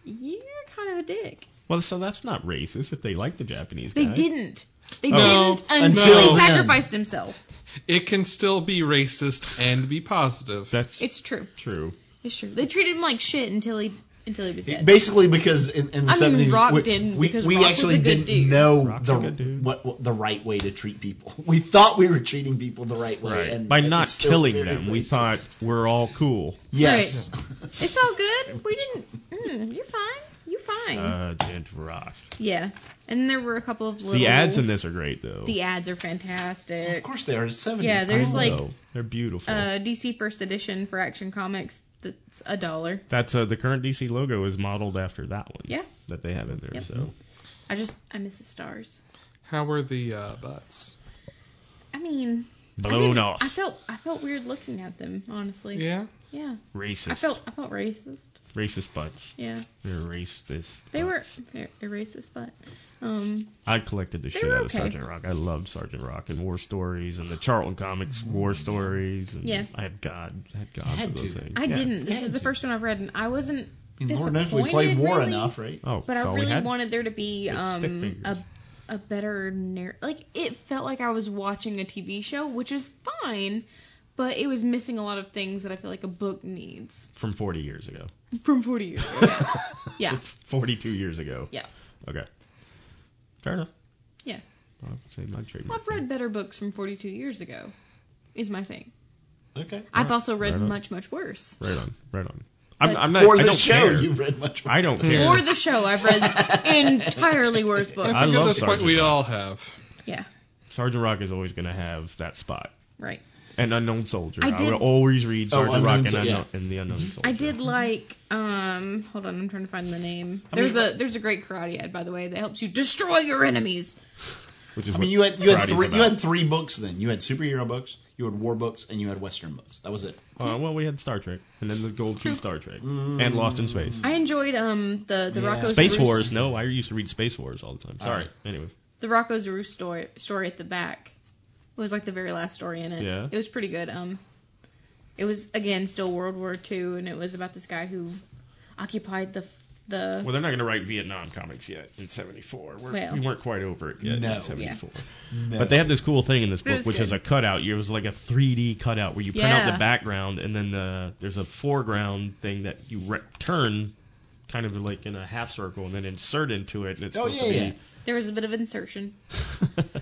"You're kind of a dick."
Well, so that's not racist if they like the Japanese
They
guy.
didn't. They
No,
didn't
until
until
then.
he sacrificed himself.
It can still be racist and be positive.
That's
It's true.
true.
It's true. They treated him like shit until he until he was dead.
Basically, because in, in the
I mean,
70s,
Rock
we,
didn't,
we,
because
we
Rock was
actually
a good
didn't
dude.
know
Rock's a
the,
good dude.
what, what the right way to treat people. We thought we were treating people the right way.
Right.
And
By
it was
not
still
killing
very
them, we
racist.
thought we're all cool.
Yes.
It's all good. We didn't. Mm, you're fine. You fine.
Sergeant Rock.
yeah. And there were a couple of little.
Uh. The ads in this are great though.
The ads are
Of
fantastic.
course they are. It's 70s.
Yeah, there's
I
like-
know. they're beautiful.
Uh, DC First Edition for Action Comics. That's a dollar.
That's uh, the current DC logo is modeled after that one.
Yeah.
That they have in there.
Yep.
So
I just I miss the stars.
How were the uh, butts?
I mean, I,
blown
didn't-
off.
I felt I felt weird looking at them. Honestly.
Yeah.
Yeah.
Racist.
I felt I felt racist.
racist butts.
Yeah.
They're racist.
They were
butts.
they're a racist, but um,
I collected the
They
shit
were
out of
okay.
Sergeant Rock. I loved Sergeant Rock and War Stories and the Charlton Comics War Stories. And
Mm-hmm. Yeah.
I had God. I had God
had
for those
to.
things.
I
Yeah.
didn't. This
Yeah,
is the
dude.
first one I've read, and I wasn't.
I mean, Lord knows we played
Disappointed,
war
really.
enough, right?
Oh,
But I
that's all we
really
had?
wanted there to be
Big stick
um
figures.
a a better narr- like it felt like I was watching a TV show, which is fine, but it was missing a lot of things that I feel like a book needs
from 40 years ago.
from 40 years ago. Yeah. yeah.
42 years ago.
Yeah.
Okay. Fair enough.
Yeah.
I'll say my trademark.
Well, I've read better books from 42 years ago. Is my thing.
Okay.
I've also read
Right on.
much much worse.
Right on. Right on. I'm,
But-
I'm not.
Or
I
the
don't
show.
care.
You've read much more.
I don't care.
Or the show I've read entirely worse books.
I
I think
love
at this point
Sergeant
we
Rock.
all have.
Yeah.
Sergeant Rock is always going to have that spot.
Right.
An unknown soldier.
I
I,
did-
would always read
Oh,
Sergeant
Unknown
Rock and,
Sol- yeah.
unknown, and the unknown soldier.
I did like um hold on, I'm trying to find the name.
I
There's
uh,
mean-
a there's a great karate ad by the way that helps you destroy your enemies.
Which is
I
what
mean, you had you had
karate's
three you
about.
had three books then. You had superhero books, you had war books, and you had western books. That was it.
Uh, well, we had Star Trek, and then the Gold Tree Star Trek, and Lost in Space.
I enjoyed um the the
Yeah.
Rocco's
Space
Roost,
Wars. No, I used to read Uh-huh. Space Wars all the time. Sorry.
Alright.
Anyway,
the Rocco's Roost story story at the back. It was like the very last story in it.
Yeah.
It was pretty good. Um it was again still World War II and it was about this guy who occupied the the
well, they're not going to write Vietnam comics yet in '74. We're,
Well.
we weren't quite over it yet
No.
in '74.
No.
But they have this cool thing in this
It
book,
was
which is
good.
a cutout. It was like a 3D cutout where you print out
Yeah.
the background, and then the, there's a foreground thing that you re- turn, kind of like in a half circle, and then insert into it, and it's
Oh
supposed
yeah,
to be.
yeah.
there was a bit of insertion.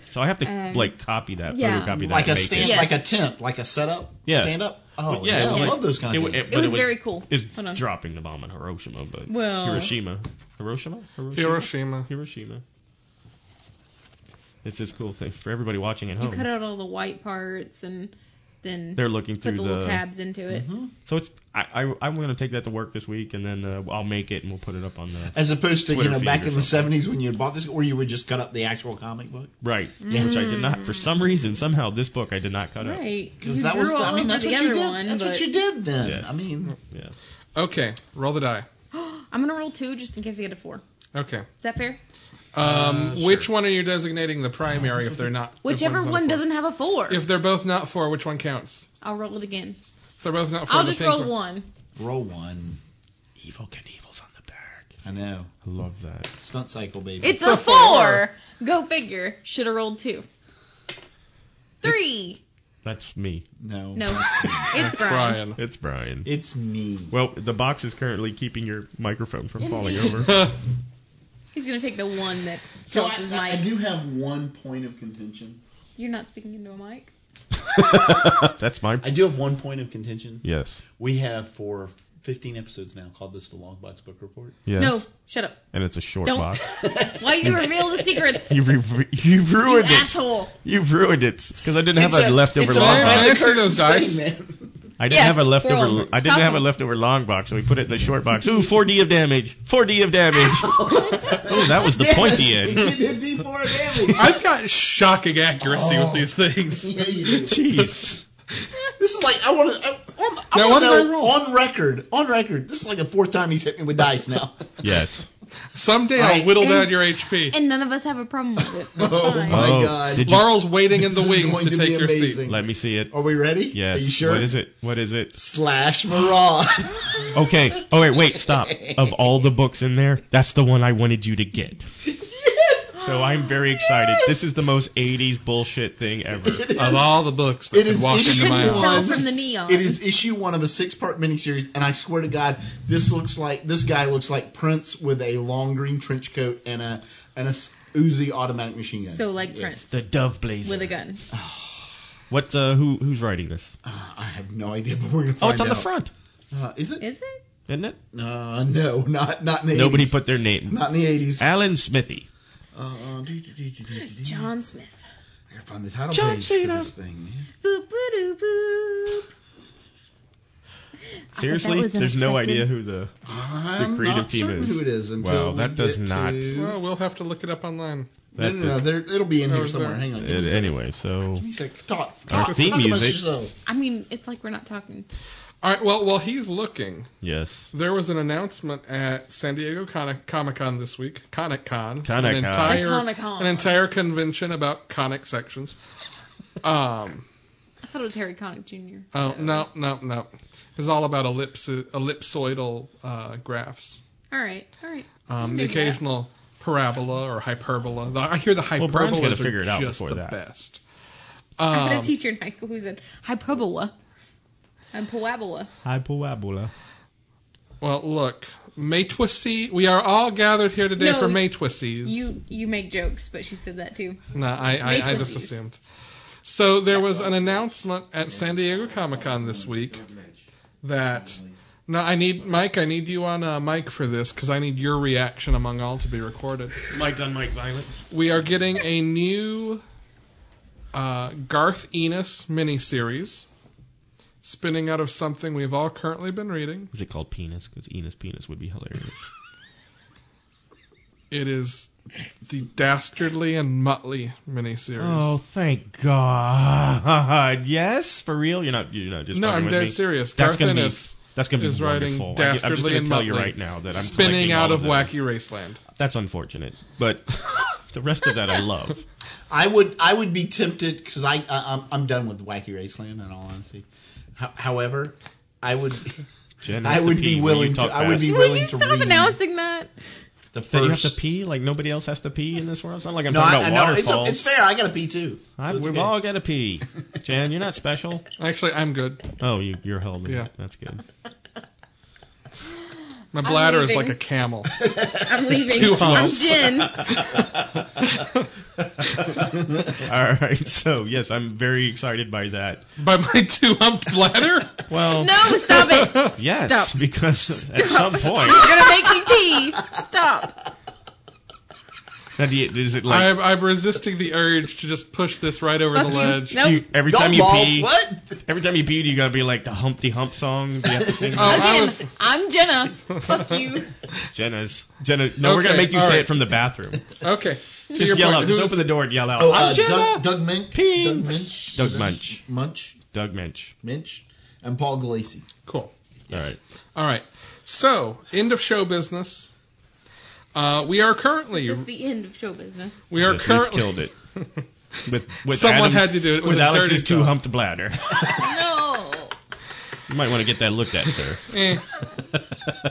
so I have to
Um,
like copy that,
yeah.
photocopy that,
Like
and
a
make
stand,
It.
Yes.
like a tent, like a setup,
Yeah.
stand up. Oh
But
yeah,
yeah, it was
I
like-
love those kind
it
of
w-
things.
But
It
it
was,
was-
very cool.
Is
Hold on.
dropping the bomb in Hiroshima, but
Well-
Hiroshima, Hiroshima, Hiroshima,
Hiroshima.
Hiroshima. It's this cool thing for everybody watching at
You
home.
cut out all the white parts and then
Oh. They're looking
put
through
the
the
little tabs into it.
So it's I, I I'm gonna take that to work this week, and then uh, I'll make it and we'll put it up on the
As opposed to
Twitter
you know
feed
back
or
in the
something.
'70s when you had bought this, or you would just cut up the actual comic book.
Right. Which I did not, for some reason, somehow this book I did not cut out.
Mm. Right.
Because
You
that
drew
was,
all
I mean,
over
that's
the
what
other
you did.
one,
that's
but-
what you did then.
Yes.
I mean,
Yeah.
Okay, roll the die.
I'm gonna roll two just in case I get a four.
Okay.
Is that fair?
Uh,
Um, which one are you designating the primary if they're not? if
Whichever
one's not a
one
four?
doesn't have a four,
If they're both not four, which one counts?
I'll roll it again.
If they're both not 4
I'll
the
just
pink
roll one.
roll one.
Evil Knievel's on the back.
I know,
I love that.
stunt cycle, baby.
It's,
It's
a,
a
four.
four.
Go figure. Should have rolled two. Three.
That's me.
no,
No, it's Brian.
Brian.
It's Brian.
it's me.
well, the box is currently keeping your microphone from falling over.
He's gonna take the one that
So
tilts
I,
his
I, I
mic.
do have one point of contention.
You're not speaking into a mic.
That's my.
I do have one point of contention.
Yes.
We have for 15 episodes now called this the Long Box Book Report.
Yes.
No, shut up.
And it's a short
Don't.
box.
Why you reveal the secrets?
You've, re- you've
You
ruined it.
asshole.
You've ruined it. Because I didn't have
It's
a, leftover
it's a
long
I
box.
behind the
see those
curtains
dice.
thing, man.
I didn't
Yeah,
have a leftover.
throw 'em.
I didn't
Stop
have a
'em.
leftover long box, so we put it in the short box. Ooh, 4D of damage. 4D of damage. oh, that was the pointy end.
You did before damage.
I've got shocking accuracy
Oh.
with these things.
Yeah, you did.
Jeez.
This is like I want to. I, I, I
Now,
wanna
what did I
know
roll?
on record, on record. This is like the fourth time he's hit me with dice now.
Yes.
Someday
All
I'll
right.
whittle
And-
down your HP.
And none of us have a problem with it. That's
Oh
fine.
my
Oh,
god!
did you-
Laurel's waiting in the
This is
wings
going
to,
to
take
be
your
amazing.
seat.
Let me see it.
Oh, Are we ready?
Yes.
Are you sure?
What is it? What is it?
Slash Mirage.
Oh.
Okay. Oh wait, wait, stop. Of all the books in there, that's the one I wanted you to get.
yes.
So I'm very excited. This is the most 80s bullshit thing ever.
Of all the books that
It
could
is
walk
issue
into my
Couldn't tell
one.
house.
from the neon.
It is issue one of a six-part miniseries, and I swear to God, this looks like this guy looks like Prince with a long green trench coat and a and a s- Uzi automatic machine gun.
so like
Yes.
Prince
The Dove Blazer.
with a gun.
What? Uh, who? Who's writing this?
Uh, I have no idea, but we're gonna find out.
Oh, it's on the front,
Uh, is it?
Is it?
isn't it?
Uh, no, not not in the
Nobody
80s.
put their name.
not in the eighties.
Alan Smithy.
Uh, do, do, do, do, do, do, do.
John Smith.
I gotta find the title
John
page for
Cena.
this thing, man.
Boop boop boop boop.
Seriously,
was
there's no
unexpected.
idea who the.
I'm
creative
not
team
certain
is-
who it is until
Wow,
we
that does
get
not-
to-
Well, we'll have to look it up online.
no,
That
no, no,
does-
there, it'll be in
Oh,
here
is
somewhere.
there?
Hang on. give me a
Uh,
second.
anyway, so
Give me a second. Talk.
Our
talk,
theme
talk about
music-
yourself.
I mean, it's like we're not talking.
All right. Well, while he's looking,
yes,
there was an announcement at San Diego Con- Comic Con this week. Conic Con.
Conic-Con.
An entire,
Comic-Con.
an entire convention about conic sections. Um.
I thought it was Harry Connick Jr.
Oh no no no! It's all about ellipsi- ellipsoidal uh, graphs.
All right, all right.
Um, the
Maybe that.
occasional parabola or hyperbola. The- I hear the
Brian's gotta
hyperbola is
figure it out
just
before
the
that.
best.
I had a
Um,
teacher in high school who said hyperbola and parabola.
hyperbola.
well, look, Maytwissie. We are all gathered here today
No,
for Maytwissies.
You you make jokes, but she said that too.
No, I, I, I just
Maytwissies.
assumed. So there was an announcement at San Diego Comic Con this week that. No, I need Mike. I need you on uh, mic for this because I need your reaction among all to be recorded.
Mike on Mike violence.
We are getting a new uh, Garth Ennis miniseries spinning out of something we've all currently been reading.
Is it called penis? Because Enos penis would be hilarious.
It is the Dastardly and Muttley miniseries.
oh, thank God. Yes, for real. You're not. You're not just.
no,
fucking
I'm
with
dead
me?
serious.
That's
Garth
gonna be.
Ennis
That's gonna be
is writing
wonderful. I, I'm just
Dastardly
gonna
and
tell
Muttley
you right now that I'm
spinning
collecting
out
all
of
those.
Wacky Raceland.
That's unfortunate, but the rest of that I love.
I would I would be tempted because I, I I'm, I'm done with Wacky Raceland in all honesty. Ho- however, I would
Jen
I
has to
would be
pee when
willing
you
to
talk
I would
fast.
be
Would you
willing to
stop
read
announcing that?
the
That
first.
you have to pee like nobody else has to pee in this world. It's not like I'm
No,
talking
I,
about
no it's,
waterfalls.
it's fair. I gotta pee too. So
I-
it's
we've
okay.
all got to pee. Jan, you're not special.
Actually, I'm good.
Oh, you, you're helping.
Yeah.
that's good.
My bladder is
leaving.
like a camel.
I'm leaving.
Too
I'm
close.
Jen.
All right, so yes, I'm very excited by that.
By my two humped bladder?
Well,
No, stop it.
yes,
stop.
because at some point,
You're gonna make me pee. Stop.
now, do you- is it like
I'm, I'm resisting the urge to just push this right over the
Fuck you.
ledge.
Nope.
do you- every
Golf
time you
balls,
pee,
What?
every time you pee, do you gotta be like the Humpty Hump song? Do you have to sing
Oh, I
Again,
was-
I'm Jenna. Fuck you.
Jenna's? Jenna, no, we're gonna
Okay,
make you
all
say
right.
it from the bathroom.
Okay. To your
Just yell
point,
out. Just
who's-
open the door and yell out.
Oh,
I'm
uh,
Jenna.
Doug, Doug Mink.
Pee.
Doug Minch.
Doug Munch.
Munch.
Doug Minch.
Minch. And Paul Galassi.
Cool.
All right.
All right. So, end of show business. Uh, we are currently
This is the end of show business.
we are
Yes, we've
currently
killed it. With, with
Someone
Adam-
had to do it. It was
with
a
Alex's
dirty
two
job.
humped bladder.
No.
you might want to get that looked at, sir.
Eh.
Yeah,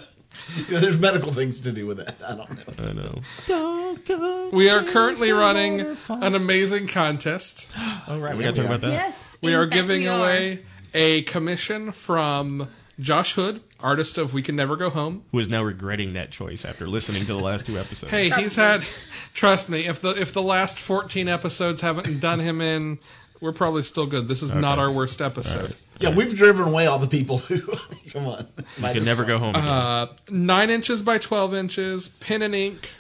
there's medical things to do with that. I don't know.
I know.
we are currently running an amazing contest.
All right, we gotta talk about that.
Yes.
We
in
are
fact,
giving
we are.
away a commission from Josh Hood, artist of We Can Never Go Home.
Who is now regretting that choice after listening to the last two episodes?
Hey, he's had. Trust me, if the if the last 14 episodes haven't done him in, we're probably still good. This is not
Okay.
our worst episode.
Yeah, we've driven away all the people who. come on.
you can never go home. Again.
Uh, nine inches by 12 inches, pen and ink,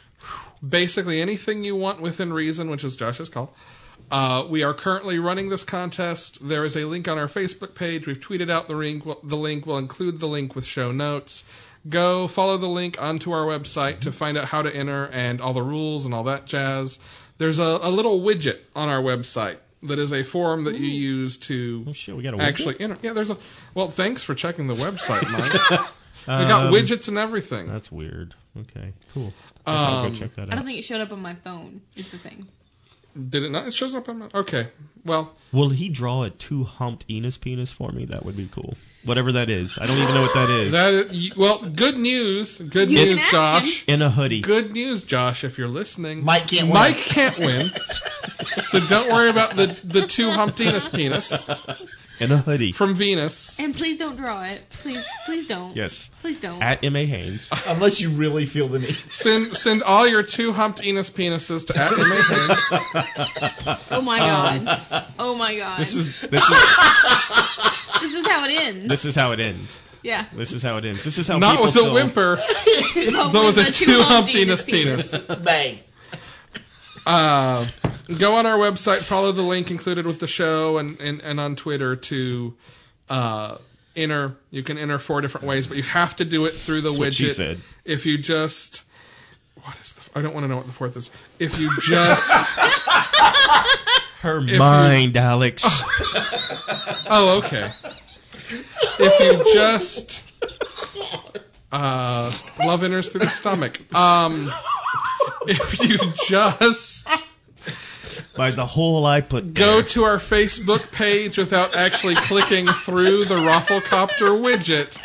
basically anything you want within reason, which is Josh's call. Uh, we are currently running this contest. There is a link on our Facebook page. We've tweeted out the link. The link will include the link with show notes. Go follow the link onto our website to find out how to enter and all the rules and all that jazz. There's a, a little widget on our website that is a form that you use
oh
to
shit, we gotta
actually enter. Yeah, there's a. Well, thanks for checking the website, Mike. We got widgets and everything.
Um, That's weird. Okay, cool. Guess I'll
Um,
go check that
I don't
out.
think it showed up on my phone. Is the thing.
Did it not? It shows up on my. Okay. Well,
Will he draw a two humped Enos penis for me? That would be cool. Whatever that is. I don't even know what that is.
that is, well, good news. Good
You
news,
can ask
Josh.
In a hoodie.
Good news, Josh, if you're listening.
Mike can't win.
Mike can't win. so don't worry about the, the two Humptinus penis
In a hoodie.
from Venus.
And please don't draw it. Please, please don't.
Yes.
Please don't.
At M.A. Haynes.
Unless you really feel the need.
Send send all your two humped Enos penises to at Emma Haynes.
oh my
um,
god. Oh my god.
This is, this is,
This is how it ends.
this is how it ends.
yeah.
This is how it ends. This is how
Not
people
with
still,
a whimper,
But
but with a two
humped
humped Enos penis.
Bang.
Uh, go on our website, follow the link included with the show, and, and, and on Twitter to uh, enter. You can enter four different ways, but you have to do it through the
That's
widget.
what she said.
If you just what is the I don't want to know what the fourth is. If you just
Her
you-
mind, Alex.
oh okay. If you just uh, love enters through the stomach. Um, if you just
By the hole I put
go
there.
to our Facebook page without actually clicking through the Rafflecopter widget,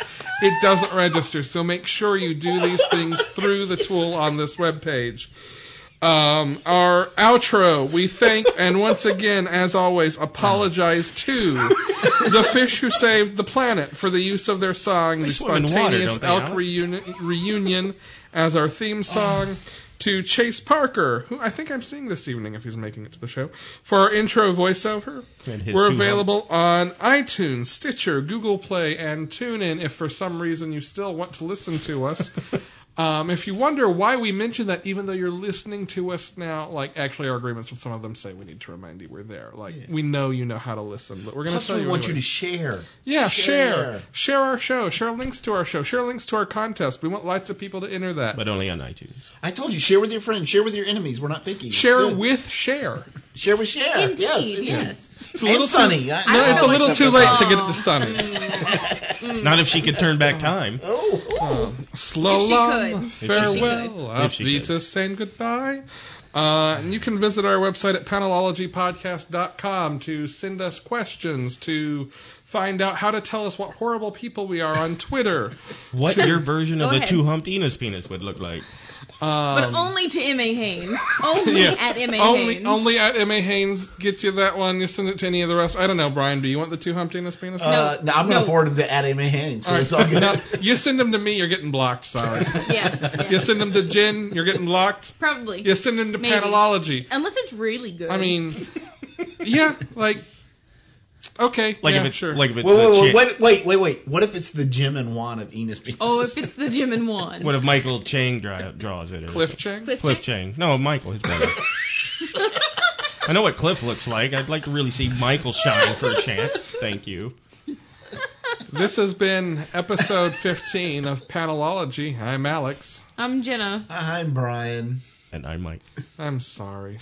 it doesn't register. So make sure you do these things through the tool on this webpage. Um, our outro, we thank and once again, as always, apologize to the fish who saved the planet for the use of their song, the
swim in water,
spontaneous
don't they,
elk
Alex?
reuni- reunion, as our theme song. To Chase Parker, who I think I'm seeing this evening if he's making it to the show, for our intro voiceover.
And his
We're
two
available on iTunes, Stitcher, Google Play, and TuneIn if for some reason you still want to listen to us. um, if you wonder why we mention that, even though you're listening to us now, like actually our agreements with some of them say we need to remind you we're there. Like we know you know how to listen, but we're going to
Plus,
tell
we
you.
want you
anyway.
to share.
yeah, share.
share.
share, our show, share links to our show, share links to our contest. We want lots of people to enter that.
But only on iTunes.
I told you, share with your friends, share with your enemies. We're not picky. It's
share
good.
with share.
share with share.
Indeed,
yes,
yes.
indeed.
It's a
And
little
sunny.
Too,
I-
no,
I
it's a
really
little
sometimes
too late to
I-
get it to Sunny.
Not if she could turn back time.
Oh, oh.
Slow
If she
love,
could.
she
farewell,
could. If
auf
she could.
Wiedersehen, and goodbye. Uh, and you can visit our website at panelologypodcast.com to send us questions, to find out how to tell us what horrible people we are on Twitter.
What your version of
Go
the
ahead.
two humped Enos penis would look like.
But
Um,
only to M.A. Haynes. Only
Yeah.
at M.A.
only,
Haynes.
only at M.A. Haynes gets you that one. You send it to any of the rest. I don't know, Brian, do you want the two humped penis penis?
Uh, no, I'm going to
no.
forward them to Adam and Hank, so
All right.
it's all good.
No, you send them to me, you're getting blocked, sorry.
Yeah. yeah.
you send them to Jen, you're getting blocked.
Probably.
You send them to
Maybe.
panelology.
Unless it's really good.
I mean, yeah, like, okay,
Like
yeah,
if it's
sure.
like if it's
Whoa,
the
whoa, whoa,
chick-
wait, wait, wait, wait. What if it's the Jim and Juan of Enos Beans?
Oh, if it's the Jim and Juan.
What if Michael Chang dri- draws it? Or
Cliff
something?
Chang.
Cliff
Cliff
Chang?
Chang. No, Michael, his brother. I know what Cliff looks like. I'd like to really see Michael shine for a chance. Thank you.
This has been episode 15 of Panelology. I'm Alex. Uh,
I'm Jenna.
I'm Brian.
And I'm Mike.
I'm sorry.